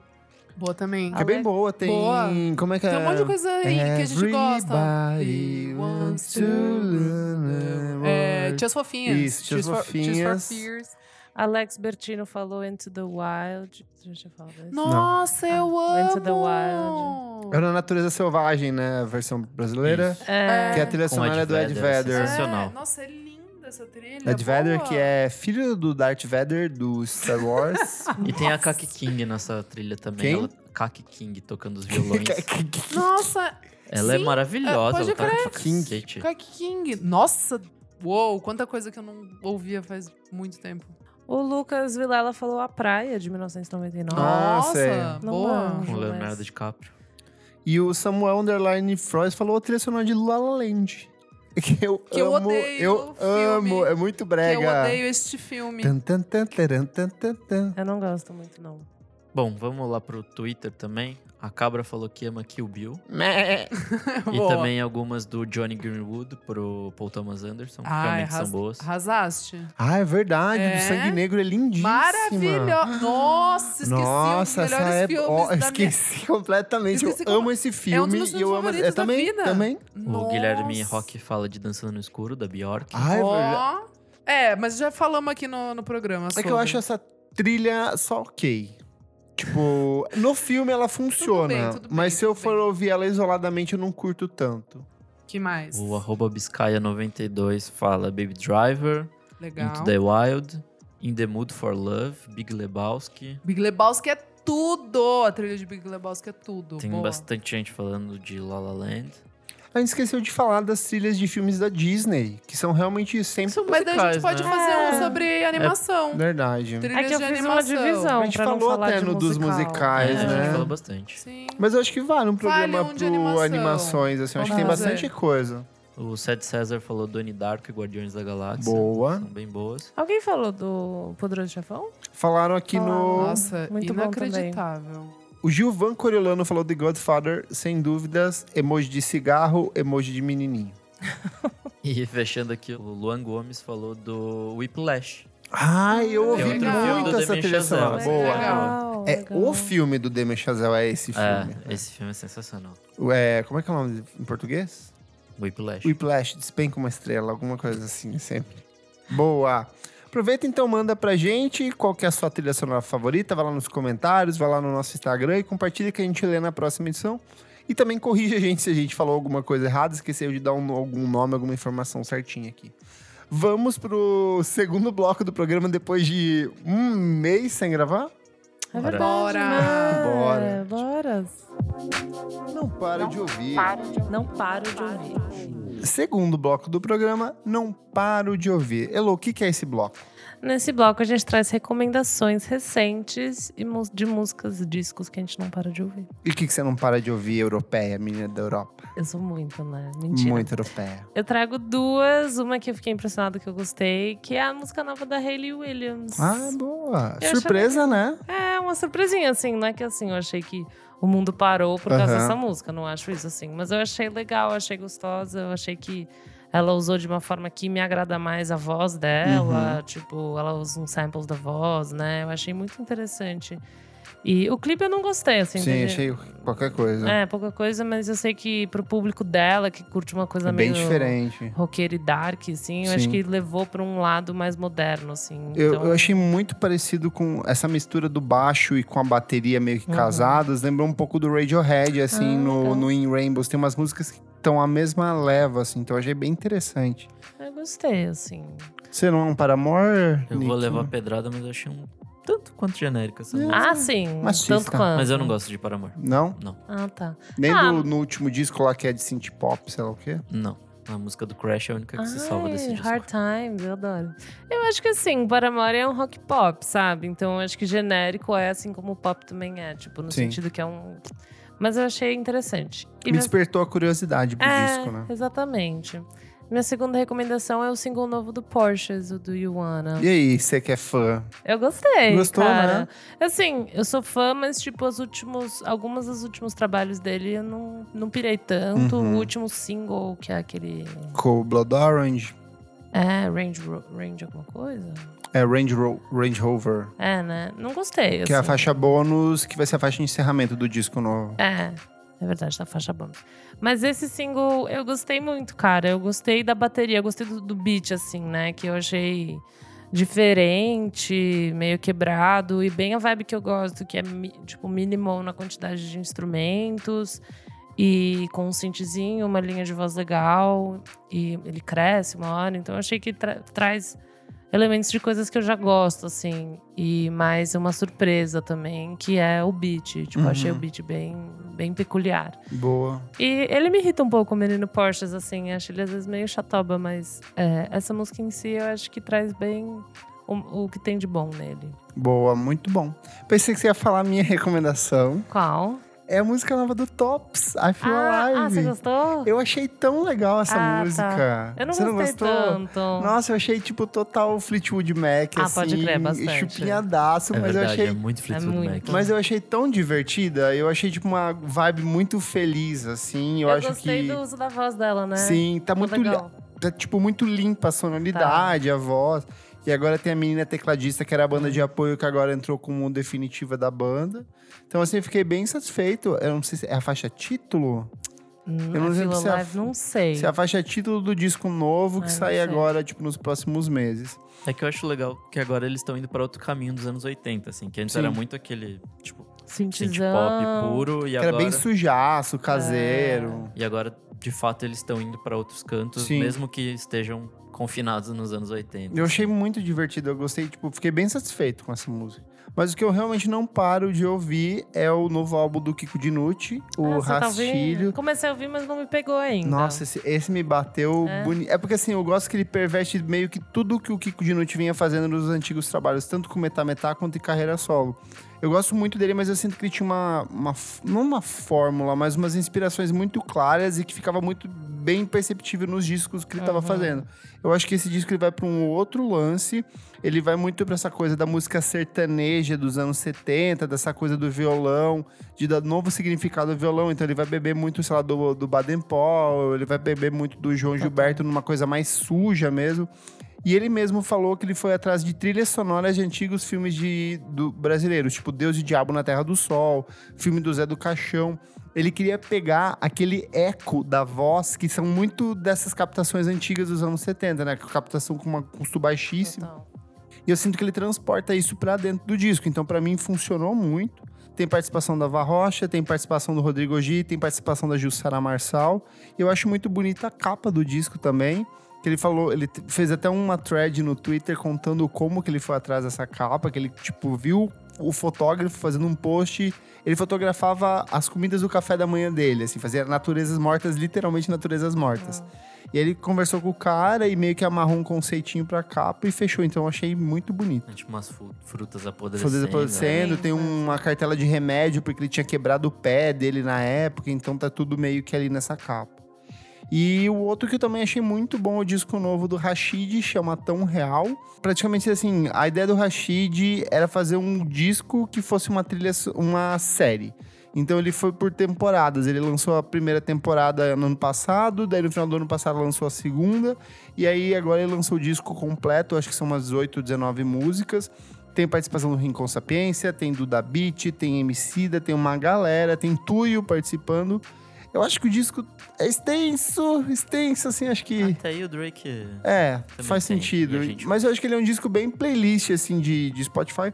Speaker 2: Boa também.
Speaker 1: Que é bem
Speaker 4: Ale-
Speaker 1: boa, tem...
Speaker 2: Boa.
Speaker 1: Como é que
Speaker 2: Tem
Speaker 1: é?
Speaker 2: um monte de coisa aí que a gente gosta.
Speaker 1: Everybody wants to learn.
Speaker 2: É, Tias Fofinhas.
Speaker 1: Isso, Tias
Speaker 2: for-
Speaker 1: Fofinhas.
Speaker 2: for Fears.
Speaker 4: Alex Bertino falou Into the Wild. Deixa eu falar isso.
Speaker 2: Nossa, eu
Speaker 4: Ah,
Speaker 2: amo.
Speaker 4: Into the Wild.
Speaker 1: Era a É Natureza Selvagem, né? A versão brasileira.
Speaker 4: É,
Speaker 1: Que é a trilha
Speaker 3: Com
Speaker 1: sonora
Speaker 3: Ed
Speaker 1: do Ed
Speaker 3: Vedder, assim.
Speaker 1: Vedder.
Speaker 3: Sensacional.
Speaker 2: É, nossa, é linda essa trilha.
Speaker 1: Ed Vedder,
Speaker 2: boa.
Speaker 1: que é filho do Darth Vader do Star Wars.
Speaker 3: E tem a Kaki King nessa trilha
Speaker 1: Quem?
Speaker 3: também. Ela, Kaki King tocando os violões.
Speaker 2: Nossa,
Speaker 3: Ela é
Speaker 2: Sim,
Speaker 3: maravilhosa.
Speaker 2: é, pode
Speaker 3: ela toca
Speaker 2: crer.
Speaker 3: pra
Speaker 1: King.
Speaker 3: cacete.
Speaker 2: Kaki King. Nossa, uou, quanta coisa que eu não ouvia faz muito tempo.
Speaker 4: O Lucas Vilela falou A Praia, de 1999.
Speaker 1: Nossa. é.
Speaker 2: Nossa,
Speaker 4: Não
Speaker 2: boa.
Speaker 4: manjo.
Speaker 3: Com
Speaker 4: Mas-
Speaker 3: Leonardo DiCaprio.
Speaker 1: e o Samuel Underline Frois falou a trilha sonora de La La Land. Que eu
Speaker 2: Que eu
Speaker 1: amo.
Speaker 2: odeio o
Speaker 1: eu
Speaker 2: filme.
Speaker 1: amo. É muito
Speaker 2: Que
Speaker 1: brega.
Speaker 2: eu odeio este filme.
Speaker 1: Tan, tan, tan, taran, tan, tan, tan.
Speaker 4: Eu não gosto muito, não.
Speaker 3: Bom, vamos lá pro Twitter também. A Cabra falou que ama Kill Bill.
Speaker 2: Boa.
Speaker 3: E também algumas do Johnny Greenwood pro Paul Thomas Anderson, que
Speaker 2: Ai,
Speaker 3: realmente
Speaker 2: arras-
Speaker 3: são boas.
Speaker 2: Arrasaste.
Speaker 1: Ah, é verdade.
Speaker 2: É.
Speaker 1: O Sangue Negro é lindíssimo.
Speaker 2: Maravilhosa. Nossa, esqueci
Speaker 1: Nossa,
Speaker 2: um dos
Speaker 1: essa
Speaker 2: melhores
Speaker 1: é...
Speaker 2: filmes
Speaker 1: ó,
Speaker 2: da
Speaker 1: esqueci completamente.
Speaker 2: Esqueci
Speaker 1: eu
Speaker 2: como-
Speaker 1: amo esse filme.
Speaker 2: meus
Speaker 1: e eu amo...
Speaker 2: filmes
Speaker 1: é,
Speaker 2: favoritos da
Speaker 1: também,
Speaker 2: vida.
Speaker 1: também.
Speaker 2: minha...
Speaker 3: O Guilherme
Speaker 2: Nossa.
Speaker 3: Rock fala de Dançando no Escuro, da Bjork.
Speaker 1: Ah, é verdade.
Speaker 2: Ó. É, mas já falamos aqui no, no programa.
Speaker 1: É que eu
Speaker 2: sobre.
Speaker 1: acho essa trilha só ok. Tipo, no filme ela funciona,
Speaker 2: tudo bem,
Speaker 1: mas se eu
Speaker 2: tudo
Speaker 1: for
Speaker 2: bem.
Speaker 1: ouvir ela isoladamente, eu não curto tanto.
Speaker 2: Que mais?
Speaker 3: O arroba Biscaia92 fala Baby Driver, Into
Speaker 2: Legal.
Speaker 3: the Wild, In the Mood for Love, Big Lebowski.
Speaker 2: Big Lebowski é tudo. A trilha de Big Lebowski é tudo.
Speaker 3: Tem
Speaker 2: Boa.
Speaker 3: bastante gente falando de La La Land.
Speaker 1: A gente esqueceu de falar das trilhas de filmes da Disney, que são realmente sempre
Speaker 3: São
Speaker 2: Mas daí a gente
Speaker 3: musicais,
Speaker 2: pode
Speaker 3: né?
Speaker 2: fazer
Speaker 4: É.
Speaker 2: um sobre animação.
Speaker 1: verdade.
Speaker 2: Trilhas
Speaker 4: É que eu
Speaker 2: de
Speaker 4: fiz uma
Speaker 2: animação.
Speaker 4: divisão
Speaker 1: A gente
Speaker 4: pra não
Speaker 1: falou
Speaker 4: falar
Speaker 1: até
Speaker 4: de
Speaker 1: no dos
Speaker 4: musical.
Speaker 3: É,
Speaker 1: musicais,
Speaker 3: a gente
Speaker 1: né?
Speaker 3: fala bastante.
Speaker 2: Sim.
Speaker 1: Mas eu acho que vale um programa
Speaker 2: Vale um de
Speaker 1: pro
Speaker 2: animação.
Speaker 1: animações, assim. eu Acho que tem
Speaker 2: Vamos
Speaker 1: bastante
Speaker 2: fazer.
Speaker 1: coisa.
Speaker 3: O Sad César falou Donnie Darko e Guardiões da Galáxia.
Speaker 1: Boa.
Speaker 3: São bem boas.
Speaker 4: Alguém falou do Poderoso Chefão?
Speaker 1: Falaram aqui
Speaker 4: Falaram.
Speaker 1: no.
Speaker 2: Nossa,
Speaker 4: Muito bom também.
Speaker 2: inacreditável.
Speaker 1: O Gilvan Coriolano falou The Godfather, sem dúvidas. Emoji de cigarro, emoji de menininho.
Speaker 3: E fechando aqui, o Luan Gomes falou do Whiplash.
Speaker 1: Ah, eu ouvi
Speaker 2: É outro filme do
Speaker 1: muito essa
Speaker 3: Damien
Speaker 1: trilha
Speaker 3: Chazelle.
Speaker 1: sonora. Tá Boa. É o filme do Damien Chazelle, é esse filme.
Speaker 3: É, esse filme é sensacional.
Speaker 1: É, como é que é o nome em português?
Speaker 3: Whiplash.
Speaker 1: Whiplash, despenca uma estrela, alguma coisa assim, sempre. Boa! Aproveita então, manda pra gente qual que é a sua trilha sonora favorita, vai lá nos comentários, vai lá no nosso Instagram e compartilha que a gente lê na próxima edição. E também corrija a gente se a gente falou alguma coisa errada, esqueceu de dar um- algum nome, alguma informação certinha aqui. Vamos pro segundo bloco do programa depois de um mês sem gravar?
Speaker 4: É
Speaker 3: Bora.
Speaker 4: verdade,
Speaker 2: Bora.
Speaker 1: Bora.
Speaker 4: né? Bora.
Speaker 1: Não para de ouvir.
Speaker 4: Não paro de ouvir.
Speaker 1: Segundo bloco do programa, não paro de ouvir. Elo, o que, que é esse bloco?
Speaker 4: Nesse bloco a gente traz recomendações recentes e mus- de músicas e discos que a gente não para de ouvir.
Speaker 1: E o que, que você não para de ouvir, europeia, menina da Europa?
Speaker 4: Eu sou muito, né? Mentira.
Speaker 1: Muito europeia.
Speaker 4: Eu trago duas, uma que eu fiquei impressionada que eu gostei, que é a música nova da Hayley Williams.
Speaker 1: Ah, boa.
Speaker 4: Eu
Speaker 1: Surpresa, né?
Speaker 4: É uma surpresinha, assim, não é que assim, eu achei que o mundo parou por causa
Speaker 1: Aham.
Speaker 4: dessa música, não acho isso assim. Mas eu achei legal, eu achei gostosa, eu achei que ela usou de uma forma que me agrada mais a voz
Speaker 1: Uhum.
Speaker 4: dela. Tipo, ela usa uns samples da voz, né? Eu achei muito interessante. E o clipe eu não gostei, assim.
Speaker 1: Sim,
Speaker 4: de-
Speaker 1: achei qualquer coisa.
Speaker 4: É, pouca coisa, mas eu sei que pro público dela, que curte uma coisa
Speaker 1: É Bem
Speaker 4: meio Então
Speaker 1: diferente.
Speaker 4: roqueira e dark, assim, eu
Speaker 1: Sim.
Speaker 4: acho que levou pra um lado mais moderno, assim.
Speaker 1: Eu,
Speaker 4: então-
Speaker 1: eu achei muito parecido com essa mistura do baixo e com a bateria meio que
Speaker 4: Uhum.
Speaker 1: casadas. Lembrou um pouco do Radiohead, assim,
Speaker 4: Ah,
Speaker 1: no,
Speaker 4: legal.
Speaker 1: no In Rainbows. Tem umas músicas que estão a mesma leva, assim. Então eu achei bem interessante.
Speaker 4: eu gostei, assim.
Speaker 1: Você não é um paramor?
Speaker 3: Eu
Speaker 1: Nick?
Speaker 3: vou levar pedrada, mas eu achei um tanto quanto genérica essa música.
Speaker 4: Ah, sim.
Speaker 1: Machista.
Speaker 4: Tanto quanto.
Speaker 3: Mas eu não gosto de Paramor.
Speaker 1: Não?
Speaker 3: Não,
Speaker 4: Ah, tá.
Speaker 1: Nem
Speaker 4: Ah.
Speaker 1: do- no último disco lá que é de synth pop, sei lá o quê?
Speaker 3: não. A música do Crash é a única que se salva desse
Speaker 4: Ai,
Speaker 3: disco.
Speaker 4: Ah, Hard Times, eu adoro. Eu acho que assim, Paramore é um rock pop, sabe? Então eu acho que genérico é assim como o pop também é, tipo, no
Speaker 1: Sim.
Speaker 4: sentido que é um. Mas eu achei interessante. E
Speaker 1: Me
Speaker 4: minha-
Speaker 1: despertou a curiosidade pro
Speaker 4: é,
Speaker 1: disco, né?
Speaker 4: Exatamente. Minha segunda recomendação é o single novo do Porsches, o do You Wanna.
Speaker 1: E aí, você que é fã?
Speaker 4: Eu gostei.
Speaker 1: Gostou, né?
Speaker 4: cara. Assim, eu sou fã, mas, tipo, os últimos. Algumas dos últimos trabalhos dele eu não, não pirei tanto.
Speaker 1: Uhum.
Speaker 4: O último single, que é aquele.
Speaker 1: Com o Blood Orange,
Speaker 4: É, Range, Ro- Range alguma coisa?
Speaker 1: é Range, Ro- Range Rover.
Speaker 4: É, né? Não gostei.
Speaker 1: Que é a
Speaker 4: assim.
Speaker 1: faixa bônus, que vai ser a faixa de encerramento do disco novo.
Speaker 4: É, é verdade, tá faixa bônus. Mas esse single eu gostei muito, cara. Eu gostei da bateria, eu gostei do, do beat, assim, né? Que eu achei diferente, meio quebrado e bem a vibe que eu gosto, que é mi- tipo minimal na quantidade de instrumentos e com um synthzinho, uma linha de voz legal e ele cresce uma hora, então eu achei que tra- traz elementos de coisas que eu já gosto assim e mais uma surpresa também que é o beat, tipo eu achei o
Speaker 1: Uhum.
Speaker 4: beat bem bem peculiar.
Speaker 1: Boa.
Speaker 4: E ele me irrita um pouco, o menino Porsches, assim. Acho ele às vezes meio chatoba, mas é, essa música em si eu acho que traz bem o, o que tem de bom nele.
Speaker 1: Boa, muito bom. Pensei que você ia falar a minha recomendação.
Speaker 4: Qual?
Speaker 1: É a música nova do Tops, I Feel
Speaker 4: Ah, ah, você
Speaker 1: Alive.
Speaker 4: gostou?
Speaker 1: eu achei tão legal essa
Speaker 4: Ah, tá.
Speaker 1: música.
Speaker 4: Eu não
Speaker 1: você não
Speaker 4: gostei
Speaker 1: gostou?
Speaker 4: tanto.
Speaker 1: Nossa, eu achei tipo total Fleetwood Mac,
Speaker 4: Ah,
Speaker 1: assim,
Speaker 4: pode crer, bastante.
Speaker 1: chupinhadaço,
Speaker 3: É
Speaker 1: mas
Speaker 3: verdade,
Speaker 1: eu achei
Speaker 3: é muito Fleetwood
Speaker 4: muito.
Speaker 3: Mac.
Speaker 1: Mas eu achei tão divertida, eu achei tipo uma vibe muito feliz, assim. Eu,
Speaker 4: Eu
Speaker 1: acho
Speaker 4: gostei
Speaker 1: que.
Speaker 4: do uso da voz dela, né?
Speaker 1: Sim, tá
Speaker 4: Ficou
Speaker 1: muito. li-
Speaker 4: legal. Tá.
Speaker 1: Tá tipo muito limpa a sonoridade, a voz. E agora tem a menina tecladista, que era a banda de apoio, que agora entrou como definitiva da banda. Então, assim, eu fiquei bem satisfeito. Eu não sei se é a faixa título?
Speaker 4: Hum,
Speaker 1: eu não
Speaker 4: a
Speaker 1: lembro
Speaker 4: Feel
Speaker 1: se é a-
Speaker 4: Alive, não sei.
Speaker 1: Se é a faixa título do disco novo que
Speaker 4: Ah, não
Speaker 1: sai
Speaker 4: sei.
Speaker 1: agora, tipo, nos próximos meses.
Speaker 3: É que eu acho legal que agora eles estão indo pra outro caminho dos anos 80, assim. Que antes
Speaker 1: Sim.
Speaker 3: era muito aquele, tipo, synth pop
Speaker 4: Synthzão.
Speaker 3: puro. E
Speaker 1: Que era
Speaker 3: agora,
Speaker 1: bem sujaço,
Speaker 4: É.
Speaker 1: caseiro.
Speaker 3: e agora, de fato, eles estão indo pra outros cantos,
Speaker 1: Sim.
Speaker 3: mesmo que estejam confinados nos anos 80.
Speaker 1: Eu achei muito divertido, eu gostei, tipo, fiquei bem satisfeito com essa música. Mas o que eu realmente não paro de ouvir é o novo álbum do Kiko Dinucci, o
Speaker 4: Ah, você tá
Speaker 1: Rastilho.
Speaker 4: ouvindo? Comecei a ouvir, mas não me pegou ainda.
Speaker 1: Nossa, esse, esse me bateu
Speaker 4: É.
Speaker 1: bonito. É porque assim, eu gosto que ele perverte meio que tudo que o Kiko Dinucci vinha fazendo nos antigos trabalhos, tanto com Metá Metá quanto em carreira solo. Eu gosto muito dele, mas eu sinto que ele tinha uma, uma não uma fórmula, mas umas inspirações muito claras e que ficava muito bem perceptível nos discos que ele estava fazendo. Eu acho que esse disco ele vai para um outro lance, ele vai muito para essa coisa da música sertaneja dos anos 70, dessa coisa do violão, de dar novo significado ao violão, então ele vai beber muito, sei lá, do, do Baden Powell, ele vai beber muito do João Gilberto numa coisa mais suja mesmo. E ele mesmo falou que ele foi atrás de trilhas sonoras de antigos filmes de, do, brasileiros, tipo Deus e Diabo na Terra do Sol, filme do Zé do Caixão. Ele queria pegar aquele eco da voz, que são muito dessas captações antigas dos anos 70, né? Captação com um custo baixíssimo.
Speaker 4: Total.
Speaker 1: E eu sinto que ele transporta isso pra dentro do disco. Então, pra mim, funcionou muito. Tem participação da Varrocha, tem participação do Rodrigo G, tem participação da Jussara Marçal. E eu acho muito bonita a capa do disco também. Que ele falou, ele t- fez até uma thread no Twitter contando como que ele foi atrás dessa capa, que ele, tipo, viu o fotógrafo fazendo um post. Ele fotografava as comidas do café da manhã dele, assim, fazia naturezas mortas, literalmente naturezas mortas. E ele conversou com o cara e meio que amarrou um conceitinho pra capa e fechou. Então eu achei muito bonito.
Speaker 3: É Tipo umas fu- frutas apodrecendo.
Speaker 1: Fazer aparecendo,
Speaker 4: né?
Speaker 1: tem uma cartela de remédio porque ele tinha quebrado o pé dele na época, então tá tudo meio que ali nessa capa. E o outro que eu também achei muito bom é o disco novo do Rashid, chama Tão Real. Praticamente assim, a ideia do Rashid era fazer um disco que fosse uma trilha, so- uma série. Então ele foi por temporadas. Ele lançou a primeira temporada no ano passado, daí no final do ano passado lançou a segunda, e aí agora ele lançou o disco completo, acho que são umas 18, 19 músicas. Tem participação do Rincon Sapiência, tem Duda Beat, tem Emicida, tem uma galera, tem Tuyo participando. Eu acho que o disco é extenso, extenso, assim, acho que.
Speaker 3: Até aí o Drake.
Speaker 1: É,
Speaker 3: Ah, Também
Speaker 1: faz
Speaker 3: tem,
Speaker 1: sentido.
Speaker 3: e a gente-
Speaker 1: Mas eu acho que ele é um disco bem playlist, assim, de, de Spotify.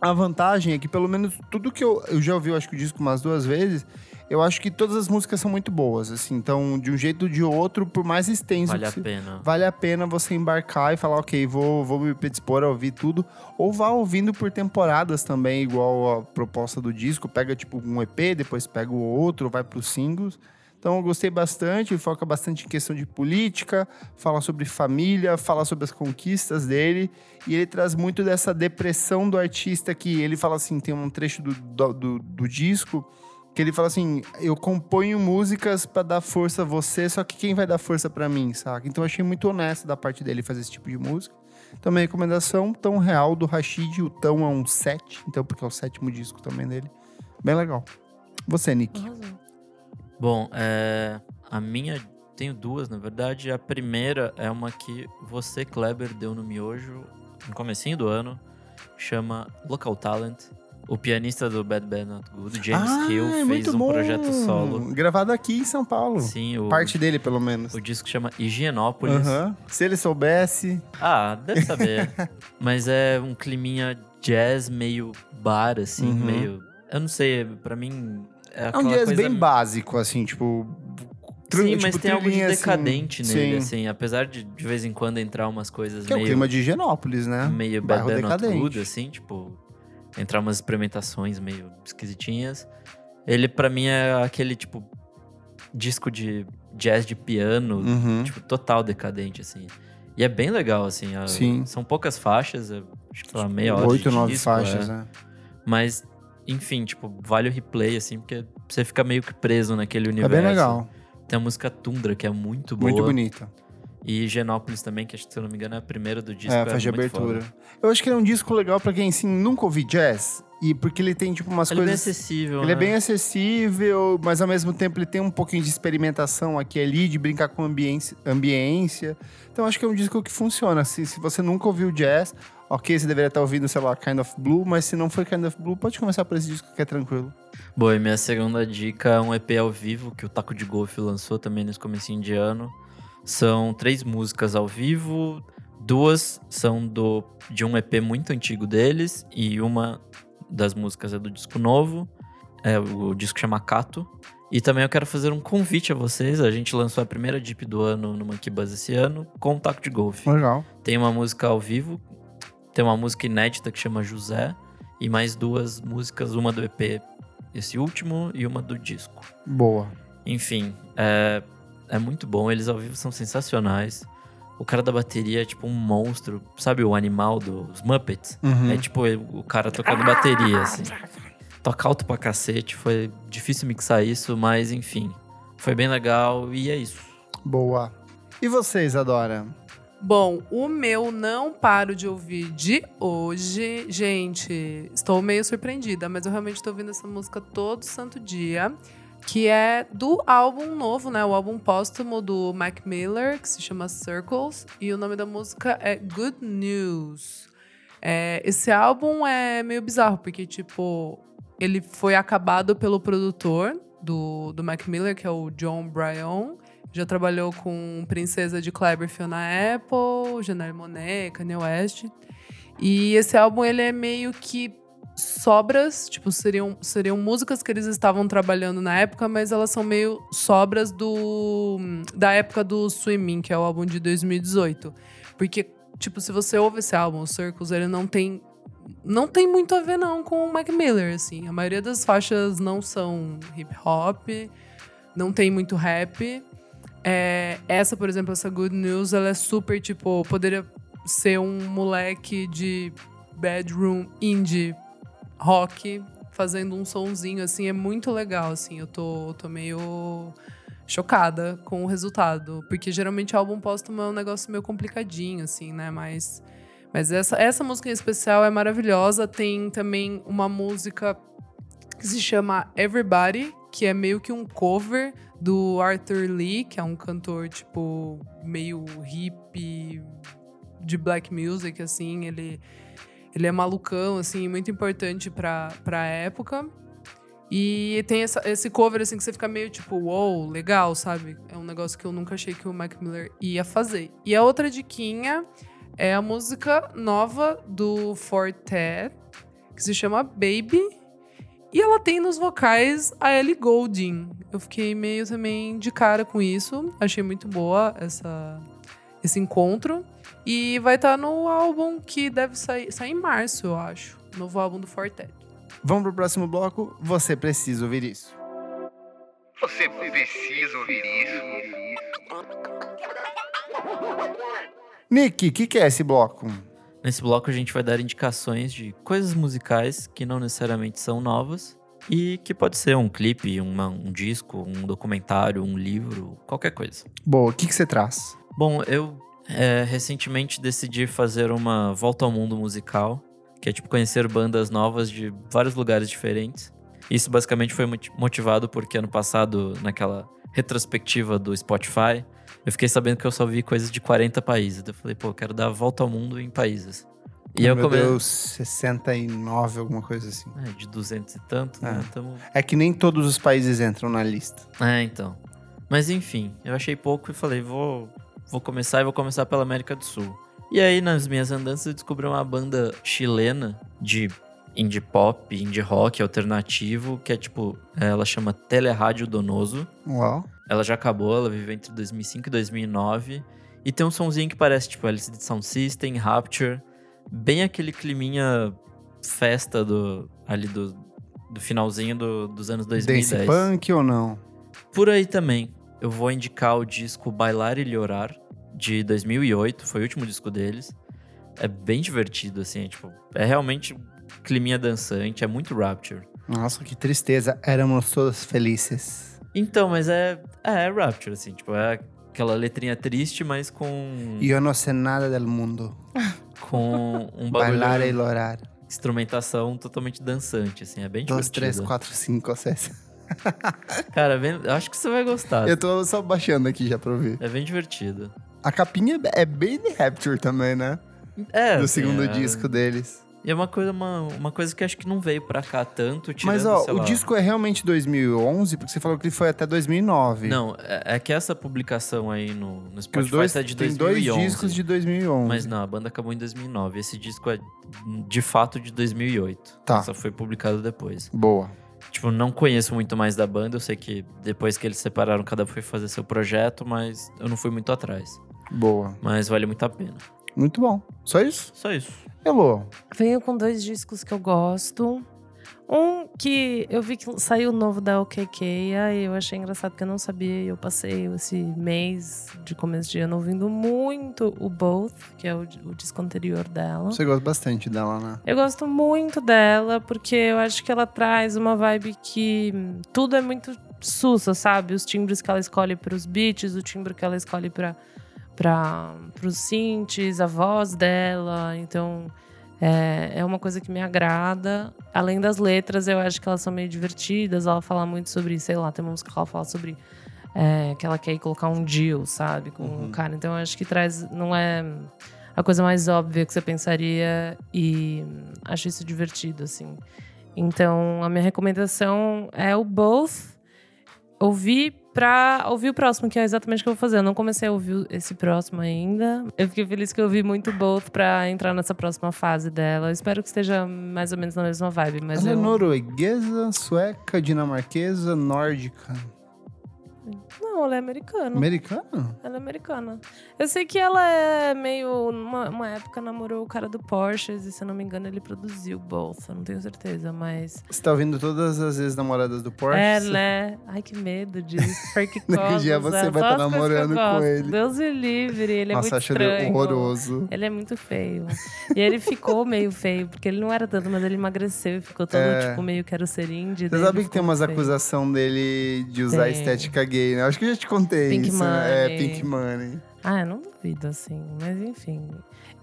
Speaker 1: A vantagem é que, pelo menos, tudo que eu, eu já ouvi, eu acho que o disco umas duas vezes, eu acho que todas as músicas são muito boas, assim. Então, de um jeito ou de outro, por mais extenso
Speaker 3: Vale
Speaker 1: que
Speaker 3: a
Speaker 1: se-
Speaker 3: pena.
Speaker 1: vale a pena você embarcar e falar, ok, vou, vou me predispor a ouvir tudo. Ou vá ouvindo por temporadas também, igual a proposta do disco. Pega, tipo, um EP, depois pega o outro, vai pros singles. Então, eu gostei bastante, foca bastante em questão de política, fala sobre família, fala sobre as conquistas dele. E ele traz muito dessa depressão do artista que ele fala assim, tem um trecho do, do, do- do disco... Que ele fala assim, eu componho músicas pra dar força a você, só que quem vai dar força pra mim, saca? Então eu achei muito honesto da parte dele fazer esse tipo de música. Então minha recomendação, Tão Real, do Rashid, o Tão é um 7, então porque é o sétimo disco também dele. Bem legal. Você, Nick.
Speaker 4: Arrasou.
Speaker 3: Bom, é, a minha. Tenho duas, na verdade. A primeira é uma que você, Kleber, deu no miojo no comecinho do ano. Chama Local Talent. O pianista do Bad Bad Not Good, James Hill,
Speaker 1: é
Speaker 3: fez um projeto solo.
Speaker 1: Gravado aqui em São Paulo.
Speaker 3: Sim, o,
Speaker 1: Parte dele, pelo menos.
Speaker 3: o disco chama Higienópolis.
Speaker 1: Aham. Se ele soubesse,
Speaker 3: Ah, deve saber. Mas é um climinha jazz meio bar, assim,
Speaker 1: Uhum.
Speaker 3: meio. Eu não sei, pra mim. É,
Speaker 1: é um
Speaker 3: aquela
Speaker 1: jazz
Speaker 3: coisa...
Speaker 1: bem básico, assim, tipo... tru-
Speaker 3: Sim, mas
Speaker 1: tipo,
Speaker 3: tem algo de
Speaker 1: trilhinha, assim,
Speaker 3: decadente nele,
Speaker 1: sim.
Speaker 3: assim. Apesar de de vez em quando entrar umas coisas
Speaker 1: Que é o
Speaker 3: meio.
Speaker 1: clima de Genópolis, né?
Speaker 3: meio
Speaker 1: bairro
Speaker 3: bad not
Speaker 1: decadente.
Speaker 3: good, assim, tipo. Entrar umas experimentações meio esquisitinhas. Ele, pra mim, é aquele, tipo. Disco de jazz de piano,
Speaker 1: Uhum.
Speaker 3: tipo, total decadente, assim. E é bem legal, assim. a-
Speaker 1: Sim. Tipo,
Speaker 3: São poucas faixas, é, acho que sei lá, meia hora.
Speaker 1: Oito,
Speaker 3: de
Speaker 1: nove
Speaker 3: disco,
Speaker 1: faixas,
Speaker 3: é.
Speaker 1: né?
Speaker 3: Mas, enfim, tipo, vale o replay, assim, porque você fica meio que preso naquele universo.
Speaker 1: É bem legal.
Speaker 3: Tem a música Tundra, que é muito boa.
Speaker 1: Muito bonita.
Speaker 3: E Genópolis também, que acho que, se eu não me engano, é a primeira do disco.
Speaker 1: é, faz de
Speaker 3: muito
Speaker 1: abertura.
Speaker 3: foda.
Speaker 1: Eu acho que ele é um disco legal pra quem, assim, nunca ouvi jazz. E porque ele tem, tipo, umas
Speaker 3: Ele é bem
Speaker 1: coisas...
Speaker 3: acessível,
Speaker 1: ele é
Speaker 3: né?
Speaker 1: bem acessível, mas ao mesmo tempo ele tem um pouquinho de experimentação aqui e ali, de brincar com ambiência. ambiência. Então acho que é um disco que funciona. Assim, se você nunca ouviu jazz, ok, você deveria estar ouvindo, sei lá, Kind of Blue, mas se não for Kind of Blue, pode começar por esse disco que é tranquilo.
Speaker 3: Bom, e minha segunda dica é um EP ao vivo que o Taco de Golfe lançou também nesse comecinho de ano. São três músicas ao vivo, duas são do de um EP muito antigo deles e uma das músicas é do disco novo. É, o disco chama Cato. E também eu quero fazer um convite a vocês. A gente lançou a primeira Deep do ano no Monkey Buzz esse ano com o Taco de Golfe.
Speaker 1: Legal.
Speaker 3: Tem uma música ao vivo, tem uma música inédita que chama José, e mais duas músicas, uma do EP, esse último, e uma do disco.
Speaker 1: Boa.
Speaker 3: Enfim, é, é muito bom, eles ao vivo são sensacionais. o cara da bateria é tipo um monstro, sabe o animal dos Muppets?
Speaker 1: Uhum.
Speaker 3: É tipo o cara tocando bateria, assim. Toca alto pra cacete, foi difícil mixar isso, mas enfim. Foi bem legal e é isso.
Speaker 1: Boa. E vocês, Adora?
Speaker 2: Bom, o meu não paro de ouvir de hoje. Gente, estou meio surpreendida, mas eu realmente estou ouvindo essa música todo santo dia. Que é do álbum novo, né? O álbum póstumo do Mac Miller, que se chama Circles. E o nome da música é Good News. É, esse álbum é meio bizarro, porque, tipo, ele foi acabado pelo produtor do, do Mac Miller, que é o John Bryan. Já trabalhou com Princesa de Kleber, Fiona Apple, Janelle Monáe, Kanye West. E esse álbum, ele é meio que sobras, tipo, seriam, seriam músicas que eles estavam trabalhando na época, mas elas são meio sobras do da época do Swimming, que é o álbum de 2018. Porque, tipo, se você ouve esse álbum, o Circles, ele não tem não tem muito a ver não com o Mac Miller, assim. A maioria das faixas não são hip hop, não tem muito rap. É, essa, por exemplo, essa Good News, ela é super tipo, poderia ser um moleque de bedroom indie rock fazendo um sonzinho assim, é muito legal assim. Eu tô, eu tô meio chocada com o resultado, porque geralmente álbum póstumo é um negócio meio complicadinho assim, né? Mas mas essa, essa música em especial é maravilhosa. Tem também uma música que se chama Everybody, que é meio que um cover do Arthur Lee, que é um cantor, tipo, meio hippie de black music, assim. Ele, ele é malucão, assim, muito importante pra, pra época. E tem essa- esse cover, assim, que você fica meio tipo, uou, legal, sabe? É um negócio que eu nunca achei que o Mac Miller ia fazer. E a outra diquinha é a música nova do Fortet, que se chama Baby. E ela tem nos vocais a Ellie Goulding. Eu fiquei meio também de cara com isso. Achei muito boa essa, esse encontro. E vai estar no álbum que deve sair, sair em março, eu acho. Novo álbum do Fortet.
Speaker 1: Vamos pro próximo bloco? Você precisa ouvir isso.
Speaker 6: Você precisa ouvir isso.
Speaker 1: Nick, o que, que é esse bloco?
Speaker 3: Nesse bloco a gente vai dar indicações de coisas musicais que não necessariamente são novas e que pode ser um clipe, uma- um disco, um documentário, um livro, qualquer coisa.
Speaker 1: Boa, o que, que você traz?
Speaker 3: Bom, eu é, recentemente decidi fazer uma volta ao mundo musical, que é tipo conhecer bandas novas de vários lugares diferentes. Isso basicamente foi moti- motivado porque ano passado, naquela retrospectiva do Spotify, eu fiquei sabendo que eu só vi coisas de 40 países. Daí Eu falei, pô, eu quero dar a volta ao mundo em países. E eu
Speaker 1: Meu
Speaker 3: comecei.
Speaker 1: Deus, 69, alguma coisa assim.
Speaker 3: É, de 200 e tanto, né? Tamo...
Speaker 1: É que nem todos os países entram na lista.
Speaker 3: É, então. Mas enfim, eu achei pouco e falei, vou, vou começar e vou começar pela América do Sul. E aí, nas minhas andanças, eu descobri uma banda chilena de indie pop, indie rock alternativo, que é tipo, ela chama Telerádio Donoso.
Speaker 1: Uau.
Speaker 3: Ela já acabou, ela viveu entre 2005 e 2009. E tem um sonzinho que parece tipo LCD Sound System, Rapture. Bem aquele climinha festa do, ali do, do finalzinho do- dos anos 2010.
Speaker 1: Dance Punk ou não?
Speaker 3: Por aí também, eu vou indicar o disco Bailar e Llorar, de 2008, foi o último disco deles. É bem divertido, assim, é, tipo, é realmente climinha dançante, é muito Rapture.
Speaker 1: Nossa, que tristeza. Éramos todos felizes.
Speaker 3: Então, mas é, é, é Rapture, assim, tipo, é aquela letrinha triste, mas com,
Speaker 1: E eu não sei nada del mundo.
Speaker 3: com um
Speaker 1: Bailar e
Speaker 3: bagulho,
Speaker 1: lorar.
Speaker 3: instrumentação totalmente dançante, assim, é bem
Speaker 1: 2, 3,
Speaker 3: divertido.
Speaker 1: 4, 5, 6.
Speaker 3: Cara, é bem- eu acho que você vai gostar,
Speaker 1: Eu tô só baixando aqui já pra ouvir.
Speaker 3: é bem divertido.
Speaker 1: A capinha é bem de Rapture também, né?
Speaker 3: É,
Speaker 1: Do
Speaker 3: assim,
Speaker 1: segundo
Speaker 3: é-
Speaker 1: disco deles.
Speaker 3: E é uma coisa, uma, uma coisa que acho que não veio pra cá tanto, tirando,
Speaker 1: Mas, ó,
Speaker 3: sei
Speaker 1: o
Speaker 3: lá-
Speaker 1: disco é realmente 2011, porque você falou que ele foi até 2009.
Speaker 3: Não, é, é que essa publicação aí no, no
Speaker 1: que os
Speaker 3: Spotify
Speaker 1: dois
Speaker 3: tá de
Speaker 1: tem
Speaker 3: 2011.
Speaker 1: dois discos de 2011.
Speaker 3: Mas não, a banda acabou em 2009. Esse disco é de fato de 2008.
Speaker 1: Tá.
Speaker 3: Só foi publicado depois.
Speaker 1: Boa.
Speaker 3: Tipo, não conheço muito mais da banda. Eu sei que depois que eles separaram, cada um foi fazer seu projeto, mas eu não fui muito atrás.
Speaker 1: Boa.
Speaker 3: Mas vale muito a pena.
Speaker 1: Muito bom. Só isso?
Speaker 3: Só isso.
Speaker 1: Elô.
Speaker 4: Venho com dois discos que eu gosto. Um que eu vi que saiu novo da OKK, e eu achei engraçado porque eu não sabia, e eu passei esse mês de começo de ano ouvindo muito o Both, que é o, o disco anterior dela.
Speaker 1: Você gosta bastante dela, né?
Speaker 4: Eu gosto muito dela, porque eu acho que ela traz uma vibe que hum, tudo é muito sussa, sabe? Os timbres que ela escolhe para os beats, o timbre que ela escolhe para para os synths, a voz dela. Então, é, é uma coisa que me agrada. Além das letras, eu acho que elas são meio divertidas. Ela fala muito sobre, sei lá, tem uma música que ela fala sobre é, que ela quer ir colocar um deal, sabe? Com o
Speaker 1: Uhum.
Speaker 4: cara. Então, eu acho que traz. Não é a coisa mais óbvia que você pensaria. E hum, acho isso divertido, assim. Então, a minha recomendação é o Both. Ouvir pra ouvir o próximo, que é exatamente o que eu vou fazer. Eu não comecei a ouvir esse próximo ainda. Eu fiquei feliz que eu ouvi muito Both pra entrar nessa próxima fase dela. Eu espero que esteja mais ou menos na mesma vibe, mas
Speaker 1: ela é
Speaker 4: eu...
Speaker 1: norueguesa, sueca, dinamarquesa, nórdica.
Speaker 4: Não, ela é americana.
Speaker 1: Americana?
Speaker 4: Ela é americana. Eu sei que ela é meio. Uma, uma época namorou o cara do Porsche, e se eu não me engano, ele produziu Both. Eu não tenho certeza, mas.
Speaker 1: Você tá ouvindo todas as ex-namoradas do Porsche?
Speaker 4: É, né? Ai, que medo disso. é, Perk
Speaker 1: Naquele dia você vai tá namorando com ele.
Speaker 4: Deus me livre, ele é
Speaker 1: Nossa,
Speaker 4: muito
Speaker 1: achei
Speaker 4: estranho.
Speaker 1: horroroso.
Speaker 4: Ele é muito feio. E ele ficou meio feio, porque ele não era tanto, mas ele emagreceu e ficou todo,
Speaker 1: É.
Speaker 4: tipo, meio quero ser indie.
Speaker 1: Você
Speaker 4: daí
Speaker 1: sabe
Speaker 4: ele
Speaker 1: que tem
Speaker 4: ficou
Speaker 1: umas
Speaker 4: feio.
Speaker 1: acusações dele de usar
Speaker 4: Tem.
Speaker 1: estética gay, né? Acho que eu já te contei
Speaker 4: Pink
Speaker 1: isso. né? É,
Speaker 4: money.
Speaker 1: Pink Money.
Speaker 4: Ah, eu não duvido, assim, mas enfim.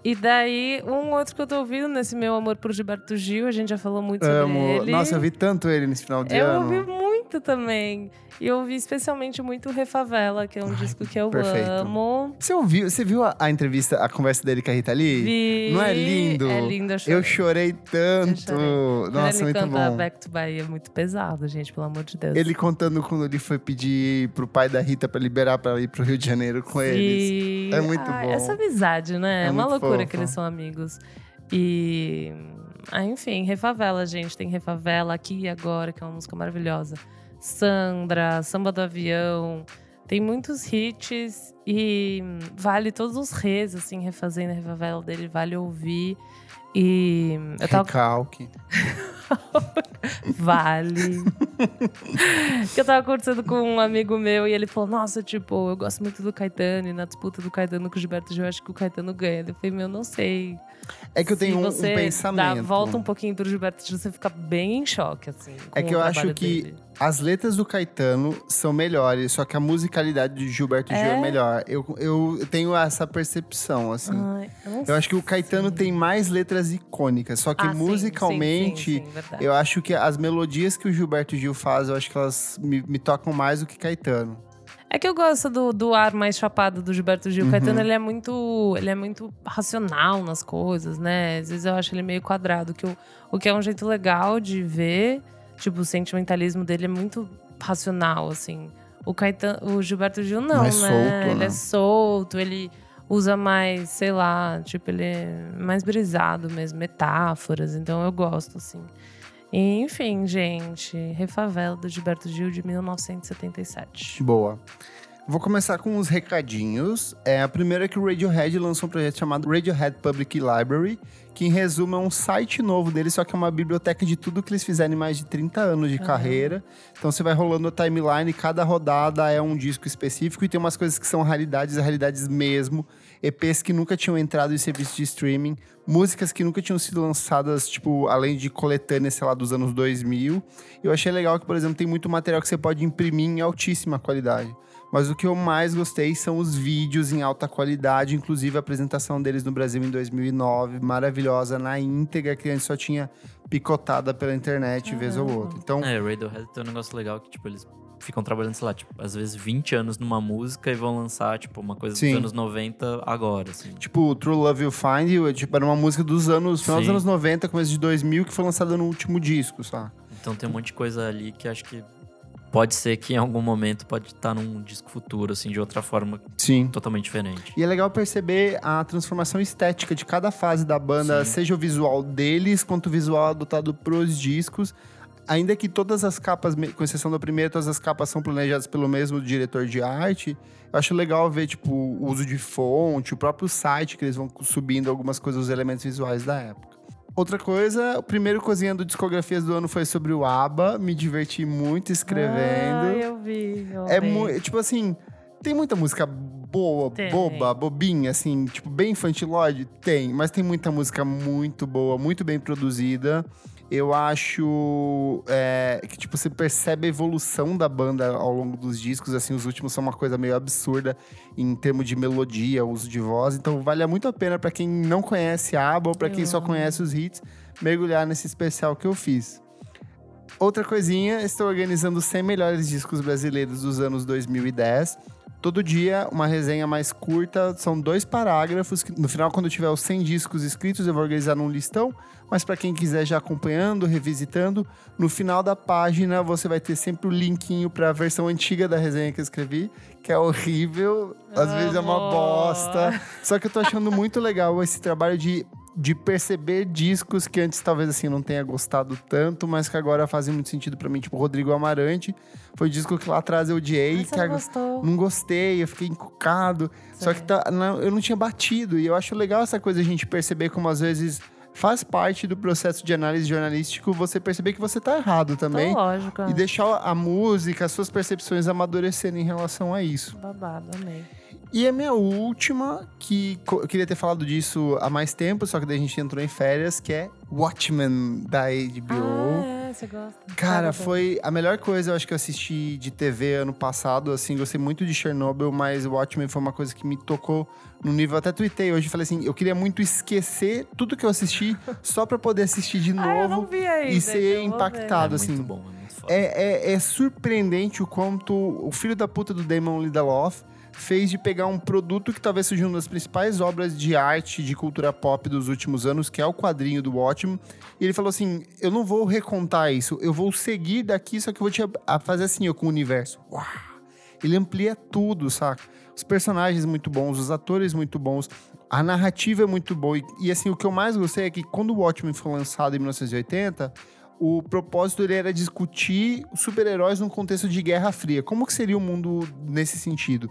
Speaker 4: E daí, um outro que eu tô ouvindo nesse meu amor por Gilberto Gil, a gente já falou muito sobre
Speaker 1: Amo.
Speaker 4: ele.
Speaker 1: Nossa, eu vi tanto ele nesse final de
Speaker 4: Eu
Speaker 1: ano.
Speaker 4: ouvi muito também. E eu ouvi especialmente muito Refavela, que é um disco que eu
Speaker 1: perfeito.
Speaker 4: amo.
Speaker 1: Você ouviu? Você viu a, a entrevista, a conversa dele com a Rita Lee?
Speaker 4: Vi.
Speaker 1: Não é lindo?
Speaker 4: É lindo, eu chorei.
Speaker 1: Eu chorei tanto.
Speaker 4: Eu Quando
Speaker 1: Nossa,
Speaker 4: ele
Speaker 1: muito
Speaker 4: canta
Speaker 1: bom.
Speaker 4: Back to Bahia, é muito pesado, gente, pelo amor de Deus.
Speaker 1: Ele contando quando ele foi pedir pro pai da Rita pra liberar pra ela ir pro Rio de Janeiro com eles.
Speaker 4: E-
Speaker 1: É muito bom.
Speaker 4: Essa amizade, né?
Speaker 1: É
Speaker 4: É, uma
Speaker 1: muito
Speaker 4: loucura
Speaker 1: fofo.
Speaker 4: que eles são amigos. E. Ah, enfim, Refavela, gente. Tem Refavela aqui e agora, que é uma música maravilhosa. Sandra, Samba do Avião. Tem muitos hits e hum, vale todos os reis, assim, refazendo a Refavela dele, vale ouvir. E hum, eu tava
Speaker 1: Recalque.
Speaker 4: Vale. que eu tava conversando com um amigo meu e ele falou: Nossa, tipo, eu gosto muito do Caetano e na disputa do Caetano com o Gilberto Gil, eu acho que o Caetano ganha. Eu falei: Meu, não sei.
Speaker 1: É que eu tenho
Speaker 4: Se
Speaker 1: um, um
Speaker 4: você
Speaker 1: pensamento.
Speaker 4: Dá, volta um pouquinho pro Gilberto Gil, você fica bem em choque, assim. com
Speaker 1: É que
Speaker 4: o
Speaker 1: eu acho
Speaker 4: trabalho
Speaker 1: que
Speaker 4: dele.
Speaker 1: as letras do Caetano são melhores, só que a musicalidade do Gilberto Gil é
Speaker 4: É?
Speaker 1: melhor. Eu, eu tenho essa percepção, assim.
Speaker 4: Ai, eu, não
Speaker 1: Eu acho que o Caetano
Speaker 4: sei.
Speaker 1: tem mais letras icônicas, só que
Speaker 4: Ah, sim, sim,
Speaker 1: musicalmente.
Speaker 4: sim, tá. sim, verdade.
Speaker 1: Eu acho que as melodias que o Gilberto Gil faz, eu acho que elas me, me tocam mais do que Caetano.
Speaker 4: É que eu gosto do, do ar mais chapado do Gilberto
Speaker 1: Uhum.
Speaker 4: Gil. O Caetano, ele é muito. Ele é muito racional nas coisas, né? Às vezes eu acho ele meio quadrado, que o, o que é um jeito legal de ver. Tipo, o sentimentalismo dele é muito racional, assim. O Caetano, o Gilberto Gil não,
Speaker 1: Mais
Speaker 4: né?
Speaker 1: solto,
Speaker 4: ele
Speaker 1: né?
Speaker 4: é solto, ele usa mais, sei lá, tipo, ele é mais brisado mesmo, metáforas. Então eu gosto, assim. E, enfim, gente, Refavela do Gilberto Gil de 1977.
Speaker 1: Boa. Vou começar com uns recadinhos. É, a primeira é que o Radiohead lançou um projeto chamado Radiohead Public Library, que em resumo é um site novo dele, só que é uma biblioteca de tudo que eles fizeram em mais de 30 anos de carreira. Então você vai rolando a timeline, cada rodada é um disco específico e tem umas coisas que são raridades, raridades mesmo. EPs que nunca tinham entrado em serviço de streaming, músicas que nunca tinham sido lançadas, tipo, além de coletâneas, sei lá, dos anos 2000. Eu achei legal que, por exemplo, tem muito material que você pode imprimir em altíssima qualidade. Mas o que eu mais gostei são os vídeos em alta qualidade, inclusive a apresentação deles no Brasil em 2009, maravilhosa, na íntegra, que antes só tinha picotada pela internet, vez ou outra. Então,
Speaker 3: É, Radiohead tem um negócio legal que, tipo, eles ficam trabalhando, sei lá, tipo, às vezes 20 anos numa música e vão lançar, tipo, uma coisa
Speaker 1: Sim.
Speaker 3: dos anos 90 agora, assim.
Speaker 1: Tipo, True Love You Find You, tipo, era uma música dos anos, final dos
Speaker 3: Sim.
Speaker 1: anos 90, começo de 2000, que foi lançada no último disco, sabe?
Speaker 3: Então tem um monte de coisa ali que acho que pode ser que em algum momento pode estar num disco futuro, assim, de outra forma
Speaker 1: Sim.
Speaker 3: totalmente diferente.
Speaker 1: E é legal perceber a transformação estética de cada fase da banda,
Speaker 3: Sim.
Speaker 1: seja o visual deles, quanto o visual adotado pros discos. Ainda que todas as capas, me- com exceção da primeira, todas as capas são planejadas pelo mesmo diretor de arte, eu acho legal ver, tipo, o uso de fonte, o próprio site que eles vão subindo algumas coisas, os elementos visuais da época. Outra coisa, o primeiro cozinhando discografias do ano foi sobre o ABBA. Me diverti muito
Speaker 4: Ah,
Speaker 1: escrevendo.
Speaker 4: eu vi. eu
Speaker 1: é
Speaker 4: amei.
Speaker 1: muito. Tipo assim, tem muita música boa,
Speaker 4: Tem.
Speaker 1: boba, bobinha, assim, tipo, bem infantilóide? Tem, mas tem muita música muito boa, muito bem produzida. Eu acho é, que, tipo, você percebe a evolução da banda ao longo dos discos. Assim, os últimos são uma coisa meio absurda em termos de melodia, uso de voz. Então, vale muito a pena pra quem não conhece a aba ou pra quem
Speaker 4: Eu
Speaker 1: só
Speaker 4: amo.
Speaker 1: conhece os hits, mergulhar nesse especial que eu fiz. Outra coisinha, estou organizando 100 melhores discos brasileiros dos anos 2010. Todo dia, uma resenha mais curta, são dois parágrafos. Que, no final, quando eu tiver os 100 discos escritos, eu vou organizar num listão. Mas para quem quiser já acompanhando, revisitando, no final da página você vai ter sempre o linkinho para a versão antiga da resenha que eu escrevi, que é horrível, às vezes é uma
Speaker 4: Amo.
Speaker 1: bosta. Só que eu tô achando muito legal esse trabalho de, de perceber discos que antes talvez assim não tenha gostado tanto, mas que agora fazem muito sentido para mim, tipo Rodrigo Amarante. Foi um disco que lá atrás eu odiei,
Speaker 4: Mas
Speaker 1: que
Speaker 4: você não
Speaker 1: agora-
Speaker 4: gostou.
Speaker 1: não gostei, eu fiquei encucado. Só que tá- não, eu não tinha batido. E eu acho legal essa coisa a gente perceber como às vezes faz parte do processo de análise jornalístico você perceber que você tá errado também.
Speaker 4: Então, lógico.
Speaker 1: E deixar a música, as suas percepções amadurecerem em relação a isso.
Speaker 4: Babado, amei.
Speaker 1: E a minha última, que co- eu queria ter falado disso há mais tempo, só que daí a gente entrou em férias, que é Watchmen da HBO.
Speaker 4: Ah, é, você gosta.
Speaker 1: Cara,
Speaker 4: Sabe,
Speaker 1: foi a melhor coisa, eu acho que eu assisti de TV ano passado, assim, gostei muito de Chernobyl, mas Watchmen foi uma coisa que me tocou no nível, até tuitei hoje, falei assim, eu queria muito esquecer tudo que eu assisti, só pra poder assistir de
Speaker 4: Ah, eu não
Speaker 1: novo
Speaker 4: vi ainda,
Speaker 1: e ser
Speaker 4: então vou ver.
Speaker 1: impactado,
Speaker 3: é
Speaker 1: assim.
Speaker 3: muito bom, é muito foda.
Speaker 1: É, é- é surpreendente o quanto o filho da puta do Damon Lindelof fez de pegar um produto que talvez seja uma das principais obras de arte, de cultura pop dos últimos anos, que é o quadrinho do Watchmen. E ele falou assim, eu não vou recontar isso, eu vou seguir daqui, só que eu vou te ab- a- fazer assim, ó, com o universo. Uau! Ele amplia tudo, saca? Os personagens muito bons, os atores muito bons, a narrativa é muito boa. E, e, assim, o que eu mais gostei é que quando o Watchmen foi lançado em 1980, o propósito dele era discutir os super-heróis num contexto de Guerra Fria. Como que seria o mundo nesse sentido?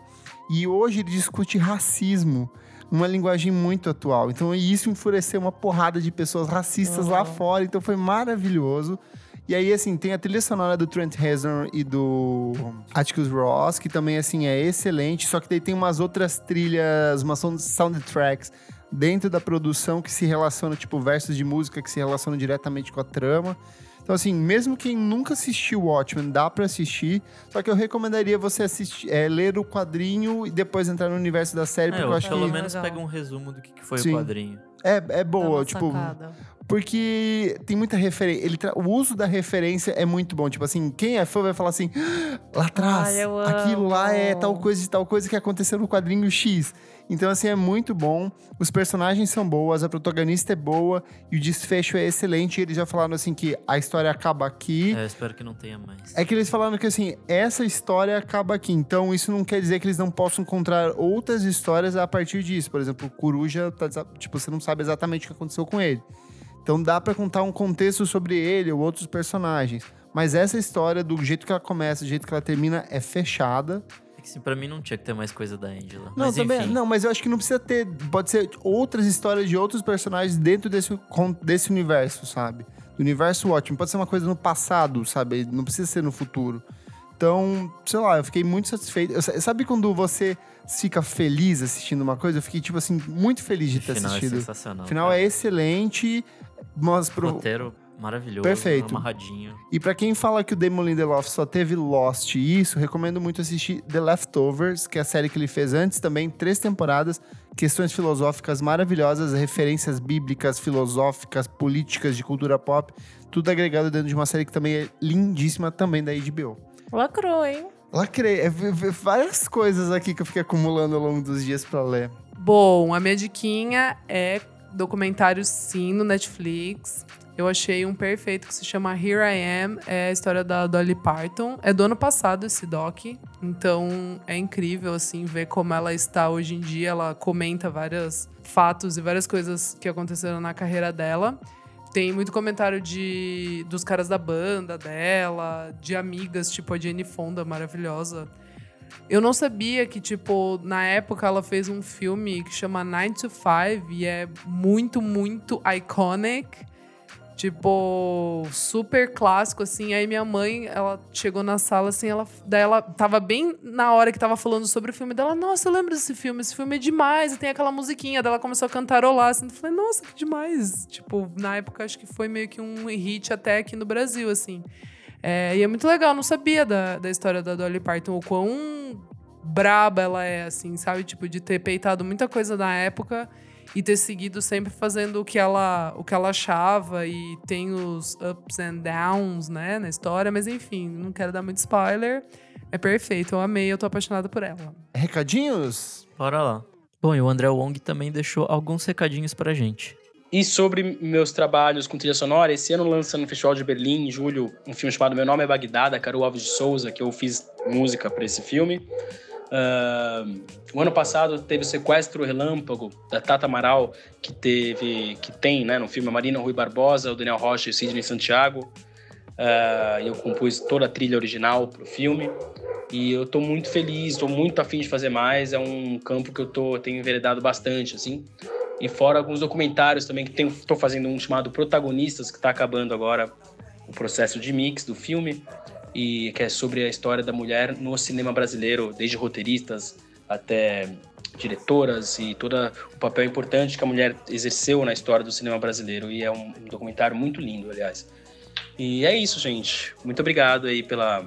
Speaker 1: E hoje ele discute racismo, numa linguagem muito atual. Então e isso enfureceu uma porrada de pessoas racistas lá
Speaker 4: Uhum.
Speaker 1: fora. Então foi maravilhoso. E aí, assim, tem a trilha sonora do Trent Reznor e do Atticus Ross, que também, assim, é excelente. Só que daí tem umas outras trilhas, umas sound- soundtracks dentro da produção que se relacionam, tipo, versos de música que se relacionam diretamente com a trama. Então, assim, mesmo quem nunca assistiu Watchmen, dá pra assistir. Só que eu recomendaria você assistir, é, ler o quadrinho e depois entrar no universo da série,
Speaker 3: É,
Speaker 1: porque
Speaker 3: eu
Speaker 1: eu acho
Speaker 3: pelo
Speaker 1: que
Speaker 3: menos
Speaker 4: Legal.
Speaker 3: pega um resumo do que, que foi
Speaker 1: Sim.
Speaker 3: o quadrinho.
Speaker 1: é, é
Speaker 4: Dá uma
Speaker 1: boa. Tipo,
Speaker 4: sacada.
Speaker 1: porque tem muita referência. Ele tra- O uso da referência é muito bom. Tipo assim, quem é fã vai falar assim: "Ah, lá atrás,
Speaker 4: Ai, eu
Speaker 1: aquilo lá é
Speaker 4: amo."
Speaker 1: tal coisa de tal coisa que aconteceu no quadrinho X. Então, assim, é muito bom. Os personagens são boas, a protagonista é boa e o desfecho é excelente. Eles já falaram assim que a história acaba aqui.
Speaker 3: É, eu espero que não tenha mais.
Speaker 1: É que eles falaram que assim, essa história acaba aqui. Então, isso não quer dizer que eles não possam encontrar outras histórias a partir disso. Por exemplo, o Coruja, tá desa- tipo, você não sabe exatamente o que aconteceu com ele. Então dá pra contar um contexto sobre ele ou outros personagens. Mas essa história, do jeito que ela começa, do jeito que ela termina, é fechada.
Speaker 3: É que, assim, pra mim não tinha que ter mais coisa da Angela.
Speaker 1: Não,
Speaker 3: mas,
Speaker 1: também. é.
Speaker 3: enfim,
Speaker 1: Não, mas eu acho que não precisa ter. Pode ser outras histórias de outros personagens dentro desse, con- desse universo, sabe? Do universo ótimo. Pode ser uma coisa no passado, sabe? Não precisa ser no futuro. Então, sei lá, eu fiquei muito satisfeito. Eu sa- sabe quando você fica feliz assistindo uma coisa? Eu fiquei, tipo assim, muito feliz de
Speaker 3: O
Speaker 1: ter
Speaker 3: final é
Speaker 1: assistido.
Speaker 3: sensacional.
Speaker 1: O final
Speaker 3: cara.
Speaker 1: é excelente, mas pro-
Speaker 3: Roteiro maravilhoso,
Speaker 1: Perfeito.
Speaker 3: amarradinho.
Speaker 1: e pra quem fala que o Damon Lindelof só teve Lost e isso, recomendo muito assistir The Leftovers, que é a série que ele fez antes também, três temporadas, questões filosóficas maravilhosas, referências bíblicas, filosóficas, políticas, de cultura pop, tudo agregado dentro de uma série que também é lindíssima, também da HBO.
Speaker 4: Lacrou, hein?
Speaker 1: Lacrei, é v- v- várias coisas aqui que eu fiquei acumulando ao longo dos dias pra ler.
Speaker 2: Bom, a minha diquinha é documentário Sim no Netflix. Eu achei um perfeito que se chama Here I Am, é a história da Dolly Parton. É do ano passado esse doc, então é incrível assim ver como ela está hoje em dia. Ela comenta vários fatos e várias coisas que aconteceram na carreira dela. Tem muito comentário de dos caras da banda dela, de amigas, tipo a Jenny Fonda, maravilhosa, eu não sabia que, tipo, na época ela fez um filme que chama Nine to Five e é muito, muito iconic. Tipo, super clássico, assim. Aí minha mãe, ela chegou na sala, assim, ela, daí ela tava bem na hora que tava falando sobre o filme dela. Nossa, eu lembro desse filme, esse filme é demais. E tem aquela musiquinha dela começou a cantarolar, assim. Eu falei, nossa, que demais. Tipo, na época acho que foi meio que um hit até aqui no Brasil, assim. É, e é muito legal, eu não sabia da, da história da Dolly Parton, o quão braba ela é, assim, sabe? Tipo, de ter peitado muita coisa na época e ter seguido sempre fazendo o que ela, o que ela achava e tem os ups and downs, né, na história, mas enfim, não quero dar muito spoiler. É perfeito, eu amei, eu tô apaixonada por ela.
Speaker 1: Recadinhos?
Speaker 3: Bora lá. Bom, e o André Wong também deixou alguns recadinhos pra gente.
Speaker 5: E sobre meus trabalhos com trilha sonora, esse ano lança no Festival de Berlim, em julho, um filme chamado Meu Nome é Bagdá, da Carol Alves de Souza, que eu fiz música para esse filme. Uh, o ano passado teve o Sequestro Relâmpago, da Tata Amaral, que teve, que tem né, no filme a Marina Rui Barbosa, o Daniel Rocha e o Sidney Santiago. Uh, eu compus toda a trilha original para o filme. E eu estou muito feliz, estou muito afim de fazer mais. É um campo que eu tô, tenho enveredado bastante, assim. E fora alguns documentários também, que estou fazendo um chamado Protagonistas, que está acabando agora o processo de mix do filme, e que é sobre a história da mulher no cinema brasileiro, desde roteiristas até diretoras e todo o papel importante que a mulher exerceu na história do cinema brasileiro. E é um documentário muito lindo, aliás. E é isso, gente. Muito obrigado aí pela,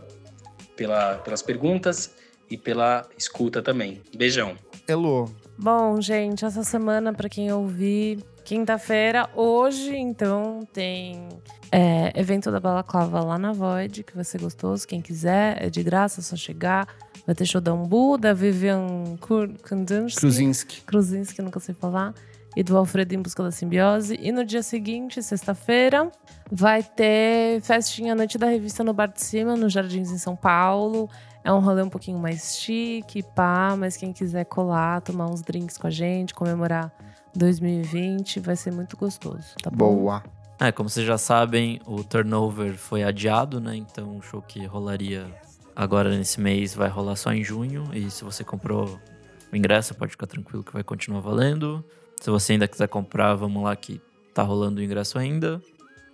Speaker 5: pela, pelas perguntas e pela escuta também. Beijão.
Speaker 1: Elô,
Speaker 4: Bom, gente, essa semana, pra quem ouvir, quinta-feira, hoje, então, tem é, evento da Balaclava lá na Void, que vai ser gostoso. Quem quiser, é de graça, é só chegar. Vai ter show da Umbu, da Vivian Kur- Kandinsky.
Speaker 1: Kruzinski.
Speaker 4: Cruzinski, que eu nunca sei falar, e do Alfredo em Busca da Simbiose. E no dia seguinte, sexta-feira, vai ter festinha à Noite da Revista no Bar de Cima, nos Jardins em São Paulo. É um rolê um pouquinho mais chique, pá, mas quem quiser colar, tomar uns drinks com a gente, comemorar 2020, vai ser muito gostoso, tá bom?
Speaker 1: Boa.
Speaker 3: É, como vocês já sabem, o turnover foi adiado, né? Então o show que rolaria agora nesse mês vai rolar só em junho. E se você comprou o ingresso, pode ficar tranquilo que vai continuar valendo. Se você ainda quiser comprar, vamos lá que tá rolando o ingresso ainda.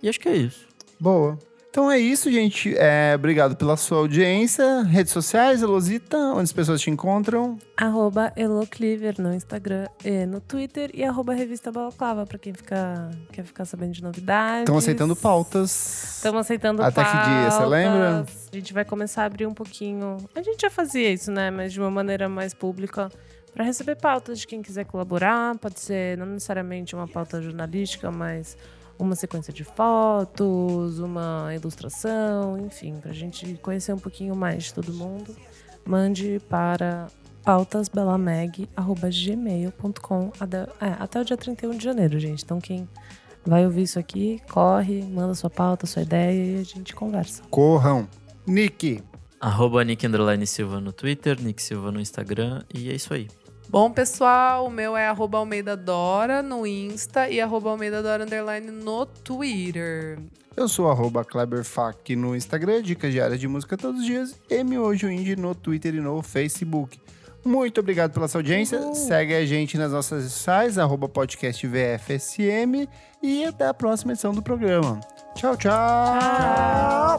Speaker 3: E acho que é isso.
Speaker 1: Boa. Então é isso, gente. É, obrigado pela sua audiência. Redes sociais, Elosita, onde as pessoas te encontram.
Speaker 4: Arroba Elocliver no Instagram e no Twitter e arroba Revista Balaclava, pra quem fica, quer ficar sabendo de novidades.
Speaker 1: Estão aceitando pautas.
Speaker 4: Estamos aceitando
Speaker 1: Até que dia, você
Speaker 4: pautas.
Speaker 1: lembra?
Speaker 4: A gente vai começar a abrir um pouquinho. A gente já fazia isso, né? Mas de uma maneira mais pública. Para receber pautas de quem quiser colaborar, pode ser não necessariamente uma pauta jornalística, mas uma sequência de fotos, uma ilustração, enfim, para a gente conhecer um pouquinho mais de todo mundo, mande para pautasbelameg.gmail.com até, é, até o dia 31 de janeiro, gente. Então, quem vai ouvir isso aqui, corre, manda sua pauta, sua ideia e a gente conversa.
Speaker 1: Corram. Nick.
Speaker 3: Arroba Nick Underline Silva no Twitter, Nick Silva no Instagram. E é isso aí.
Speaker 2: Bom, pessoal, o meu é arroba Almeida Dora no Insta e arroba Almeida Dora Underline no Twitter.
Speaker 1: Eu sou arroba KleberFac no Instagram, dicas diárias de música todos os dias. E me hoje o Indie no Twitter e no Facebook. Muito obrigado pela sua audiência. Segue a gente nas nossas redes sociais, arroba podcast VFSM. E até a próxima edição do programa. Tchau, tchau. tchau.